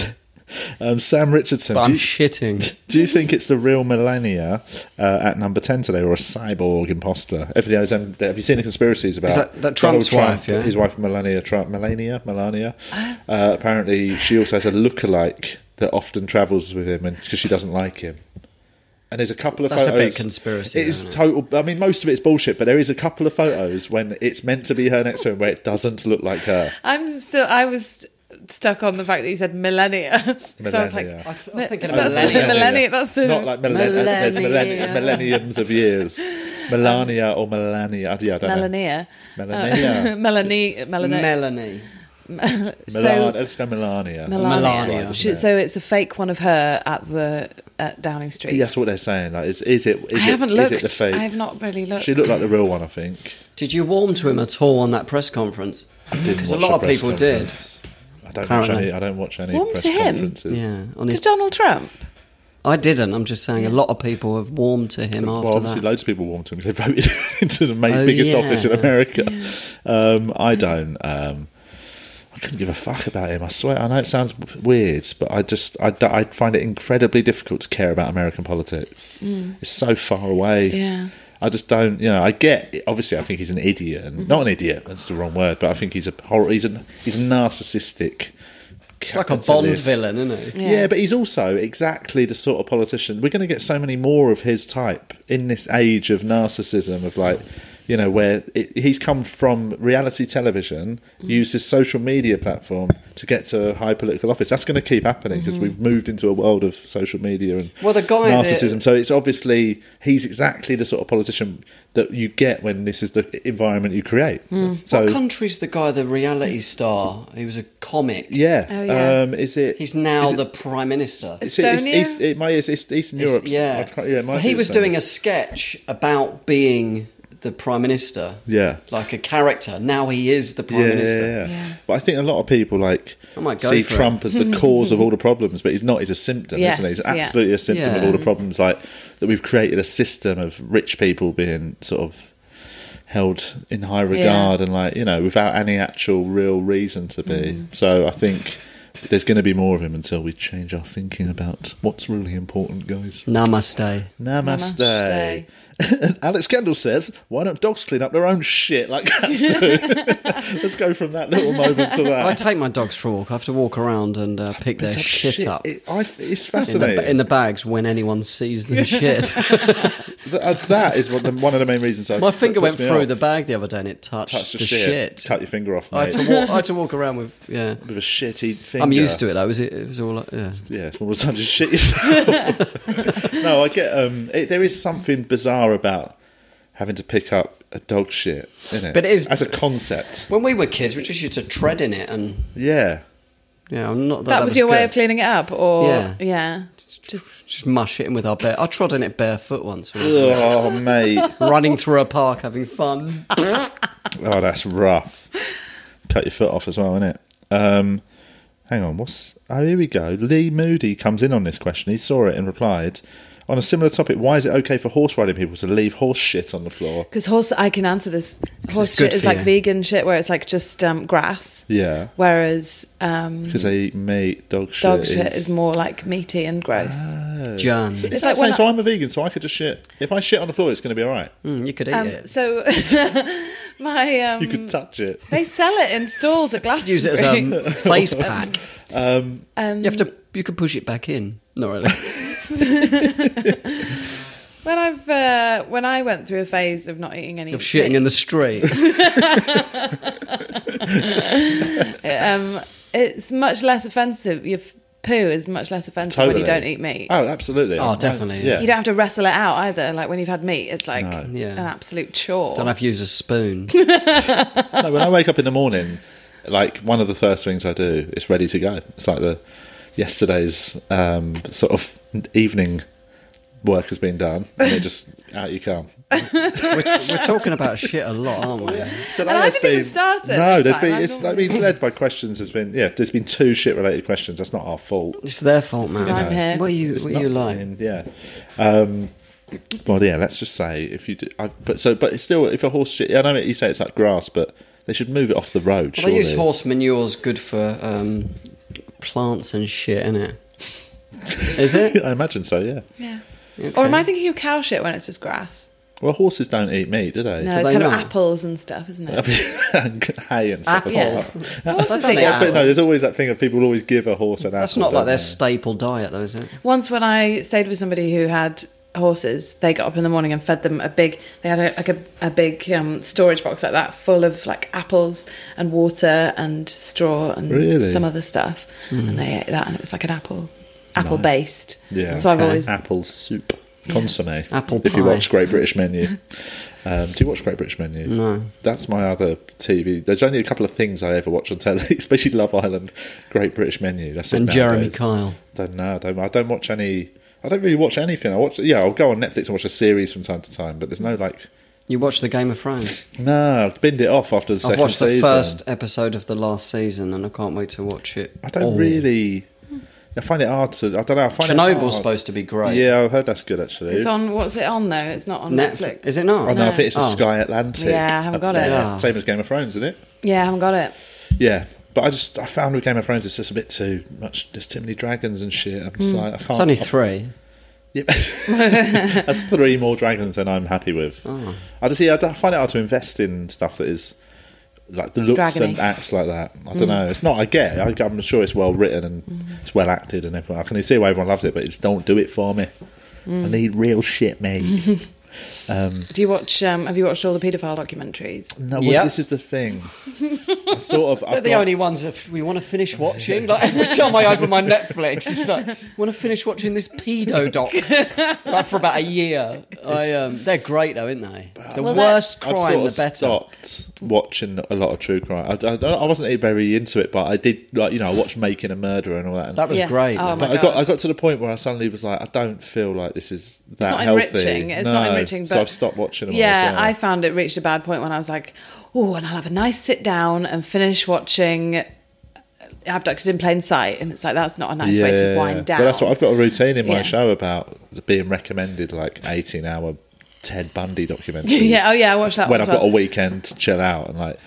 [SPEAKER 1] Um, Sam Richardson.
[SPEAKER 2] but
[SPEAKER 1] do
[SPEAKER 2] I'm
[SPEAKER 1] you- (laughs)
[SPEAKER 2] shitting.
[SPEAKER 1] Do you think it's the real Melania uh, at number 10 today or a cyborg imposter? Everything else, um, have you seen the conspiracies about
[SPEAKER 2] Is that- that
[SPEAKER 1] Donald
[SPEAKER 2] Trump's wife, yeah?
[SPEAKER 1] His wife Melania Trump. Melania? Melania? Uh, apparently, she also has a lookalike that often travels with him because she doesn't like him. And there's a couple of
[SPEAKER 2] That's a
[SPEAKER 1] photos.
[SPEAKER 2] bit conspiracy,
[SPEAKER 1] It is
[SPEAKER 2] isn't it?
[SPEAKER 1] total. I mean, most of it's bullshit, but there is a couple of photos when it's meant to be her next to him where it doesn't look like her.
[SPEAKER 4] I'm still. I was st- stuck on the fact that you said millennia. (laughs) so I was like,
[SPEAKER 1] Millennia.
[SPEAKER 2] I th- I was thinking of
[SPEAKER 4] that's
[SPEAKER 2] millennia.
[SPEAKER 4] the millennia. That's the
[SPEAKER 1] not like millenn- there's
[SPEAKER 4] Millennia. Um,
[SPEAKER 1] millenni- millenniums of years. Melania or Melania? I- Yeah, I don't
[SPEAKER 4] Melania.
[SPEAKER 1] know. Melania.
[SPEAKER 4] (laughs) Melanie. Melanie.
[SPEAKER 2] Melanie.
[SPEAKER 1] Melania.
[SPEAKER 4] Uh, (laughs) So
[SPEAKER 1] Let's go Melania.
[SPEAKER 4] Melania.
[SPEAKER 2] Melania.
[SPEAKER 4] She- so it's a fake one of her at the at Downing Street.
[SPEAKER 1] That's what they're saying. Like, is, is it? Is
[SPEAKER 4] I
[SPEAKER 1] it,
[SPEAKER 4] haven't
[SPEAKER 1] is
[SPEAKER 4] looked.
[SPEAKER 1] it the fake?
[SPEAKER 4] I have not really looked.
[SPEAKER 1] She looked like the real one, I think.
[SPEAKER 2] Did you warm to him at all on that press conference? Because a lot of people did.
[SPEAKER 1] I don't watch
[SPEAKER 2] Apparently.
[SPEAKER 1] any. I don't watch any
[SPEAKER 4] Warm
[SPEAKER 1] press
[SPEAKER 4] to him?
[SPEAKER 1] conferences.
[SPEAKER 2] Yeah, on
[SPEAKER 4] to
[SPEAKER 2] his,
[SPEAKER 4] Donald Trump.
[SPEAKER 2] I didn't. I'm just saying, a lot of people have warmed to him after
[SPEAKER 1] Well, obviously,
[SPEAKER 2] that.
[SPEAKER 1] loads of people warmed to him (laughs) because they voted into the main,
[SPEAKER 2] Oh,
[SPEAKER 1] biggest
[SPEAKER 2] yeah.
[SPEAKER 1] office in America. Um, I don't. Um, I couldn't give a fuck about him. I swear. I know it sounds w- weird, but I just I, d- I find it incredibly difficult to care about American politics.
[SPEAKER 2] Mm.
[SPEAKER 1] It's so far away.
[SPEAKER 4] Yeah.
[SPEAKER 1] I just don't. You know, I get. Obviously, I think he's an idiot,
[SPEAKER 2] Mm-hmm.
[SPEAKER 1] and not an idiot. That's the wrong word, but I think he's a horror. He's a he's a narcissistic.
[SPEAKER 2] It's like a Bond
[SPEAKER 1] capitalist.
[SPEAKER 2] villain, isn't it?
[SPEAKER 4] Yeah.
[SPEAKER 1] Yeah. but he's also exactly the sort of politician. We're going to get so many more of his type in this age of narcissism, of like, you know, where it, he's come from reality television,
[SPEAKER 2] Mm-hmm.
[SPEAKER 1] used his social media platform to get to a high political office. That's going to keep happening because we've moved into a world of social media and
[SPEAKER 2] Mm-hmm. Well, the guy that-
[SPEAKER 1] narcissism. so it's obviously he's exactly the sort of politician that you get when this is the environment you create. So.
[SPEAKER 2] Mm. What country's the guy, the reality star? He was a comic.
[SPEAKER 1] yeah.
[SPEAKER 4] Oh, yeah.
[SPEAKER 1] Um, is it?
[SPEAKER 2] He's now
[SPEAKER 1] is it-
[SPEAKER 2] the prime minister.
[SPEAKER 1] It's, it's,
[SPEAKER 4] Estonia?
[SPEAKER 1] East, it might, it's, it's Eastern
[SPEAKER 2] It's-
[SPEAKER 1] Europe.
[SPEAKER 2] yeah. Well, he was doing a sketch about being the prime minister.
[SPEAKER 1] Yeah.
[SPEAKER 2] Like a character. Now he is the prime
[SPEAKER 1] yeah, yeah,
[SPEAKER 2] minister.
[SPEAKER 1] yeah.
[SPEAKER 4] Yeah.
[SPEAKER 1] But I think a lot of people like
[SPEAKER 2] I might go
[SPEAKER 1] see
[SPEAKER 2] for it.
[SPEAKER 1] Trump as
[SPEAKER 4] (laughs)
[SPEAKER 1] the cause of all the problems, but he's not. He's a symptom,
[SPEAKER 4] Yes,
[SPEAKER 1] isn't he? He's
[SPEAKER 4] yeah.
[SPEAKER 1] absolutely a symptom of
[SPEAKER 2] Yeah.
[SPEAKER 1] all the problems. Like that, we've created a system of rich people being sort of held in high regard, and like you know, without any actual real reason to be.
[SPEAKER 4] Mm.
[SPEAKER 1] So I think. There's going to be more of him until we change our thinking about what's really important, guys.
[SPEAKER 2] Namaste.
[SPEAKER 1] Namaste. (laughs) Alex Kendall says, "Why don't dogs clean up their own shit like cats do?" Let's go from that little moment to
[SPEAKER 2] I
[SPEAKER 1] that.
[SPEAKER 2] take my dogs for a walk. I have to walk around and uh, pick their shit, up.
[SPEAKER 1] It- I- it's
[SPEAKER 2] in
[SPEAKER 1] fascinating.
[SPEAKER 2] the, in the bags when anyone
[SPEAKER 1] (laughs)
[SPEAKER 2] sees them shit.
[SPEAKER 1] Th- uh, that is what the, one of the main reasons. I,
[SPEAKER 2] My finger
[SPEAKER 1] that
[SPEAKER 2] went
[SPEAKER 1] puts me
[SPEAKER 2] through
[SPEAKER 1] off.
[SPEAKER 2] the bag the other day and it touched,
[SPEAKER 1] touch the,
[SPEAKER 2] the
[SPEAKER 1] shit.
[SPEAKER 2] shit.
[SPEAKER 1] Cut your finger off,
[SPEAKER 2] I, had
[SPEAKER 1] mate.
[SPEAKER 2] to walk, I had to walk around with, yeah.
[SPEAKER 1] With a shitty finger.
[SPEAKER 2] I'm used to it though. Is it? It was all like, yeah.
[SPEAKER 1] Yeah, it's one of the times you shit yourself.
[SPEAKER 2] (laughs)
[SPEAKER 1] no, I get. Um, it, there is something bizarre about having to pick up a dog shit, isn't it?
[SPEAKER 2] But it is-
[SPEAKER 1] as a concept.
[SPEAKER 2] When we were kids, we just used to tread in it, and
[SPEAKER 1] Yeah.
[SPEAKER 2] yeah, I'm not that.
[SPEAKER 4] That,
[SPEAKER 2] that
[SPEAKER 4] was, your way
[SPEAKER 2] good.
[SPEAKER 4] of cleaning it up, or yeah,
[SPEAKER 2] Yeah.
[SPEAKER 4] just
[SPEAKER 2] Just mush it in with our bare. I trod in it barefoot once. When I was
[SPEAKER 4] (laughs)
[SPEAKER 1] Oh, mate.
[SPEAKER 2] running through a park
[SPEAKER 1] (laughs)
[SPEAKER 2] having fun. (laughs)
[SPEAKER 1] Oh, that's rough. Cut your foot off as well, innit? Um, hang on, what's. Oh, here we go. Lee Moody comes in on this question. He saw it and replied. On a similar topic, why is it okay for horse riding people to leave horse shit on the floor?
[SPEAKER 4] because horse. I can answer this. Horse
[SPEAKER 2] it's good
[SPEAKER 4] shit is
[SPEAKER 2] for
[SPEAKER 4] like
[SPEAKER 2] you.
[SPEAKER 4] vegan shit, where it's like just um, grass,
[SPEAKER 1] Yeah.
[SPEAKER 4] whereas um,
[SPEAKER 1] Because they eat meat, dog shit.
[SPEAKER 4] dog shit is more like meaty and gross.
[SPEAKER 2] Ah, Jan,
[SPEAKER 1] It's
[SPEAKER 4] like
[SPEAKER 1] like saying,
[SPEAKER 4] when I-
[SPEAKER 1] so I'm a vegan, so I could just shit. If I shit on the floor, it's going to be all right.
[SPEAKER 2] Mm, you could eat
[SPEAKER 4] Um,
[SPEAKER 2] it.
[SPEAKER 4] so Um, (laughs) My um,
[SPEAKER 1] You could touch it.
[SPEAKER 4] they sell it in stalls at Glastonbury.
[SPEAKER 2] Use it as um,
[SPEAKER 4] (laughs)
[SPEAKER 2] a
[SPEAKER 1] (laughs)
[SPEAKER 2] face pack.
[SPEAKER 4] Um,
[SPEAKER 2] You have to. You could push it back in. Not
[SPEAKER 4] (laughs)
[SPEAKER 2] really.
[SPEAKER 4] when I've uh, when I went through a phase of not eating any
[SPEAKER 2] of shitting in the street.
[SPEAKER 4] um, it's much less offensive. Your f- poo is much less offensive when you don't eat meat.
[SPEAKER 1] Oh, absolutely.
[SPEAKER 2] Oh, definitely.
[SPEAKER 1] Yeah.
[SPEAKER 4] you don't have to wrestle it out either. Like when you've had meat, it's like
[SPEAKER 1] No.
[SPEAKER 2] Yeah.
[SPEAKER 4] an absolute chore.
[SPEAKER 2] Don't have to use a
[SPEAKER 4] (laughs)
[SPEAKER 2] spoon.
[SPEAKER 1] No, when I wake up in the morning, like one of the first things I do is ready to go. It's like the yesterday's um, sort of evening work has been done, and it just (laughs) out you come.
[SPEAKER 2] We're talking about shit a lot, aren't we?
[SPEAKER 1] So
[SPEAKER 4] I
[SPEAKER 1] there's
[SPEAKER 4] didn't even start it
[SPEAKER 1] No,
[SPEAKER 4] this
[SPEAKER 1] there's
[SPEAKER 4] time.
[SPEAKER 1] been.
[SPEAKER 4] I
[SPEAKER 1] It's, I
[SPEAKER 4] normally-
[SPEAKER 1] mean, it's led by questions. There's been yeah. There's been two shit related questions. That's not our fault.
[SPEAKER 2] It's their fault, man.
[SPEAKER 4] I'm here.
[SPEAKER 2] What are you?
[SPEAKER 1] It's
[SPEAKER 2] what are you
[SPEAKER 1] not-
[SPEAKER 2] like?
[SPEAKER 1] and, yeah. Um, well, yeah. Let's just say if you do, I, but so, but it's still, if a horse shit, I know you say it's like grass, but they should move it off the road.
[SPEAKER 2] Well, they use
[SPEAKER 1] surely. (laughs)
[SPEAKER 2] horse manure's good for um, plants and shit, innit? Is it?
[SPEAKER 1] I imagine so. Yeah.
[SPEAKER 4] yeah.
[SPEAKER 2] Okay.
[SPEAKER 4] Or am I thinking of cow shit when it's just grass?
[SPEAKER 1] Well, horses don't eat meat, do they?
[SPEAKER 4] No,
[SPEAKER 2] Do
[SPEAKER 4] it's
[SPEAKER 2] they
[SPEAKER 4] kind of
[SPEAKER 2] not?
[SPEAKER 4] apples and stuff, isn't
[SPEAKER 1] I
[SPEAKER 4] it?
[SPEAKER 1] mean, (laughs) and hay and
[SPEAKER 2] Ah,
[SPEAKER 1] stuff. as well.
[SPEAKER 4] Apples.
[SPEAKER 1] Yeah.
[SPEAKER 4] Horses
[SPEAKER 2] That's not
[SPEAKER 4] eat
[SPEAKER 2] the
[SPEAKER 1] Yeah, but
[SPEAKER 4] apples.
[SPEAKER 1] no, there's always that thing of people always give a horse an apple.
[SPEAKER 2] That's not
[SPEAKER 1] don't
[SPEAKER 2] like their
[SPEAKER 1] they?
[SPEAKER 2] staple diet, though, is it?
[SPEAKER 4] Once when I stayed with somebody who had horses, they got up in the morning and fed them a big. They had a, like a, a big um, storage box like that, full of like apples and water and straw and
[SPEAKER 1] Really?
[SPEAKER 4] some other stuff,
[SPEAKER 2] Mm.
[SPEAKER 4] and they ate that, and it was like an apple, apple based.
[SPEAKER 1] Yeah.
[SPEAKER 4] So I've
[SPEAKER 2] Okay.
[SPEAKER 4] always
[SPEAKER 1] apple soup consomme.
[SPEAKER 2] Apple
[SPEAKER 1] If you
[SPEAKER 2] pie.
[SPEAKER 1] watch Great British Menu.
[SPEAKER 2] (laughs)
[SPEAKER 1] Um, do you watch Great British Menu?
[SPEAKER 2] No.
[SPEAKER 1] That's my other TV. There's only a couple of things I ever watch on telly, (laughs) especially Love Island, Great British Menu. That's it.
[SPEAKER 2] And Jeremy
[SPEAKER 1] nowadays.
[SPEAKER 2] Kyle.
[SPEAKER 1] Don't know. I don't, I don't watch any. I don't really watch anything. I watch. Yeah, I'll go on Netflix and watch a series from time to time, but there's no like.
[SPEAKER 2] You watch the Game of Thrones.
[SPEAKER 1] No, I've binned it off after the
[SPEAKER 2] I've
[SPEAKER 1] second
[SPEAKER 2] watched the
[SPEAKER 1] season.
[SPEAKER 2] first episode of the last season, and I can't wait to watch it.
[SPEAKER 1] I don't
[SPEAKER 2] all.
[SPEAKER 1] really. I find it hard to. I don't know. I find it hard.
[SPEAKER 2] Chernobyl's supposed to be great.
[SPEAKER 1] Yeah, I've heard that's good actually.
[SPEAKER 4] It's on. What's it on though? It's not on Netflix.
[SPEAKER 2] Netflix. Is it not?
[SPEAKER 1] Oh no, I think it's a
[SPEAKER 2] Oh.
[SPEAKER 1] Sky Atlantic.
[SPEAKER 4] Yeah, I haven't got it.
[SPEAKER 2] Yeah.
[SPEAKER 1] Same as Game of Thrones, isn't it?
[SPEAKER 4] Yeah, I haven't got it.
[SPEAKER 1] Yeah, but I just I found with Game of Thrones it's just a bit too much. There's too many dragons and shit. I'm just like I can't.
[SPEAKER 2] Hmm. It's only three.
[SPEAKER 1] Yeah. that's three more dragons than I'm happy with.
[SPEAKER 2] Oh.
[SPEAKER 1] I just yeah, I don't- I find it hard to invest in stuff that is like the looks
[SPEAKER 4] Dragony.
[SPEAKER 1] and acts like that. I
[SPEAKER 2] Mm.
[SPEAKER 1] don't know. It's not. I get. it. I, I'm sure it's well written and it's well acted and everything. I can see why everyone loves it, but it's don't do it for me. I need real shit, mate. um,
[SPEAKER 4] Do you watch? Um, have you watched all the paedophile documentaries?
[SPEAKER 1] no, well,
[SPEAKER 2] Yeah.
[SPEAKER 1] this is the thing. I sort of.
[SPEAKER 2] (laughs) They're
[SPEAKER 1] I've
[SPEAKER 2] the
[SPEAKER 1] got-
[SPEAKER 2] only ones that we want to finish watching. Like every time I open my Netflix, it's like want to finish watching this pedo doc like, for about a year. I, um, they're great though, aren't they? The
[SPEAKER 4] Well, that-
[SPEAKER 2] worse
[SPEAKER 1] I've
[SPEAKER 2] crime,
[SPEAKER 1] sort
[SPEAKER 2] the
[SPEAKER 1] of
[SPEAKER 2] better.
[SPEAKER 1] stopped watching a lot of true crime. I, I, I wasn't very into it, but I did like you know I watched Making a Murderer and all that. And
[SPEAKER 2] That was
[SPEAKER 4] Yeah.
[SPEAKER 2] great.
[SPEAKER 4] Oh,
[SPEAKER 2] man.
[SPEAKER 1] but
[SPEAKER 4] my
[SPEAKER 1] I got
[SPEAKER 4] God.
[SPEAKER 1] I got to the point where I suddenly was like, I don't feel like this is that
[SPEAKER 4] not
[SPEAKER 1] healthy.
[SPEAKER 4] enriching. It's not enriching,
[SPEAKER 1] so
[SPEAKER 4] but-
[SPEAKER 1] I've stopped watching. Them
[SPEAKER 4] Yeah,
[SPEAKER 1] all,
[SPEAKER 4] I
[SPEAKER 1] as well.
[SPEAKER 4] found it reached a bad point when I was like, oh, and I'll have a nice sit down and finish watching uh, Abducted in Plain Sight. And it's like, that's not a nice way to wind down.
[SPEAKER 1] But that's what I've got a routine in my
[SPEAKER 4] Yeah.
[SPEAKER 1] show about being recommended like eighteen hour Ted
[SPEAKER 4] (laughs)
[SPEAKER 1] Bundy documentaries.
[SPEAKER 4] yeah, oh, yeah, I watched that
[SPEAKER 1] when I've
[SPEAKER 4] one. as
[SPEAKER 1] got a
[SPEAKER 4] well.
[SPEAKER 1] weekend to chill out and like,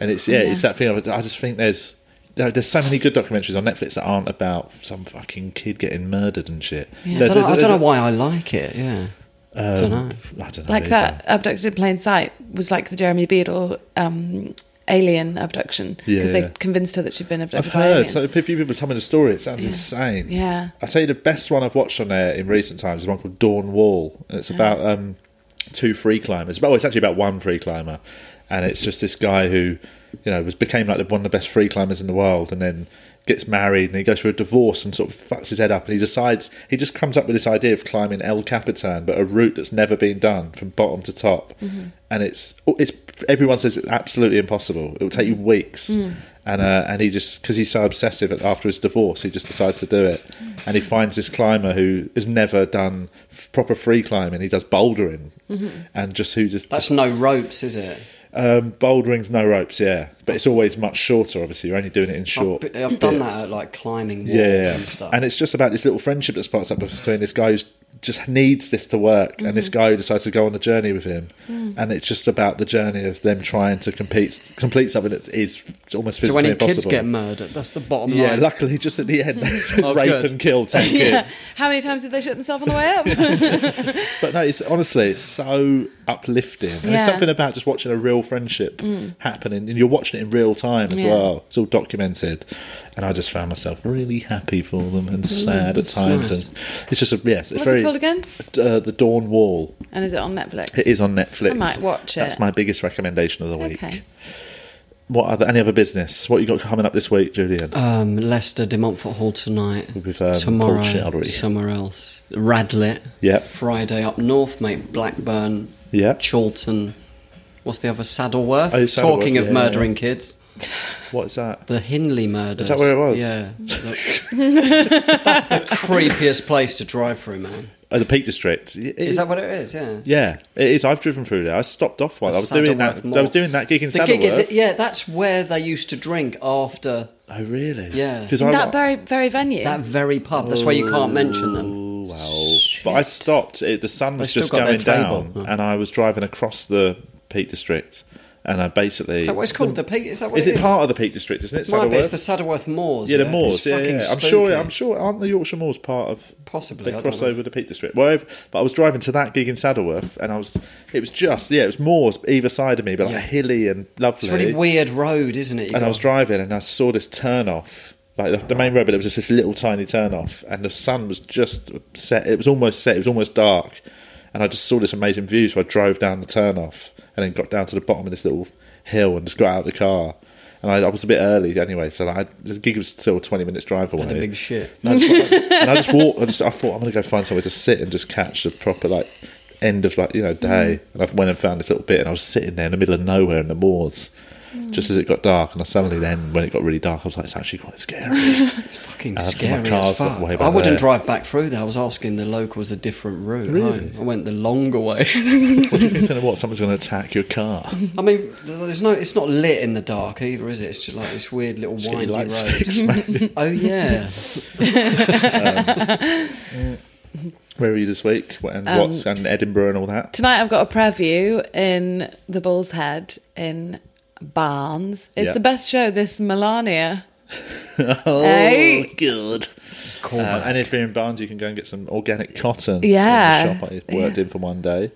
[SPEAKER 1] and it's yeah, it's that thing. Of, I just think there's no, there's so many good documentaries on Netflix that aren't about some fucking kid getting murdered and shit.
[SPEAKER 2] I don't, know, I don't know why I like it. Yeah, I don't know.
[SPEAKER 1] I don't know
[SPEAKER 4] Like
[SPEAKER 1] either.
[SPEAKER 4] that Abducted in Plain Sight was like the Jeremy Beadle um, alien abduction
[SPEAKER 1] Yeah,
[SPEAKER 4] because
[SPEAKER 1] yeah.
[SPEAKER 4] they convinced her that she'd been
[SPEAKER 1] I've
[SPEAKER 4] abducted by
[SPEAKER 1] heard
[SPEAKER 4] aliens.
[SPEAKER 1] so a few people tell me the story. It sounds insane.
[SPEAKER 4] Yeah.
[SPEAKER 1] I tell you, the best one I've watched on there in recent times is one called Dawn Wall, and it's about um, two free climbers. Well, it's actually about one free climber, and it's just this guy who, you know, was became like one of the best free climbers in the world, and then gets married and he goes for a divorce and sort of fucks his head up and he decides he just comes up with this idea of climbing El Capitan but a route that's never been done from bottom to top and it's oh, it's everyone says it's absolutely impossible it will take you weeks and uh, and he just because he's so obsessive after his divorce, he just decides to do it, and he finds this climber who has never done f- proper free climbing. He does bouldering, and just who just,
[SPEAKER 2] That's no ropes, is it?
[SPEAKER 1] um, bouldering's no ropes, yeah, but it's always much shorter. Obviously, you're only doing it in short.
[SPEAKER 2] I've, I've done
[SPEAKER 1] bits.
[SPEAKER 2] that at like climbing walls
[SPEAKER 1] Yeah,
[SPEAKER 2] and stuff.
[SPEAKER 1] and it's just about this little friendship that sparks up between this guy who's just needs this to work, and this guy who decides to go on a journey with him, and it's just about the journey of them trying to compete, complete something that is almost
[SPEAKER 2] So
[SPEAKER 1] physically
[SPEAKER 2] when any
[SPEAKER 1] impossible.
[SPEAKER 2] kids get murdered, that's the bottom
[SPEAKER 1] yeah,
[SPEAKER 2] line.
[SPEAKER 1] luckily, just at the end, they
[SPEAKER 2] (laughs) Oh,
[SPEAKER 1] rape
[SPEAKER 2] good.
[SPEAKER 1] and kill ten
[SPEAKER 2] (laughs)
[SPEAKER 4] Yeah.
[SPEAKER 1] kids.
[SPEAKER 4] How many times did they shut themselves on the
[SPEAKER 1] (laughs)
[SPEAKER 4] way up?
[SPEAKER 1] But no, it's honestly, it's so uplifting. And There's
[SPEAKER 4] Yeah. Mm.
[SPEAKER 1] something about just watching a real friendship happening, and you're watching it in real time as
[SPEAKER 4] Yeah.
[SPEAKER 1] well. It's all documented, and I just found myself really happy for them and sad at
[SPEAKER 2] that's
[SPEAKER 1] times.
[SPEAKER 2] nice.
[SPEAKER 1] And it's just a yes, it's
[SPEAKER 4] What's
[SPEAKER 1] very
[SPEAKER 4] it called again?
[SPEAKER 1] Uh, the Dawn Wall.
[SPEAKER 4] And is it on Netflix?
[SPEAKER 1] It is on Netflix.
[SPEAKER 4] I might watch it.
[SPEAKER 1] That's my biggest recommendation of the week.
[SPEAKER 4] Okay.
[SPEAKER 1] What other any other business? What you got coming up this week, Julian?
[SPEAKER 2] Um, Leicester, De Montfort Hall tonight.
[SPEAKER 1] With, um,
[SPEAKER 2] tomorrow,
[SPEAKER 1] Paul Sheldry.
[SPEAKER 2] somewhere else. Radlett.
[SPEAKER 1] Yep.
[SPEAKER 2] Friday up north, mate. Blackburn.
[SPEAKER 1] Yep.
[SPEAKER 2] Chorlton. What's the other? Saddleworth.
[SPEAKER 1] Oh, Saddleworth,
[SPEAKER 2] Talking of
[SPEAKER 1] yeah,
[SPEAKER 2] murdering kids.
[SPEAKER 1] what is that?
[SPEAKER 2] The Hindley murders. Is
[SPEAKER 1] that where it was?
[SPEAKER 2] Yeah. Look. That's the creepiest place to drive through, man.
[SPEAKER 1] Oh, the Peak District. It-
[SPEAKER 2] Is that what it is? Yeah.
[SPEAKER 1] Yeah, it is. I've driven through there. I stopped off while I was doing that.
[SPEAKER 2] Saddleworth
[SPEAKER 1] I was doing that gig in
[SPEAKER 2] The gig is,
[SPEAKER 1] Saddleworth.
[SPEAKER 2] yeah, that's where they used to drink after
[SPEAKER 1] Oh, really?
[SPEAKER 2] Yeah.
[SPEAKER 1] Because I
[SPEAKER 4] that
[SPEAKER 1] wa-
[SPEAKER 4] very very venue.
[SPEAKER 2] that very pub. That's why you can't mention them.
[SPEAKER 1] Oh, Well, but I stopped. It, the sun was
[SPEAKER 2] still
[SPEAKER 1] just
[SPEAKER 2] got their
[SPEAKER 1] going down,
[SPEAKER 2] table. Oh.
[SPEAKER 1] and I was driving across the Peak District, and I basically
[SPEAKER 2] Is that what it's called? The Peak? Is that what
[SPEAKER 1] Is
[SPEAKER 2] it
[SPEAKER 1] it
[SPEAKER 2] is?
[SPEAKER 1] part of the Peak District? Isn't it?
[SPEAKER 2] Might be. It's
[SPEAKER 1] Saddleworth?
[SPEAKER 2] the Saddleworth Moors.
[SPEAKER 1] Yeah, the Moors.
[SPEAKER 2] It's
[SPEAKER 1] Yeah,
[SPEAKER 2] fucking
[SPEAKER 1] yeah. I'm sure.
[SPEAKER 2] spooky.
[SPEAKER 1] I'm sure. Aren't the Yorkshire Moors part of
[SPEAKER 2] Possibly.
[SPEAKER 1] They
[SPEAKER 2] I
[SPEAKER 1] cross
[SPEAKER 2] don't know.
[SPEAKER 1] over the Peak District. Well, I've- but I was driving to that gig in Saddleworth, and I was. It was just yeah, it was moors either side of me, but like
[SPEAKER 2] Yeah.
[SPEAKER 1] hilly and lovely.
[SPEAKER 2] It's a really weird road, isn't it? You
[SPEAKER 1] and I
[SPEAKER 2] got-
[SPEAKER 1] was driving and I saw this turn off. Like the, the main road, but it was just this little tiny turn off, and the sun was just set. It was almost set. It was almost dark, and I just saw this amazing view. So I drove down the turn off, and then got down to the bottom of this little hill, and just got out of the car. And I, I was a bit early anyway, so like, I, the gig was still twenty minutes drive away.
[SPEAKER 2] Had a big shit.
[SPEAKER 1] And I just, and I just walked. I, just, I thought I'm going to go find somewhere to sit and just catch the proper like end of like you know day.
[SPEAKER 4] Mm.
[SPEAKER 1] And I went and found this little bit, and I was sitting there in the middle of nowhere in the moors,
[SPEAKER 4] Mm.
[SPEAKER 1] just as it got dark. And I suddenly then, when it got really dark, I was like, it's actually quite
[SPEAKER 4] (laughs)
[SPEAKER 1] scary.
[SPEAKER 2] It's fucking
[SPEAKER 1] I had my
[SPEAKER 2] scary as
[SPEAKER 1] cars
[SPEAKER 2] fuck.
[SPEAKER 1] way
[SPEAKER 2] I
[SPEAKER 1] back
[SPEAKER 2] wouldn't
[SPEAKER 1] there.
[SPEAKER 2] drive back through there. I was asking the locals a different route. Home. I went the longer way. (laughs)
[SPEAKER 1] what do you think's going to what? Someone's going to attack your car?
[SPEAKER 2] I mean, there's no. It's not lit in the dark either, is it? It's just like this weird little
[SPEAKER 1] Just get your
[SPEAKER 2] windy
[SPEAKER 1] lights
[SPEAKER 2] road.
[SPEAKER 1] fixed,
[SPEAKER 2] (laughs)
[SPEAKER 1] mate.
[SPEAKER 2] Oh yeah.
[SPEAKER 1] (laughs) Where were you this week? What-
[SPEAKER 4] Um,
[SPEAKER 1] And what's and Edinburgh and all that? (laughs)
[SPEAKER 4] Tonight I've got a preview in the Bull's Head in Barnes. It's
[SPEAKER 1] Yeah.
[SPEAKER 4] the best show this Melania.
[SPEAKER 1] Oh,
[SPEAKER 4] Hey.
[SPEAKER 1] good.
[SPEAKER 2] Cool.
[SPEAKER 1] Uh, and if you're in Barnes, you can go and get some organic cotton.
[SPEAKER 4] Yeah.
[SPEAKER 1] There's a shop I worked in for one day.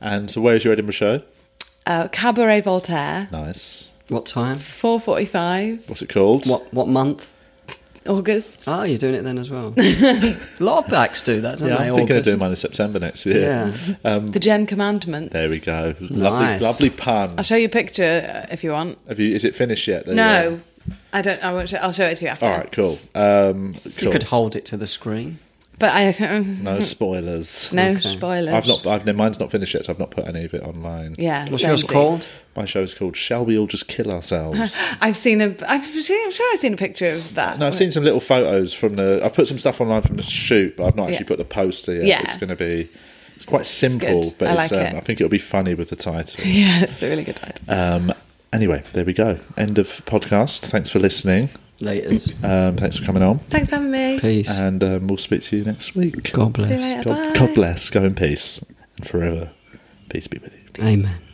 [SPEAKER 1] And so, where's your Edinburgh show?
[SPEAKER 4] Uh, Cabaret Voltaire.
[SPEAKER 1] Nice.
[SPEAKER 2] what time?
[SPEAKER 4] 4.45
[SPEAKER 1] What's it called?
[SPEAKER 2] What what month?
[SPEAKER 4] August.
[SPEAKER 2] Oh, you're doing it then
[SPEAKER 1] (laughs)
[SPEAKER 2] as well. a lot of backs do that, don't
[SPEAKER 1] Yeah,
[SPEAKER 2] they?
[SPEAKER 1] I'm thinking of
[SPEAKER 2] August.
[SPEAKER 1] doing mine in September next year.
[SPEAKER 2] Yeah.
[SPEAKER 4] the Gen Commandments.
[SPEAKER 1] There we go.
[SPEAKER 2] Nice.
[SPEAKER 1] Lovely, lovely pun.
[SPEAKER 4] I'll show you a picture uh, if you want.
[SPEAKER 1] Have you? Is it finished yet? There you
[SPEAKER 4] No, I don't. I won't. Show, I'll show it to you after.
[SPEAKER 1] are. All right. Cool. Um,
[SPEAKER 2] You
[SPEAKER 1] cool.
[SPEAKER 2] could hold it to the screen.
[SPEAKER 4] But I (laughs) don't.
[SPEAKER 1] No spoilers.
[SPEAKER 4] No
[SPEAKER 2] Okay.
[SPEAKER 4] spoilers.
[SPEAKER 1] I've not. I've no. Mine's not finished yet, so I've not put any of it online.
[SPEAKER 4] Yeah.
[SPEAKER 2] What's yours
[SPEAKER 4] samesies.
[SPEAKER 2] called?
[SPEAKER 1] My show is called "Shall We All Just Kill
[SPEAKER 4] (laughs)
[SPEAKER 1] Ourselves."
[SPEAKER 4] I've seen a. I've seen, I'm sure I've seen a picture of that.
[SPEAKER 1] No, I've seen some little photos from the. I've put some stuff online from the shoot, but I've not actually
[SPEAKER 4] Yeah.
[SPEAKER 1] put the poster yet.
[SPEAKER 4] Yeah.
[SPEAKER 1] It's going to be. It's quite simple,
[SPEAKER 4] good.
[SPEAKER 1] but
[SPEAKER 4] I
[SPEAKER 1] it's,
[SPEAKER 4] like
[SPEAKER 1] um,
[SPEAKER 4] it.
[SPEAKER 1] I think it'll be funny with the title.
[SPEAKER 4] (laughs) Yeah, it's a really good title.
[SPEAKER 1] Um, anyway, there we go. End of podcast. Thanks for listening. (laughs)
[SPEAKER 2] Later's.
[SPEAKER 1] Um, thanks for coming on.
[SPEAKER 4] Thanks for having me.
[SPEAKER 2] Peace.
[SPEAKER 1] And um, we'll speak to you next week.
[SPEAKER 2] God
[SPEAKER 4] See you
[SPEAKER 2] bless.
[SPEAKER 4] later.
[SPEAKER 1] God,
[SPEAKER 4] Bye.
[SPEAKER 1] God bless. Go in peace and forever. Peace be with you.
[SPEAKER 2] Amen.
[SPEAKER 3] (laughs) (laughs)